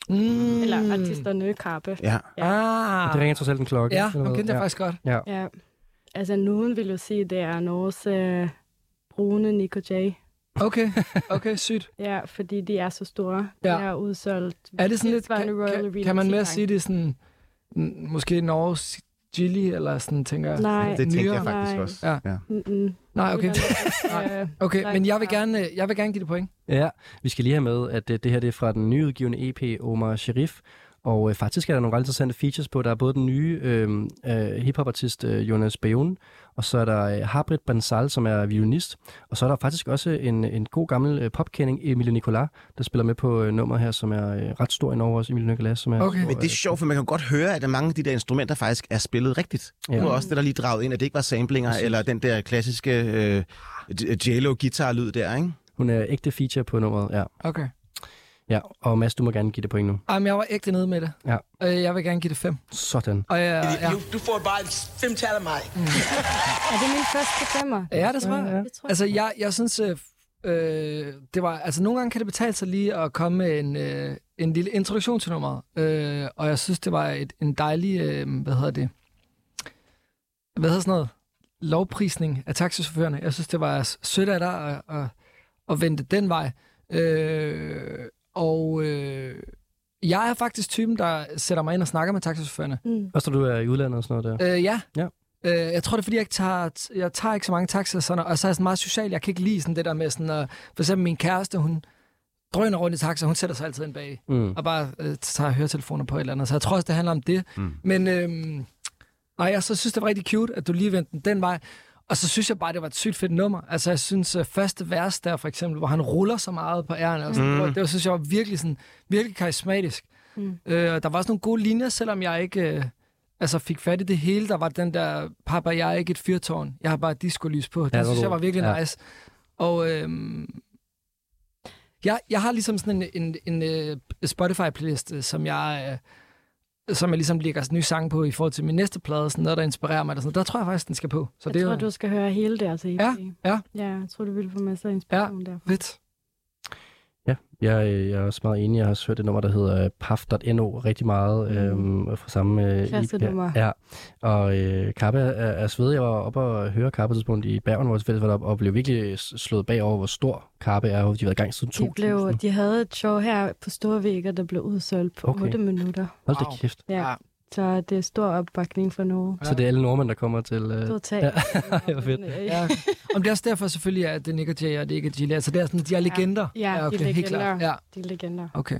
Speaker 4: Mm.
Speaker 9: Eller artisterne Karpe.
Speaker 5: Ja.
Speaker 4: Ah.
Speaker 2: Og det ringer trods alt en klokke.
Speaker 4: Ja,
Speaker 2: eller
Speaker 4: hun
Speaker 2: hvad?
Speaker 4: kendte jeg faktisk godt.
Speaker 2: Ja.
Speaker 9: ja. Altså, nogen vil jo sige, det er Norges øh, brune Nico J.
Speaker 4: Okay, okay, sygt.
Speaker 9: Ja, fordi de er så store. De
Speaker 4: Ja.
Speaker 9: er udsolgt.
Speaker 4: Er det sådan lidt,
Speaker 9: Tilsvarende
Speaker 4: kan,
Speaker 9: Royal
Speaker 4: kan,
Speaker 9: Arena
Speaker 4: kan man
Speaker 9: 10
Speaker 4: mere
Speaker 9: gange.
Speaker 4: sige, det er sådan, mm, måske Norges Gilly, eller sådan, tænker jeg?
Speaker 9: Nej. Mm.
Speaker 5: Det tænkte jeg
Speaker 4: Nyere.
Speaker 5: faktisk
Speaker 9: Nej.
Speaker 5: også.
Speaker 4: Ja.
Speaker 5: Ja.
Speaker 9: Mm-mm.
Speaker 4: Nej, okay.
Speaker 9: Øh,
Speaker 4: Okay, men jeg vil gerne, øh, jeg vil gerne give det point.
Speaker 2: ja, vi skal lige have med, at øh, det her det er fra den nyudgivende EP Omar Sharif. Og øh, faktisk er der nogle ret interessante features på. Der er både den nye øh, øh, hiphopartist øh, Jonas Beon, og så er der øh, Harbrit Bansal, som er violinist. Og så er der faktisk også en, en god gammel øh, popkending, Emilio Nicolas, der spiller med på øh, nummer her, som er øh, ret stor i Norge også, Emilio Nicolas. Som er
Speaker 4: Okay.
Speaker 2: stor,
Speaker 5: Men det er sjovt, for man kan godt høre, at mange af de der instrumenter faktisk er spillet rigtigt.
Speaker 2: Ja.
Speaker 5: Ja. Det var også det, der lige draget ind, at det ikke var samplinger,
Speaker 2: Præcis.
Speaker 5: eller den der klassiske øh, jello guitar lyd der, ikke?
Speaker 2: øh, Hun er ægte feature på nummeret, ja.
Speaker 4: Okay.
Speaker 2: ja. Og Mads, du må gerne give det point nu.
Speaker 4: Ej, men jeg var ægte nede med det.
Speaker 2: Ja.
Speaker 4: Øh, Jeg vil gerne give det 5.
Speaker 2: Sådan.
Speaker 4: Og jeg, ja.
Speaker 8: Du, du får bare et femtal af mig.
Speaker 13: Mm.
Speaker 9: Er det min første femmer?
Speaker 4: Ja, det tror jeg.
Speaker 9: Ja, det tror jeg.
Speaker 4: Altså, jeg, jeg synes, øh, øh, det var, altså, nogle gange kan det betale sig lige at komme med en, øh, en lille introduktion til nummeret. Øh, og jeg synes, det var et, en dejlig, øh, hvad hedder det? Hvad hedder sådan noget? Lovprisning af taxichaufførerne. Jeg synes, det var s- sødt af dig at, at, at vente den vej. Øh, og øh, jeg er faktisk typen, der sætter mig ind og snakker med taxichaufførerne.
Speaker 9: Mm.
Speaker 2: Også når du er i udlandet og sådan noget der.
Speaker 4: Øh, ja.
Speaker 2: Ja.
Speaker 4: Øh, jeg tror, det er, fordi jeg ikke tager, jeg tager ikke så mange taxaer, sådan, og så er jeg sådan meget social. Jeg kan ikke lide sådan det der med, sådan, at, for eksempel min kæreste, hun drøner rundt i taxa, hun sætter sig altid ind bag
Speaker 2: Mm.
Speaker 4: og bare øh, tager høretelefoner på et eller andet. Så jeg tror også, det handler om det.
Speaker 5: Mm.
Speaker 4: Men øhm, nej, jeg så synes, det var rigtig cute, at du lige vendte den, den vej. Og så synes jeg bare, det var et sygt fedt nummer. Altså, jeg synes, øh, første vers der, for eksempel, hvor han ruller så meget på æren, og sådan,
Speaker 5: Mm.
Speaker 4: mm. det, var- det synes jeg var virkelig, sådan, virkelig karismatisk.
Speaker 9: Mm.
Speaker 4: Mm. Øh, og der var også nogle gode linjer, selvom jeg ikke øh, altså fik fat i det hele. Der var den der, pappa, jeg er ikke et fyrtårn, jeg har bare disco-lys på. Det
Speaker 2: det var
Speaker 4: ja, synes jeg
Speaker 2: god.
Speaker 4: var virkelig
Speaker 2: Ja.
Speaker 4: ja. nice. Og øhm, jeg, jeg har ligesom sådan en, en, en, øh, Spotify-playlist, øh, som jeg, øh, som jeg ligesom lægger sådan nye sange på i forhold til min næste plade, sådan noget, der inspirerer mig. Eller sådan noget. Der tror jeg faktisk, den skal på. Så
Speaker 9: Jeg
Speaker 4: det
Speaker 9: tror,
Speaker 4: er jo
Speaker 9: du skal høre hele deres EP.
Speaker 4: Ja, ja.
Speaker 9: Ja, jeg tror, du vil få masser af inspiration ja. derfra.
Speaker 4: fedt.
Speaker 2: Ja, jeg, øh, jeg er også meget enig. Jeg har også hørt det nummer, der hedder øh, paf.no rigtig meget mm. øhm, og fra samme... Øh,
Speaker 9: Klasse
Speaker 2: IP.
Speaker 9: nummer.
Speaker 2: Ja, og øh, Kappa er, er svedig. Jeg var oppe og høre Kappa på et tidspunkt i Bergen, hvor vi fælles var deroppe, og blev virkelig s- slået bagover, hvor stor Kappa er. og De har været i gang siden
Speaker 9: De,
Speaker 2: 2000.
Speaker 9: blev, de havde et show her på Storvækker, der blev udsolgt på
Speaker 2: Okay.
Speaker 9: okay. 8 minutter.
Speaker 2: Hold da
Speaker 4: Wow.
Speaker 2: kæft.
Speaker 9: Ja.
Speaker 5: Ah.
Speaker 9: Så det er stor opbakning for Norge.
Speaker 2: Så det er alle nordmænd, der kommer til... Øh,
Speaker 9: Totalt.
Speaker 2: Ja. Ej, hvor fedt.
Speaker 9: Ja,
Speaker 4: Ja. Om det er også derfor selvfølgelig, at det er Nick og Jay, og det er ikke Gilly. Altså, det er sådan, de er legender.
Speaker 9: ja, de
Speaker 4: okay,
Speaker 9: er
Speaker 4: helt
Speaker 9: legender.
Speaker 4: klart. Ja,
Speaker 9: De er legender.
Speaker 4: okay.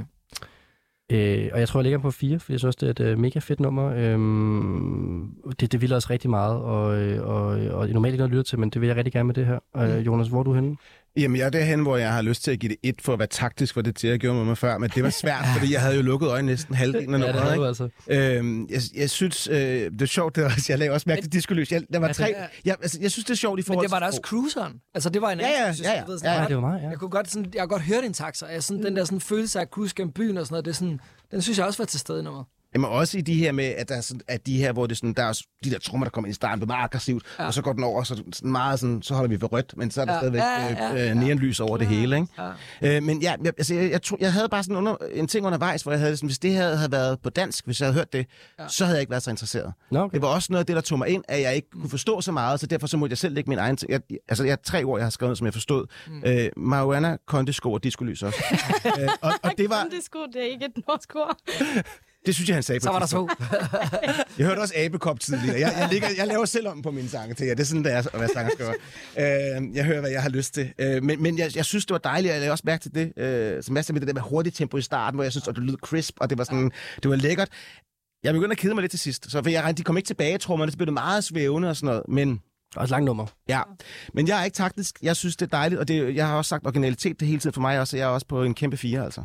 Speaker 2: Øh, og jeg tror, jeg ligger på 4, for jeg synes også, det er et øh, mega fedt nummer. Øhm, det, det vil også rigtig meget, og, øh, og, og normalt ikke noget at lytte til, men det vil jeg rigtig gerne med det her. Øh, Jonas, hvor er du henne?
Speaker 5: Jamen, jeg er derhen, hvor jeg har lyst til at give det et for at være taktisk, for det til jeg gjorde med mig før, men det var svært, fordi jeg havde jo lukket øjnene næsten halvdelen af
Speaker 2: Ja, det
Speaker 5: nummeret,
Speaker 2: havde du
Speaker 5: ikke? Øhm, jeg, jeg synes, øh, det er sjovt, det er også, jeg lagde også mærke til diskolys. Jeg, der var
Speaker 4: Altså,
Speaker 5: tre,
Speaker 4: ja.
Speaker 5: jeg, altså, jeg synes, det er sjovt i
Speaker 4: Men
Speaker 5: forhold
Speaker 4: det var da
Speaker 5: til
Speaker 4: også cruiseren. Altså, det var en
Speaker 5: Ja, ja,
Speaker 4: synes jeg,
Speaker 5: ja, ja.
Speaker 4: du ved, sådan
Speaker 5: Ja, ja,
Speaker 4: ret-
Speaker 5: det var mig,
Speaker 2: ja.
Speaker 4: Jeg kunne godt sådan, jeg har godt hørt en taxa. Jeg, sådan,
Speaker 9: Mm.
Speaker 4: Den der sådan, følelse af at cruise gennem byen og sådan noget, det er sådan, den synes jeg også var til stede i nummeret.
Speaker 5: Jamen også i de her med, at der er, sådan, at de her, hvor det er sådan, der er også de der trommer, der kommer ind i starten, bliver meget aggressivt, ja. og så går den over, så, sådan meget sådan, så holder vi for rødt, men så er der
Speaker 4: Ja.
Speaker 5: ja. stadigvæk
Speaker 4: Ja,
Speaker 5: ja,
Speaker 4: ja,
Speaker 5: ja,
Speaker 4: ja.
Speaker 5: Øh, neonlys over det hele, ikke?
Speaker 4: Ja.
Speaker 5: Øh, men ja, jeg, altså, jeg, jeg, tror, jeg havde bare sådan under, en ting undervejs, hvor jeg havde det sådan, hvis det her havde været på dansk, hvis jeg havde hørt det, ja. så havde jeg ikke været så interesseret.
Speaker 2: No, okay.
Speaker 5: Det var også noget af det, der tog mig ind, at jeg ikke kunne forstå så meget, så derfor så måtte jeg selv lægge min egen ting. Jeg, altså, jeg har tre ord, jeg har skrevet, som jeg forstod. Mm. Øh, marihuana, kondisko og diskolys også. øh, og, og det var,
Speaker 9: Kondisko, det er ikke et norsk ord.
Speaker 5: det synes jeg, han sagde på
Speaker 4: Så
Speaker 5: et
Speaker 4: var der
Speaker 5: tidspunkt.
Speaker 4: to.
Speaker 5: Jeg hørte også Abekop tidligere. Jeg, jeg, ligger, jeg laver selv om på mine sange til jer. Det er sådan, det er at være sangskriver. øh, jeg hører, hvad jeg har lyst til. Øh, men men jeg, jeg synes, det var dejligt, og jeg lagde også mærke til det. Øh, som Mads med det der med hurtigt tempo i starten, hvor jeg synes, at det lød crisp, og det var, sådan, det var lækkert. Jeg begyndte at kede mig lidt til sidst, så for jeg, regnede- de kom ikke tilbage, tror man, så blev det meget svævende og sådan noget, men...
Speaker 2: Også langt nummer.
Speaker 5: Ja, men jeg er ikke taktisk. Jeg synes, det er dejligt, og det, jeg har også sagt originalitet det hele tiden for mig også, og jeg er også på en kæmpe fire, altså.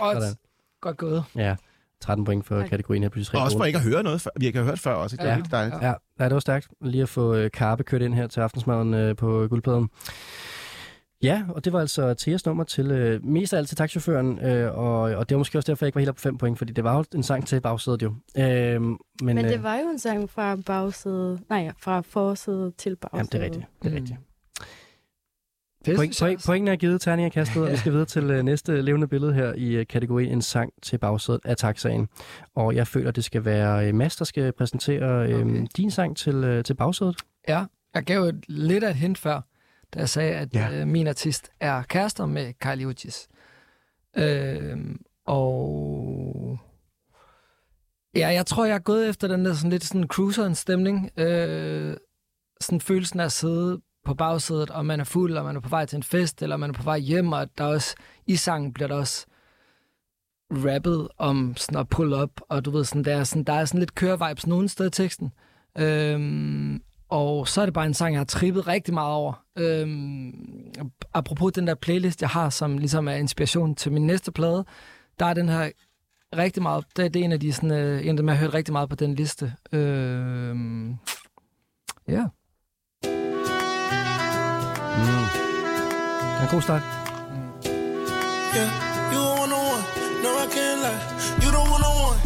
Speaker 4: Og
Speaker 2: Sådan.
Speaker 4: godt gået.
Speaker 2: Ja, 13 point for kategorien her på de tre
Speaker 5: Og også for
Speaker 2: kroner.
Speaker 5: ikke at høre noget, før, vi ikke har hørt før også. ikke? Det er ja.
Speaker 2: Ja.
Speaker 5: virkelig dejligt.
Speaker 2: Ja, ja, det var stærkt lige at få øh, Karpe kørt ind her til aftensmaden øh, på guldpladen. Ja, og det var altså Theas nummer til øh, mest af alt til taxichaufføren, øh, og, og det var måske også derfor, jeg ikke var helt op på 5 point, fordi det var jo en sang til bagsædet jo. Øh, men,
Speaker 9: Men, Men
Speaker 2: øh,
Speaker 9: det var jo en sang fra bagsæde, nej, fra forsæde til bagsæde.
Speaker 2: Jamen, det er rigtigt. Det er rigtigt.
Speaker 4: Det
Speaker 2: Point, point, pointen er givet, terninger er kastet, og vi skal videre til øh, næste levende billede her i øh, kategorien En sang til bagsædet af taxaen. Og jeg føler, det skal være øh, Mads, der skal præsentere øh, okay. din sang til, øh, til bagsædet.
Speaker 4: Ja, jeg gav et, lidt af et hint før, da jeg sagde, at ja.
Speaker 2: Ja.
Speaker 4: øh, min artist er kærester med Kylie Uchis. Øh, og... Ja, jeg tror, jeg er gået efter den der sådan lidt sådan cruiserens stemning. Øh, sådan følelsen af at sidde på bagsædet, og man er fuld, og man er på vej til en fest, eller man er på vej hjem, og der er også, i sangen bliver der også rappet om sådan at pull up, og du ved, sådan, der, er sådan, der er sådan lidt kørevibes nogen steder i teksten. Øhm, og så er det bare en sang, jeg har trippet rigtig meget over. Øhm, apropos den der playlist, jeg har, som ligesom er inspiration til min næste plade, der er den her rigtig meget, det er det er en af de sådan, øh, en af dem, jeg har hørt rigtig meget på den liste. Øhm, ja.
Speaker 2: Det er en Mm. god start.
Speaker 16: Yeah, you a one on one. No, I can't lie. You the one on one.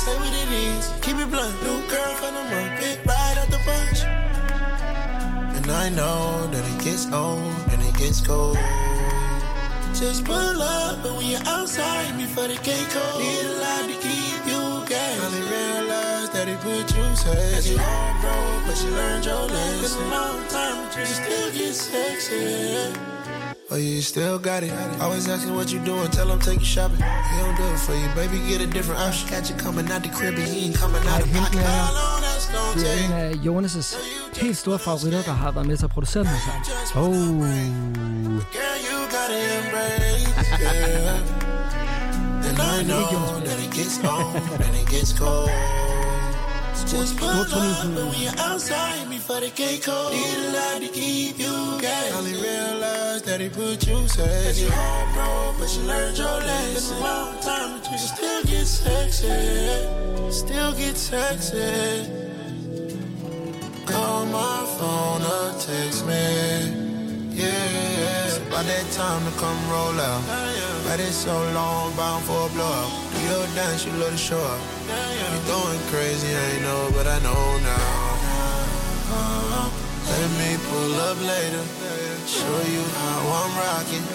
Speaker 16: Say what it is. Keep it blunt. New girl for the month. Big ride out the bunch. And I know that it gets old and it gets cold. Just pull up, but when you're outside before the gate cold, need a lot to keep you gas. Finally realized that it would you say. That you all broke, but you learned your lesson. It's a long time, but you still get sexy. Oh, you still got it. Always asking what you doing, tell him take you shopping. He don't do it for you, baby, get a different option. Got you coming out the crib, and he ain't coming out of pocket. Call on us, don't
Speaker 4: Det
Speaker 16: take
Speaker 4: er en af Jonas' helt store favoritter, der har været med til at producere den her sang.
Speaker 2: Oh.
Speaker 16: Girl, you gotta embrace, yeah. And I know that it gets on and it gets cold. Just pull up when you're outside before the gate cold. Need a lot to keep you guys. Only realize that it put you sad. That you all broke, but you learned your lesson. It's a long time, but you still get sexy. Still get sexy. Call my phone or text me. Yeah, by that time to come roll out. But it's so long, bound for a blowout. You don't dance, you love to show up. You going crazy, I ain't know, but I know now. Let me pull up later, show you how I'm rocking.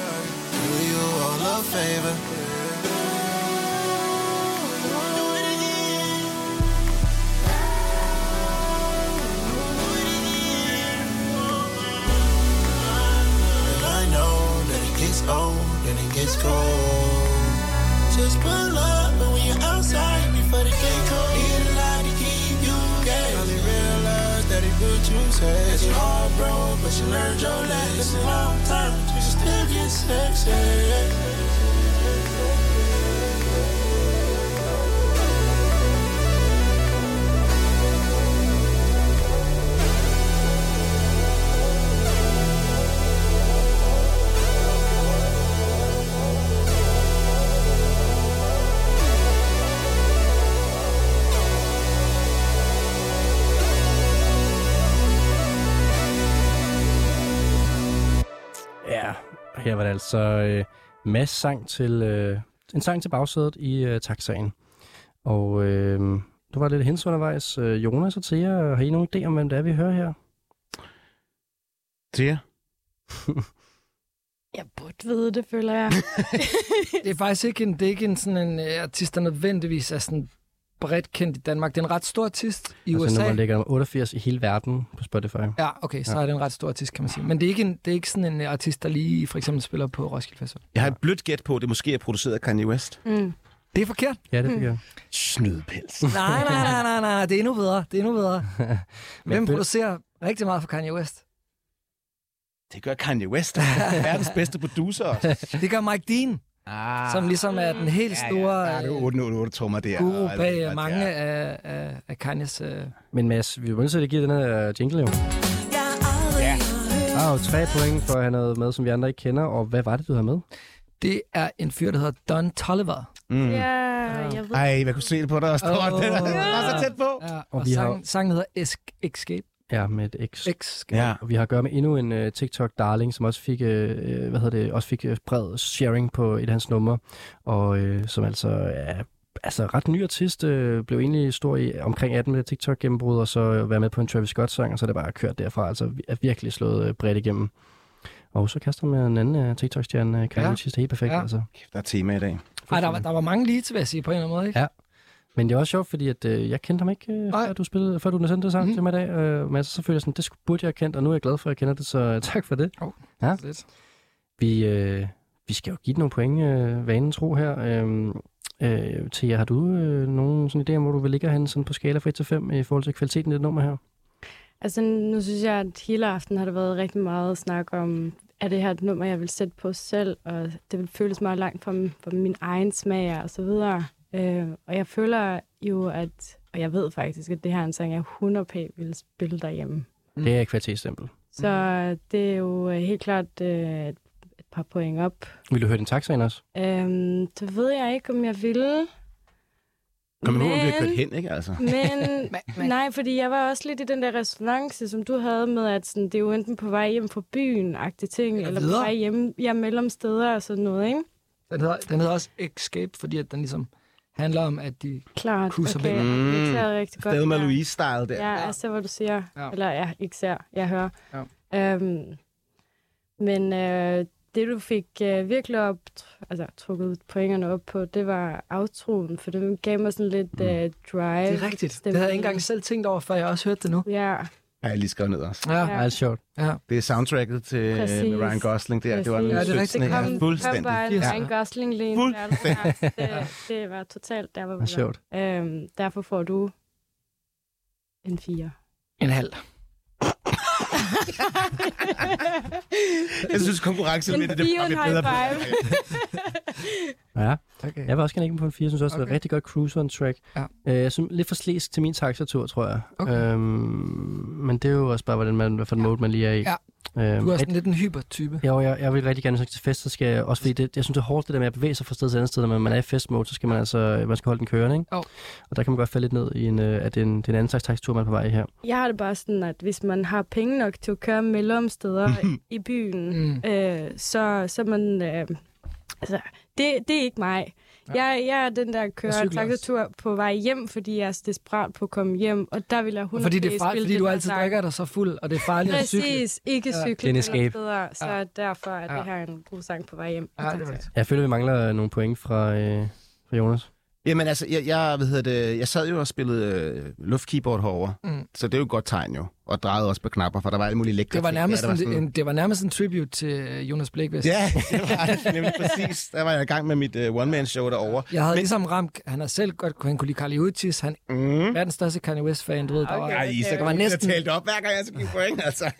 Speaker 16: Do you all a favor? And I know that it gets old and it gets cold. Just pull up, but when you're outside before the gate cold, need a lot to keep you gay. Only realize that it good you say that you all broke, but you learned your lesson. It's a long time, but you still get sexy.
Speaker 2: her var det altså øh, Mads sang til, øh, en sang til bagsædet i øh, taxaen. Og øh, du var lidt hens undervejs. Øh, Jonas og Thea, har I nogen idé om, hvem det er, vi hører her?
Speaker 5: Thea?
Speaker 9: Jeg burde vide det, føler jeg.
Speaker 4: det er faktisk ikke en, det er ikke en, sådan en øh, artist, der nødvendigvis er sådan bredt kendt i Danmark. Det er en ret stor artist i
Speaker 2: altså,
Speaker 4: USA.
Speaker 2: nummer ligger nummer 88 i hele verden på Spotify.
Speaker 4: Ja, okay, så
Speaker 2: Ja.
Speaker 4: ja. er det en ret stor artist, kan man sige. Men det er ikke, en, det er ikke sådan en øh, artist, der lige for eksempel spiller på Roskilde Festival.
Speaker 5: Jeg har et blødt gæt på, at det måske er produceret af Kanye West.
Speaker 4: Mm. Det er forkert.
Speaker 2: Ja, det fik jeg.
Speaker 5: Snydpels.
Speaker 4: Nej, nej, nej, nej, nej, det er endnu bedre. Det er endnu bedre. Hvem
Speaker 5: Men-
Speaker 4: producerer rigtig meget for Kanye West?
Speaker 5: Det gør Kanye West. Han er verdens bedste producer også.
Speaker 4: Det gør Mike Dean,
Speaker 5: Ah,
Speaker 4: som ligesom er den helt store
Speaker 5: Ja, det er 808 trommer der.
Speaker 4: øh, guru
Speaker 5: og-
Speaker 4: bag øh, mange af, af, af Kanye's... Øh...
Speaker 2: Men Mads, vi er jo nødt til at give den her øh, jingle jo.
Speaker 4: Ja.
Speaker 2: Der er jo Ah, tre point for, at han havde med, som vi andre ikke kender. Og hvad var det, du havde med?
Speaker 4: Det er en fyr, der hedder Don Tolliver.
Speaker 5: Mm.
Speaker 9: Ja, jeg ved.
Speaker 5: Ej, man kunne se det på dig også.
Speaker 4: Åh,
Speaker 5: Oh, det var så
Speaker 4: ja.
Speaker 5: tæt på.
Speaker 4: Ja, og,
Speaker 2: Og
Speaker 4: og
Speaker 2: vi har-
Speaker 4: sangen, sangen hedder Esc- Escape.
Speaker 2: Ja, med et X.
Speaker 4: X.
Speaker 5: Ja.
Speaker 2: Og vi har at gøre med endnu en uh, TikTok-darling, som også fik, uh, hvad hedder det, også fik øh, bred sharing på et af hans numre, og uh, som altså er altså ret ny artist, øh, blev egentlig stor i omkring 18 med TikTok-gennembrud, og så være med på en Travis Scott-sang, og så er det bare kørt derfra, altså vi- er virkelig slået øh, bredt igennem. Og så kaster man en anden øh, TikTok-stjerne, øh, Kanye
Speaker 4: Ja.
Speaker 2: West, helt perfekt, ja.
Speaker 4: Ja.
Speaker 2: altså.
Speaker 5: Kæft, der er tema i dag.
Speaker 4: Ej, der var, der var mange lige til, vil jeg sige, på en eller anden måde. Ikke?
Speaker 2: Ja. Men det er også sjovt, fordi at, øh, jeg kendte ham ikke, øh, før, du spillede, før du sendte det sang mm. til mig i dag. Øh, men altså, så følte jeg sådan, det skulle, burde jeg have kendt, og nu er jeg glad for, at jeg kender det, så øh, tak for det.
Speaker 4: Oh,
Speaker 2: ja.
Speaker 4: lidt.
Speaker 2: Vi, øh, vi skal jo give den nogle point, øh, vanen tro her. Øh, øh, Thea, har du øh, nogen sådan idé om, hvor du vil ligge henne sådan på skala fra 1 til 5 i forhold til kvaliteten i det nummer her?
Speaker 9: Altså, nu synes jeg, at hele aften har der været rigtig meget snak om, er det her et nummer, jeg vil sætte på selv, og det vil føles meget langt fra, fra min egen smag og så videre. Øh, og jeg føler jo, at, og jeg ved faktisk, at det her er en sang, jeg 100p ville spille derhjemme.
Speaker 2: Mm. Det er et kvalitetsstempel.
Speaker 9: Så det er jo øh, helt klart øh, et, et par point op.
Speaker 2: Vil du høre din taxa også?
Speaker 9: Øhm, det ved jeg ikke, om jeg ville.
Speaker 5: Kom nu, om vi har
Speaker 9: Men-
Speaker 5: kørt hen, ikke altså?
Speaker 9: Men nej, fordi jeg var også lidt i den der resonance, som du havde med, at sådan, det er jo enten på vej hjem fra byen, agtige ting, eller, eller på
Speaker 4: videre.
Speaker 9: vej hjem, hjem mellem steder og sådan noget, ikke?
Speaker 4: Den hedder, den hedder også Escape, fordi at den ligesom handler om, at de
Speaker 9: Klart,
Speaker 4: kusser
Speaker 9: okay.
Speaker 4: væk.
Speaker 9: Mm. Det er taget rigtig godt.
Speaker 5: Stadig med
Speaker 9: Ja.
Speaker 5: Louise-style der.
Speaker 9: Ja, jeg ser, hvad du siger.
Speaker 4: Ja.
Speaker 9: Eller jeg ikke ser, jeg hører.
Speaker 4: Ja.
Speaker 9: Øhm, men øh, det, du fik øh, virkelig op, altså, trukket pointerne op på, det var aftroen, for det gav mig sådan lidt øh, drive.
Speaker 4: Det er rigtigt. Det havde jeg ikke engang selv tænkt over, før jeg også hørte det nu.
Speaker 9: Ja,
Speaker 5: Har jeg lige skrevet ned også.
Speaker 4: Ja.
Speaker 9: Ja, det er
Speaker 2: sjovt.
Speaker 4: Ja.
Speaker 5: Det er soundtracket til øh,
Speaker 9: Præcis.
Speaker 5: med Ryan Gosling der. Det var
Speaker 9: Præcis.
Speaker 5: den
Speaker 9: Ja, det er
Speaker 5: sødeste.
Speaker 9: rigtigt. Det kom, kom bare en
Speaker 5: Fuldstændig.
Speaker 9: Ryan Gosling lige ind i verdenskast. det, det var totalt der, hvor vi
Speaker 2: Hvor sjovt.
Speaker 9: var. Øhm, derfor får du en fire.
Speaker 4: En halv.
Speaker 5: Jeg synes, konkurrencen
Speaker 9: En
Speaker 5: med det, det
Speaker 9: bio,
Speaker 5: var
Speaker 9: en
Speaker 5: lidt
Speaker 9: high
Speaker 5: bedre.
Speaker 9: five.
Speaker 2: Ja, okay. jeg vil også gerne ikke på en 4. Jeg synes også, okay. det er
Speaker 4: Okay.
Speaker 2: rigtig godt cruiser on track.
Speaker 4: Ja.
Speaker 2: Øh, jeg synes, lidt for slæsk til min taxatur, tror jeg.
Speaker 4: Okay.
Speaker 2: Øhm, men det er jo også bare, hvordan man, hvad for en mode man lige er i.
Speaker 4: Ja.
Speaker 2: Øhm,
Speaker 4: Du er sådan lidt en hypertype.
Speaker 2: Jo, jeg, jeg vil rigtig gerne sådan til fest, så skal jeg, også fordi det, jeg synes, det er hårdt det der med at bevæge sig fra sted til andet sted, når man- man er i festmode, så skal man altså, man skal holde den kørende, ikke?
Speaker 4: Oh.
Speaker 2: Og der kan man godt falde lidt ned i en, øh, at det er en, det er en anden slags taxatur, man er på vej i her.
Speaker 9: Jeg har det bare sådan, at hvis man har penge nok til at køre mellemsteder i byen,
Speaker 2: Mm.
Speaker 9: øh, så, så er man... Øh, altså, det, det er ikke mig. Jeg, jeg er den, der kører
Speaker 4: cykler også.
Speaker 9: taxatur på vej hjem, fordi jeg er så desperat på at komme hjem, og der vil jeg 100
Speaker 4: Og fordi, det er farligt,
Speaker 9: spille
Speaker 4: fordi
Speaker 9: den
Speaker 4: du
Speaker 9: her
Speaker 4: altid
Speaker 9: sang.
Speaker 4: drikker dig så fuld, og det er farligt at cykle.
Speaker 9: Præcis, ikke
Speaker 4: Ja.
Speaker 9: cykle.
Speaker 2: Det er en escape.
Speaker 9: Bedre, så
Speaker 4: Ja.
Speaker 9: derfor er det
Speaker 4: Ja.
Speaker 9: her en god sang på vej hjem.
Speaker 4: Ja, det er rigtigt.
Speaker 2: Jeg føler, vi mangler øh, nogle point fra, øh, fra Jonas.
Speaker 5: Jamen altså, jeg, jeg, hvad hedder det, jeg sad jo og spillede øh, luftkeyboard herover,
Speaker 4: Mm.
Speaker 5: så det er jo et godt tegn jo. Og drejede også på knapper, for der var alle mulige lækre
Speaker 4: Det var,
Speaker 5: ting der,
Speaker 4: nærmest
Speaker 5: der var
Speaker 4: en,
Speaker 5: sådan-
Speaker 4: en, det var nærmest en tribute til Jonas Blækvist.
Speaker 5: Ja, det var det nemlig præcis. Der var jeg i gang med mit uh, one-man-show derovre.
Speaker 4: Jeg havde Men... ligesom ramt, han har selv godt, han kunne lide Carly Uchis, han
Speaker 5: mm. er
Speaker 4: verdens største Kanye West-fan, du ved, der var,
Speaker 5: Ej, så
Speaker 4: der
Speaker 5: kan
Speaker 4: var
Speaker 5: man næsten
Speaker 4: næsten,
Speaker 5: talt op, hver gang jeg skal give point, altså.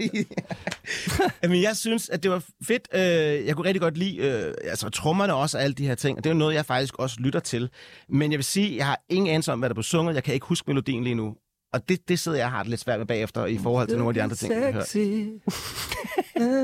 Speaker 5: Men jeg synes, at det var fedt. Øh, Jeg kunne rigtig godt lide øh, altså, trommerne også og alle de her ting. Og det er jo noget, jeg faktisk også lytter til. Men jeg vil sige, jeg har ingen anelse om, hvad der blev sunget. Jeg kan ikke huske melodien lige nu. Og det, det sidder jeg og har det lidt svært med bagefter i forhold til nogle af de andre ting, jeg har hørt.
Speaker 4: sexy.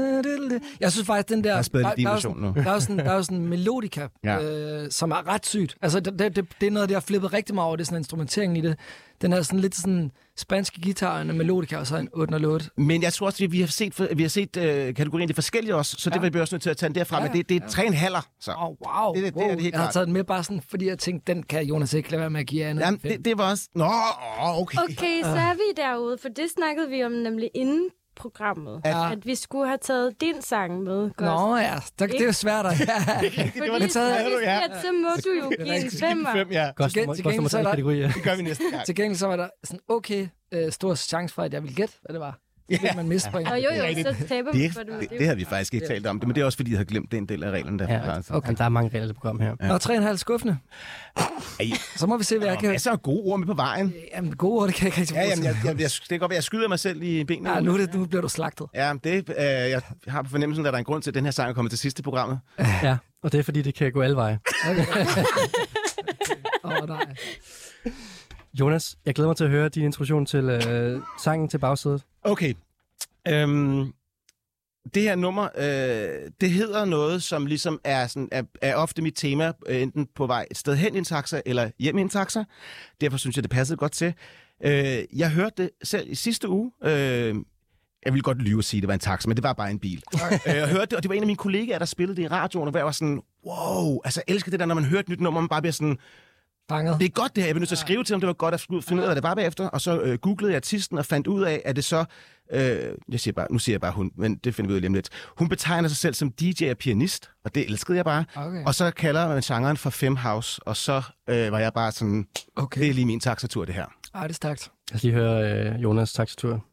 Speaker 4: Jeg synes faktisk, den der...
Speaker 5: Jeg har spillet lidt
Speaker 4: der, der, er jo
Speaker 5: din
Speaker 4: sådan-
Speaker 5: version nu.
Speaker 4: der er jo sådan, der er jo sådan en melodika,
Speaker 5: Ja.
Speaker 4: ja. øh, som er ret sygt. Altså, det, det, det, er noget, der har flippet rigtig meget over, det er sådan instrumenteringen i det. Den er sådan lidt sådan spanske guitar, en melodika, og så en 8 og 8.
Speaker 5: Men jeg tror også, at vi har set, for- vi har set øh, kategorien det forskellige også, så ja. det var vi også nødt til at tage den derfra, ja, men det, det er tre en halver. Så.
Speaker 4: Oh, wow,
Speaker 5: det, det, det er
Speaker 4: wow.
Speaker 5: det helt
Speaker 4: jeg har
Speaker 5: klart.
Speaker 4: taget den med bare sådan, fordi jeg tænkte, den kan Jonas ikke lade være med at give andet.
Speaker 5: Jamen, det, det var også... Nå, okay.
Speaker 9: Okay, så er vi derude, for det snakkede vi om nemlig inden programmet.
Speaker 4: Ja.
Speaker 9: At vi skulle have taget din sang med.
Speaker 4: Nå ja, der, det er jo svært at... Ja.
Speaker 9: Fordi det så, at, så må du jo give en femmer.
Speaker 2: Godt,
Speaker 4: Til gen-
Speaker 2: må-
Speaker 4: til
Speaker 2: godt,
Speaker 4: gengæld
Speaker 2: må
Speaker 4: så
Speaker 2: tage
Speaker 4: er der-
Speaker 2: kategori, ja. Det
Speaker 5: gør vi næste gang.
Speaker 4: Til gengæld så var der sådan okay øh, stor chance for, at jeg ville gætte, hvad det var. Det ville man miste på en.
Speaker 9: Nå, jo, jo, så taber vi
Speaker 5: Det,
Speaker 9: for det. men
Speaker 5: det,
Speaker 9: er
Speaker 5: det har vi faktisk ikke talt om, men det er også fordi, jeg havde glemt den del af reglerne. Der ja,
Speaker 2: Okay. Jamen, der er mange regler i det program her.
Speaker 4: Nå, tre og en halv skuffende. Så må vi se, hvad jeg kan...
Speaker 5: Masser af gode ord med på vejen.
Speaker 4: Jamen, gode ord, det kan jeg ikke rigtig
Speaker 5: Ja,
Speaker 4: bruge
Speaker 5: jamen,
Speaker 4: til.
Speaker 5: jeg, jeg, jeg, det kan godt være, jeg skyder mig selv i benene.
Speaker 4: Ja, nu, er det, nu bliver du slagtet.
Speaker 5: Ja, det, øh, jeg har på fornemmelsen, at der er en grund til, at den her sang er kommet til sidste programmet.
Speaker 2: Ja, og det er fordi, det kan gå alle veje.
Speaker 4: Åh, oh, nej.
Speaker 2: Jonas, jeg glæder mig til at høre din introduktion til øh, sangen til bagsædet. Øh,
Speaker 5: Okay. Øhm, det her nummer, øh, det hedder noget, som ligesom er, sådan, er, er ofte mit tema, øh, enten på vej et sted hen i en taxa, eller hjem i en taxa. Derfor synes jeg, det passede godt til. Øh, jeg hørte det selv i sidste uge. Øh, jeg ville godt lyve og sige, at det var en taxa, men det var bare en bil. øh, jeg hørte det, og det var en af mine kollegaer, der spillede det i radioen, og hvor jeg var sådan, wow, altså jeg elsker det der, når man hører et nyt nummer, man bare bliver sådan,
Speaker 4: Fanget.
Speaker 5: det er godt det her. Jeg blev nødt til at skrive til dem, det var godt at skulle finde ud af, hvad det var bagefter. Og så øh, googlede jeg artisten og fandt ud af, at det så... Øh, jeg siger bare, nu siger jeg bare hun, men det finder vi ud af lige om lidt. Hun betegner sig selv som DJ og pianist, og det elskede jeg bare.
Speaker 4: Okay.
Speaker 5: Og så kalder man genren for Femhouse, og så øh, var jeg bare sådan,
Speaker 4: okay.
Speaker 5: det er lige min taxatur, det her.
Speaker 4: Ej, det er stærkt.
Speaker 2: Lad os lige høre øh, Jonas' taxatur.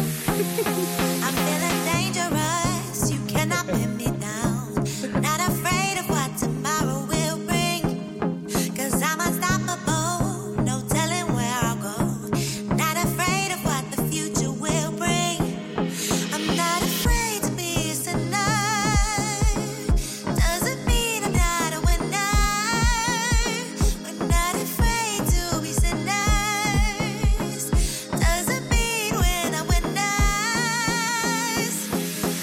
Speaker 17: I'm feeling dangerous. You cannot pin me down. Not afraid of what tomorrow will bring. Cause I'm unstoppable. No telling where I'll go. Not afraid of what the future will bring. I'm not afraid to be tonight. Doesn't mean I'm not a winner. We're not afraid to be sinners. Doesn't mean we're not winners.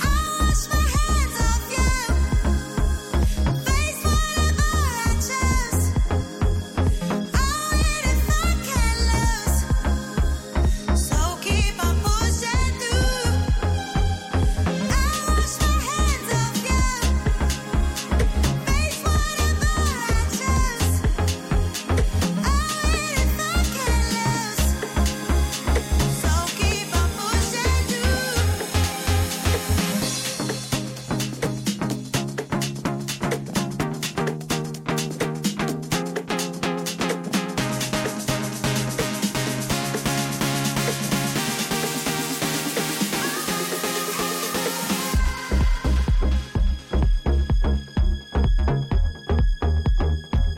Speaker 17: I wash my hands off you. Face whatever I choose. I'll win if I can lose. So keep on pushing through. I wash my hands off you. Face whatever I choose. I'll win if I can lose. So keep on pushing through.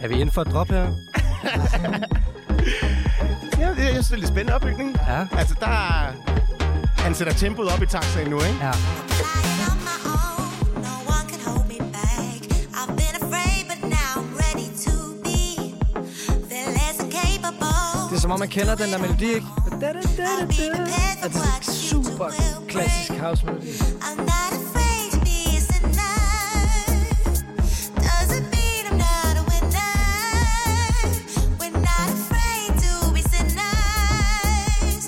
Speaker 2: Er vi inde for et drop her?
Speaker 5: Ja, det, jeg synes, det er lidt spændende opbygning.
Speaker 2: Ja.
Speaker 5: Altså, der er- Han sætter tempoet op i taxaen nu, ikke?
Speaker 2: Ja.
Speaker 17: I've been afraid, but now I'm ready to be. Feel less incapable.
Speaker 4: Det er som om, man kender den der melodi, ikke?
Speaker 17: I'll be prepared for what you
Speaker 4: Super klassisk house melodi.
Speaker 17: I'm not afraid to be a sinner. Doesn't mean I'm not a winner. We're not afraid to be sinners.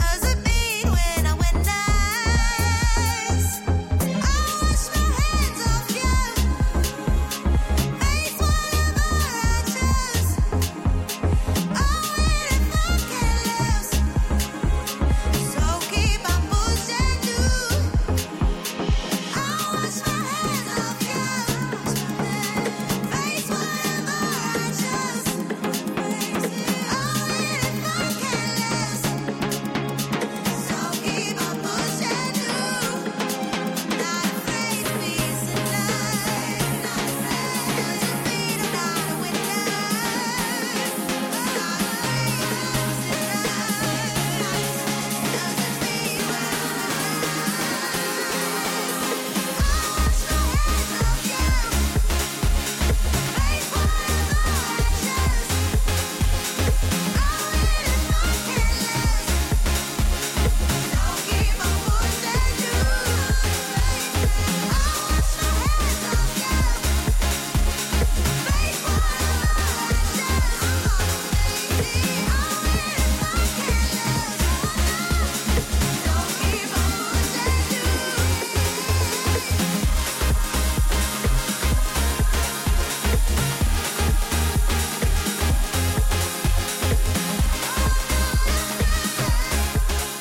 Speaker 17: Doesn't mean we're not winners. I wash my hands off you. Face whatever I choose. I'll win if I can lose. So keep on pushing through.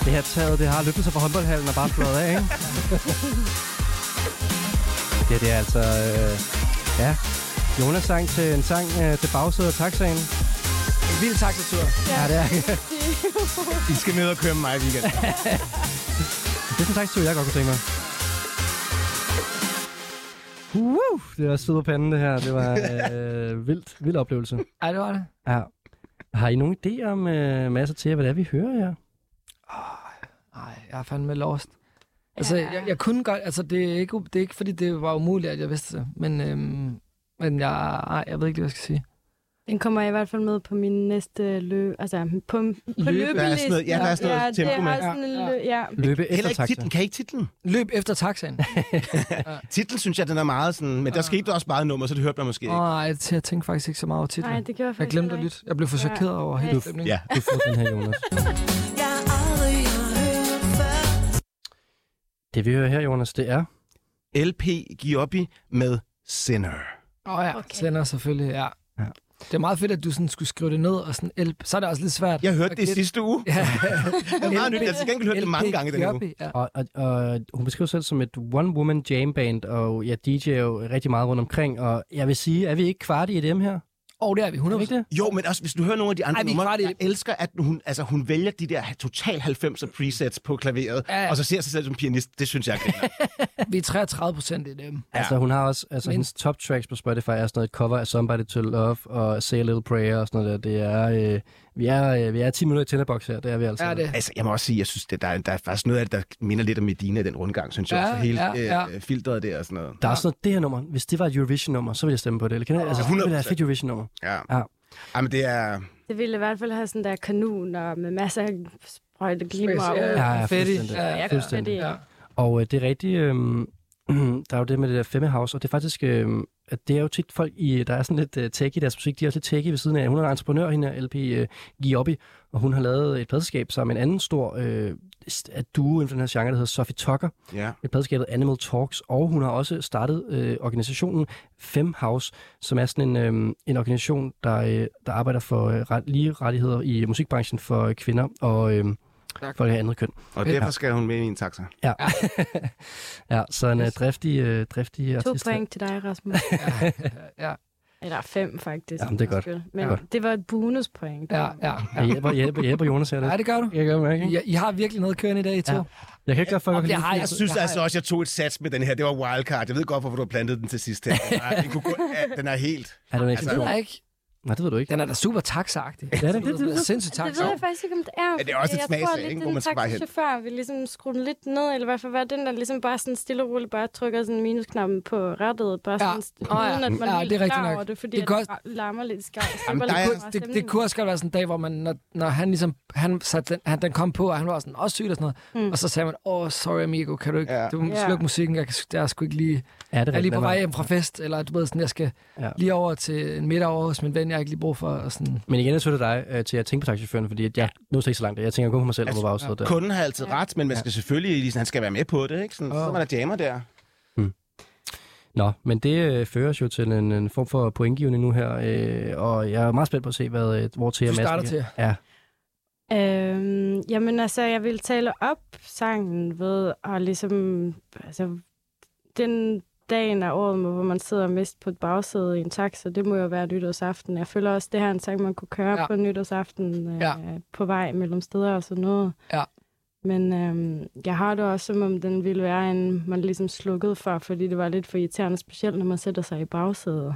Speaker 2: det her taget, det har løftet sig fra håndboldhallen og bare flået af, ikke? det, det er altså... Øh, ja. Jonas sang til en sang øh, til bagsædet af taxaen.
Speaker 4: En vild taxatur.
Speaker 2: Ja, det er
Speaker 5: I skal ned og køre med mig i weekenden.
Speaker 2: Det er sådan en taxatur, jeg godt kunne tænke mig. Woo! Det var sved på panden, det her. Det var øh, vildt, vild oplevelse.
Speaker 4: Ej, det var det.
Speaker 2: Ja. Har I nogen idé om øh, masser til, hvad det er, vi hører her?
Speaker 4: Nej, jeg er fandme lost. Altså, ja. jeg, jeg kunne godt... Altså, det er, ikke, det er ikke, fordi det var umuligt, at jeg vidste det. Men, øhm, men jeg, ej, jeg ved ikke, hvad jeg skal sige.
Speaker 9: Den kommer jeg i hvert fald med på min næste løb... Altså, på, på løbelisten.
Speaker 5: Der er sådan noget- ja, der er sådan noget
Speaker 9: ja,
Speaker 5: tempo
Speaker 9: det altså-
Speaker 5: med.
Speaker 9: har sådan en løb, ja.
Speaker 2: Løbe
Speaker 5: Heller
Speaker 2: efter
Speaker 5: ikke
Speaker 2: taxa.
Speaker 5: titlen. Kan I ikke titlen?
Speaker 4: Løb efter taxaen.
Speaker 5: Titlen synes jeg, den er meget sådan... Men der skete også meget nummer, så det hørte man måske ikke.
Speaker 4: Åh, oh, jeg tænkte faktisk ikke så meget over titlen.
Speaker 9: Nej, det gjorde jeg
Speaker 4: jeg
Speaker 9: faktisk
Speaker 4: glemte at
Speaker 9: heller
Speaker 4: lytte. Jeg blev for
Speaker 9: Ja.
Speaker 4: chokeret over
Speaker 9: Ja.
Speaker 4: hele stemningen.
Speaker 5: Ja.
Speaker 2: Du får den her, Jonas.
Speaker 17: Jeg aldrig har hørt før.
Speaker 2: Det, vi hører her, Jonas, det er...
Speaker 5: LP Gioppi med Sinner.
Speaker 4: Åh oh, ja, okay. sender selvfølgelig, ja.
Speaker 2: Ja.
Speaker 4: Det er meget fedt, at du sådan skulle skrive det ned, og sådan LP. Så er det også lidt svært.
Speaker 5: Jeg hørte
Speaker 4: at
Speaker 5: det i
Speaker 4: gætte.
Speaker 5: sidste uge.
Speaker 4: Ja.
Speaker 5: Det er meget nyt. Jeg har til gengæld hørt det mange gange i den uge.
Speaker 4: Ja.
Speaker 2: Og, og, og hun beskriver sig selv som et one-woman jam band, og jeg DJ'er jo rigtig meget rundt omkring, og jeg vil sige, er vi ikke kvart i dem her?
Speaker 4: Og det er vi
Speaker 2: Er
Speaker 4: 100%.
Speaker 2: vi ikke det?
Speaker 5: Jo, men også hvis du hører nogle af de andre
Speaker 4: Ej, vi er
Speaker 5: numre,
Speaker 4: klart i-
Speaker 5: jeg elsker, at hun, altså, hun vælger de der total 90'er presets på klaveret,
Speaker 4: Ja.
Speaker 5: og så ser sig selv som pianist. Det synes jeg er
Speaker 4: Vi er 33 procent i dem.
Speaker 2: Ja. Altså, hun har også, altså
Speaker 4: Men-
Speaker 2: Men... hendes top tracks på Spotify er sådan noget et cover af Somebody to Love og Say a Little Prayer og sådan noget der. Det er, øh, vi, er, øh, vi er 10 minutter i tænderboks her, det er vi altså.
Speaker 4: Er det?
Speaker 5: Altså, jeg må også sige, jeg synes, det, der, er- der er faktisk noget af det, der minder lidt om Medina i den rundgang, synes jeg.
Speaker 4: Ja,
Speaker 5: Ja, hele
Speaker 4: ja,
Speaker 5: ja,
Speaker 4: ja.
Speaker 5: ja. Øh, filtret der og sådan noget.
Speaker 2: Der er også noget, det her nummer, hvis det var et Eurovision-nummer, så ville jeg stemme på det. Eller kan jeg, altså,
Speaker 5: 100%.
Speaker 2: det er et fedt Eurovision-nummer.
Speaker 5: Ja.
Speaker 2: Ja.
Speaker 5: Jamen, det er...
Speaker 9: Det ville i hvert fald have sådan der kanoner med masser af sprøjte glimmer.
Speaker 4: Ja,
Speaker 9: ud.
Speaker 2: Ja, ja,
Speaker 4: Fettig.
Speaker 2: fuldstændig.
Speaker 4: Ja,
Speaker 9: Jeg gør
Speaker 2: fuldstændig.
Speaker 9: det.
Speaker 4: Ja.
Speaker 2: Og øh, det er rigtigt, øh, der er jo det med det der femme house, og det er faktisk, øh, at det er jo tit folk, i, der er sådan lidt øh, tech i deres musik, de er også lidt tech ved siden af. Hun er en entreprenør, hende her, LP øh, Gioppi, og hun har lavet et pladskab sammen med en anden stor øh, s- duo inden for den her genre, der hedder Sophie Tucker,
Speaker 5: Ja.
Speaker 2: med pladskabet Animal Talks, og hun har også startet øh, organisationen Femhouse, som er sådan en, øh, en organisation, der, øh, der arbejder for øh, ret, lige rettigheder i musikbranchen for øh, kvinder og øh,
Speaker 4: Tak.
Speaker 2: folk af andet køn.
Speaker 5: Og derfor skal hun med i en taxa.
Speaker 2: Ja. ja, så en yes. driftig, øh, driftig
Speaker 9: To
Speaker 2: artist. her.
Speaker 9: point til dig, Rasmus.
Speaker 4: Ja.
Speaker 9: Eller fem, faktisk.
Speaker 2: Jamen, det er godt.
Speaker 9: Undskyld. Men
Speaker 2: Godt.
Speaker 9: det var et bonuspoint.
Speaker 4: Ja, ja,
Speaker 2: Jeg
Speaker 4: ja.
Speaker 2: hjælper, jeg hjælper, jeg hjælper Jonas her lidt.
Speaker 4: Nej, det gør du.
Speaker 2: Jeg gør mig, ikke?
Speaker 4: I, I har virkelig noget kørende i dag, I to.
Speaker 2: Ja. Jeg kan ikke gøre for, at
Speaker 4: Jamen,
Speaker 2: jeg
Speaker 4: jeg
Speaker 2: kan
Speaker 4: har-
Speaker 2: lide-
Speaker 5: Jeg synes altså også, jeg tog et sats med den her. Det var wildcard. Jeg ved godt, hvorfor du har plantet den til sidst. her. Ja, Den, kunne gå, ja, den er helt...
Speaker 2: Er det en
Speaker 4: Den
Speaker 2: eksplosion?
Speaker 4: er, Altså, ikke,
Speaker 2: Nej, det ved du ikke.
Speaker 4: den er da super taxagtig.
Speaker 2: Ja, det- det- det-
Speaker 4: er sindssygt
Speaker 9: Det ved
Speaker 4: taxa.
Speaker 9: jeg faktisk ikke, om det er.
Speaker 5: det er
Speaker 9: fordi
Speaker 5: også et
Speaker 9: jeg
Speaker 5: smagsag,
Speaker 9: tror
Speaker 5: ikke?
Speaker 9: lidt,
Speaker 5: Hvor man skal
Speaker 9: den
Speaker 5: bare hen.
Speaker 9: taxichauffør vil ligesom skrue den lidt ned, eller i hvert fald være den, der ligesom bare sådan stille og roligt bare trykker sådan minusknappen på rettet, bare
Speaker 4: Ja.
Speaker 9: sådan, st-
Speaker 4: Åh, ja.
Speaker 9: uden at man
Speaker 4: Ja,
Speaker 9: helt
Speaker 4: det er rigtigt
Speaker 9: klar
Speaker 4: nok.
Speaker 9: over det, fordi
Speaker 4: Det
Speaker 9: det
Speaker 4: kan
Speaker 9: godt. det larmer lidt skavt. Jamen,
Speaker 5: der er-
Speaker 4: Det, det kunne også godt være sådan en dag, hvor man, når, når han ligesom, han satte den, han, den kom på, og han var sådan, også syg og sådan noget,
Speaker 9: Mm.
Speaker 4: mm. og så sagde man, åh, oh, sorry amigo, kan du ikke,
Speaker 5: Ja.
Speaker 4: ja. du må
Speaker 9: Ja.
Speaker 4: slukke musikken, jeg, kan, sgu- jeg er sgu ikke lige,
Speaker 2: Er det
Speaker 4: jeg er
Speaker 2: rigtigt?
Speaker 4: lige på
Speaker 2: Den
Speaker 4: vej
Speaker 2: var-
Speaker 4: hjem fra fest, eller du ved sådan, jeg skal
Speaker 2: Ja.
Speaker 4: ja. lige over til en middag over hos min ven, jeg har ikke lige brug for, og sådan,
Speaker 2: Men igen, jeg støtter dig øh, til at tænke på taxichaufføren, fordi at jeg nåede slet ikke så langt. Jeg tænker kun på mig selv, altså, hvor var der.
Speaker 5: Kunden har altid ret, men man skal selvfølgelig... Ligesom, han skal være med på det, ikke? Sådan, oh. Så sidder man der jammer der.
Speaker 2: Nå, men det øh, fører os jo til en, en form for pointgivning nu her, øh, og jeg er meget spændt på at se, hvad, øh, hvor til
Speaker 4: Du starter til.
Speaker 2: Ja,
Speaker 9: Øhm, jamen altså, jeg vil tale op sangen ved at ligesom, altså, den dagen af året, hvor man sidder mest på et bagsæde i en taxa, det må jo være nytårsaften. Jeg føler også, det her er en sang, man kunne køre
Speaker 4: Ja.
Speaker 9: ja. på nytårsaften øh,
Speaker 4: Ja.
Speaker 9: ja. på vej mellem steder og sådan noget.
Speaker 4: Ja.
Speaker 9: Men øhm, jeg har det også, som om den ville være en, man ligesom slukkede for, fordi det var lidt for irriterende, specielt når man sætter sig i bagsædet og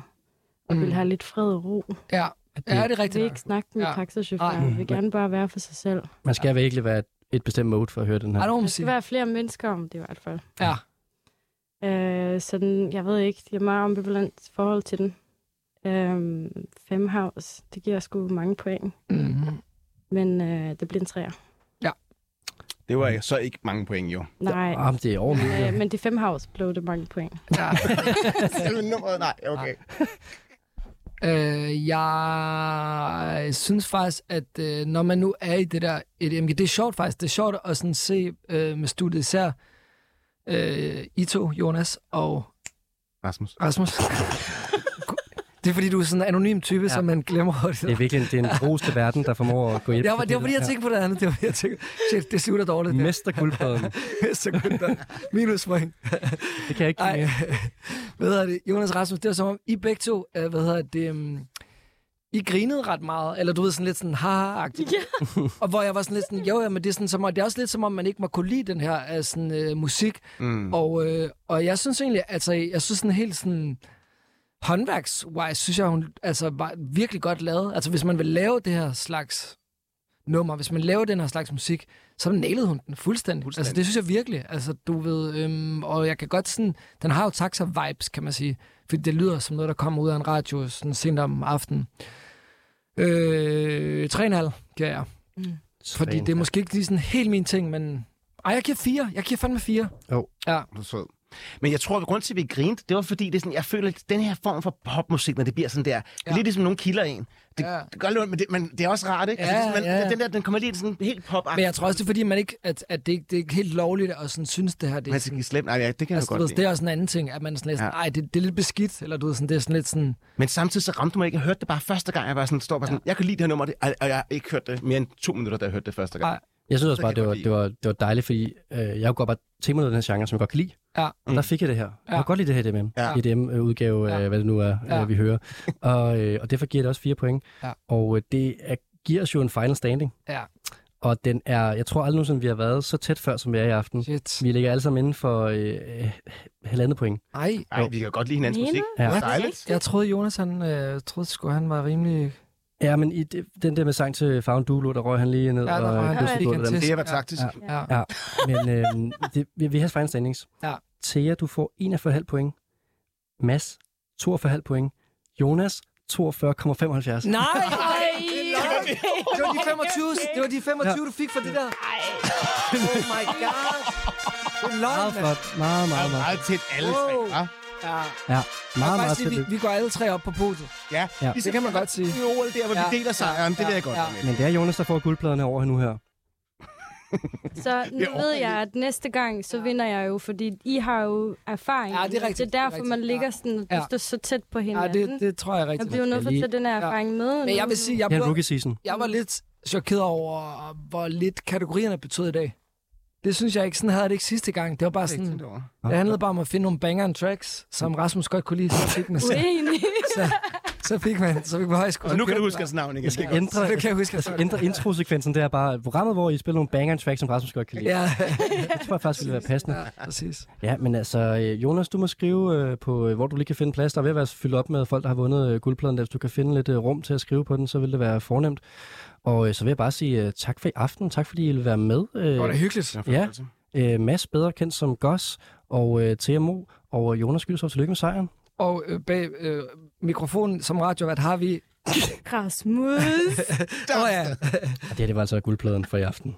Speaker 4: Mm.
Speaker 9: mm. vil have lidt fred og ro.
Speaker 4: ja, ja, det er
Speaker 9: Vi
Speaker 4: rigtigt. nok.
Speaker 9: ikke snakke med
Speaker 4: Ja.
Speaker 9: ja.
Speaker 4: Nej.
Speaker 9: taxachauffører. Vi vil gerne bare være for sig selv.
Speaker 2: man skal virkelig være et bestemt mode for at høre den her.
Speaker 4: Ej, det må
Speaker 9: Der
Speaker 4: man
Speaker 9: skal
Speaker 4: sige.
Speaker 9: være flere mennesker om det i hvert fald.
Speaker 4: Ja.
Speaker 9: Øh, sådan, jeg ved ikke, jeg er meget ambivalent forhold til den. Øh, Femhouse, det giver sgu mange point,
Speaker 4: Mm.
Speaker 9: men øh, det bliver en træer.
Speaker 5: Det var så ikke mange point, jo.
Speaker 9: Nej,
Speaker 2: Ah, men det er over
Speaker 9: øh, men det Femhouse blev det mange point.
Speaker 4: ja.
Speaker 5: Selve nummeret, nej, okay.
Speaker 4: Øh, jeg synes faktisk, at øh, når man nu er i det der et MG, det er sjovt faktisk, det er sjovt at sådan se øh, med studiet især øh, I to, Jonas og
Speaker 5: Rasmus.
Speaker 4: Rasmus. Det er fordi, du er sådan en anonym type, ja. som man glemmer hurtigt.
Speaker 2: Det er virkelig en- det er en roste verden, der formår at gå ind.
Speaker 4: Det var, det var fordi, jeg tænkte på det andet. Det var fordi, jeg tænkte, shit, det slutter dårligt.
Speaker 2: Mester guldpladen.
Speaker 4: Mester guldpladen. Minus point.
Speaker 2: Det kan jeg ikke
Speaker 4: Ej, hvad hedder det? Jonas Rasmus, det var som om, I begge to, øh, hvad hedder det, um, I grinede ret meget, eller du ved, sådan lidt sådan haha-agtigt. Ja. og hvor jeg var sådan lidt sådan, jo, ja, men det er, sådan, som, om- det er også lidt som om, man ikke må kunne lide den her øh, sådan, øh, musik.
Speaker 5: Mm.
Speaker 4: Og, øh, og jeg synes egentlig, altså, jeg synes sådan helt sådan, håndværks-wise, synes jeg, hun altså, var virkelig godt lavet. Altså, hvis man vil lave det her slags nummer, hvis man laver den her slags musik, så nailede hun den fuldstændig. fuldstændig. Altså, det synes jeg virkelig. Altså, du ved, øhm, og jeg kan godt sådan, den har jo taxa-vibes, kan man sige, fordi det lyder som noget, der kommer ud af en radio sådan sent om aftenen. Øh, 3,5 giver jeg.
Speaker 9: Mm.
Speaker 4: Fordi det er måske ikke lige sådan helt min ting, men... Ej, jeg giver fire. Jeg giver fandme fire.
Speaker 2: Jo.
Speaker 4: Ja.
Speaker 5: Du er sød. Men jeg tror, at grunden til, at vi grinte, det var fordi, det er sådan, jeg føler, at den her form for popmusik, når det bliver sådan der, ja. det er lidt ligesom nogle kilder en. Det, ja. det gør lidt ondt, men det, men det er også rart, ikke?
Speaker 4: Ja,
Speaker 5: det er sådan, man,
Speaker 4: ja.
Speaker 5: Den der, den kommer lige sådan helt pop
Speaker 4: Men jeg tror også, det er fordi, man ikke, at, at det, ikke, det er ikke helt lovligt at sådan, synes, det her det er
Speaker 5: Man skal give slem. Nej, ja, det kan
Speaker 4: altså,
Speaker 5: jeg
Speaker 4: du
Speaker 5: godt
Speaker 4: ved,
Speaker 5: lide.
Speaker 4: det er også en anden ting, at man er sådan lidt,
Speaker 5: Ja.
Speaker 4: ja. ej, det, det er lidt beskidt, eller du ved, sådan, det er sådan lidt sådan...
Speaker 5: Men samtidig så ramte du mig ikke. Jeg hørte det bare første gang. Jeg var sådan, står bare sådan, ja. jeg kan lide det her nummer, og det- og og jeg har ikke hørt det mere end to minutter, da jeg hørte det første gang.
Speaker 4: Nej.
Speaker 2: Jeg synes
Speaker 5: Så
Speaker 2: også bare,
Speaker 5: kan
Speaker 2: det
Speaker 5: jeg
Speaker 2: var,
Speaker 5: godt lide.
Speaker 2: det, var, det var dejligt, fordi øh, jeg kunne godt bare tænke mig noget af den her genre, som jeg godt kan lide.
Speaker 4: Ja.
Speaker 2: Og der fik jeg det her. Jeg
Speaker 4: Ja.
Speaker 2: kan godt lide det her EDM.
Speaker 4: Ja.
Speaker 2: Ja. EDM-udgave, ja. øh, hvad det nu er,
Speaker 4: Ja.
Speaker 2: ja. vi hører. Og, øh, og derfor giver det også fire point.
Speaker 4: Ja.
Speaker 2: Og øh, det er, giver os jo en final standing.
Speaker 4: Ja.
Speaker 2: Og den er, jeg tror aldrig nogensinde, vi har været så tæt før, som vi er i aften.
Speaker 4: Shit.
Speaker 2: Vi ligger alle sammen inden for øh, øh, halvandet point.
Speaker 4: Ej.
Speaker 5: Ej, vi kan godt lide hinandens
Speaker 2: Mener
Speaker 5: musik.
Speaker 2: du? Ja.
Speaker 5: Det er dejligt.
Speaker 4: Jeg troede, Jonas, han øh, troede, sgu, han var rimelig...
Speaker 2: Ja, men i det, den der med sang til Fagen Dulo, der røg han lige ned.
Speaker 4: Ja, der røg
Speaker 2: og,
Speaker 4: han
Speaker 2: blev
Speaker 4: lige
Speaker 2: slået af
Speaker 4: igen
Speaker 2: dem.
Speaker 4: til. Det var taktisk. Ja.
Speaker 2: Ja, ja. ja. men øhm, det, vi, vi har final standings.
Speaker 4: Ja.
Speaker 2: Thea, du får 41,5 point. Mads, 42,5 point. Jonas, 42,75.
Speaker 4: Nej! Det var de 25, det var de 25 du fik for det der. Oh my god. Det er løgn,
Speaker 2: Meget
Speaker 4: mand.
Speaker 2: flot. Meget, meget, meget.
Speaker 5: Meget tæt alle
Speaker 4: Wow.
Speaker 5: tre, hva'?
Speaker 4: Ja.
Speaker 2: Ja, meget,
Speaker 4: Jeg kan
Speaker 2: meget
Speaker 4: faktisk sige,
Speaker 2: fedt.
Speaker 4: vi, vi går alle tre op på podiet.
Speaker 5: Ja,
Speaker 2: Ja.
Speaker 4: det kan man godt sige.
Speaker 5: I OL der, hvor vi deler sejren, det vil jeg godt være med.
Speaker 2: Men det er Jonas, der får guldpladerne over nu her.
Speaker 9: Så nu
Speaker 2: Det er
Speaker 9: ved jeg, at næste gang, så vinder jeg jo, fordi I har jo erfaring.
Speaker 4: Ja, det er
Speaker 9: Det
Speaker 4: rigtigt, det er
Speaker 9: er derfor, man
Speaker 4: rigtigt.
Speaker 9: ligger sådan, at du
Speaker 4: Ja.
Speaker 9: står så tæt på
Speaker 4: Ja,
Speaker 9: hinanden.
Speaker 4: det, det tror jeg er rigtigt.
Speaker 9: Jeg bliver jo nødt til at tage den her erfaring med.
Speaker 4: Men jeg vil sige, jeg,
Speaker 2: Det er
Speaker 4: blev,
Speaker 2: rookie season.
Speaker 4: jeg var lidt chokeret over, hvor lidt kategorierne betød i dag. Det synes jeg ikke. Sådan havde jeg det ikke sidste gang. Det var bare sådan... Det handlede bare om at finde nogle banger and tracks,
Speaker 2: Mm.
Speaker 4: som Rasmus godt kunne lide. Så fik man, så,
Speaker 9: Uenig.
Speaker 4: så, så fik man, så fik man højskole.
Speaker 5: Og nu kan du huske
Speaker 4: at
Speaker 5: hans navn igen.
Speaker 2: Jeg skal ændre,
Speaker 4: Så det kan jeg huske,
Speaker 2: jeg skal ændre introsekvensen. Det er bare programmet, hvor I spiller nogle banger tracks, som Rasmus godt kan lide.
Speaker 4: Ja,
Speaker 2: Det tror jeg faktisk ville være passende.
Speaker 4: præcis.
Speaker 2: Ja, men altså, øh, Jonas, du må skrive øh, på, øh, hvor du lige kan finde plads. Der er ved at være fyldt op med folk, der har vundet øh, guldpladen. Hvis du kan finde lidt øh, rum til at skrive på den, så vil det være fornemt. Og øh, så vil jeg bare sige øh, tak for i aften. Tak fordi I vil være med. Øh,
Speaker 4: Det var da hyggeligt.
Speaker 2: Ja, øh, Mads, bedre kendt som Goss, og øh, TMO, og øh, Jonas Gyldsov, tillykke med sejren.
Speaker 4: Og øh, bag øh, mikrofonen som radiovært har vi...
Speaker 9: Rasmus.
Speaker 4: Åh oh, ja.
Speaker 2: Og det her, det var altså guldpladen for i aften.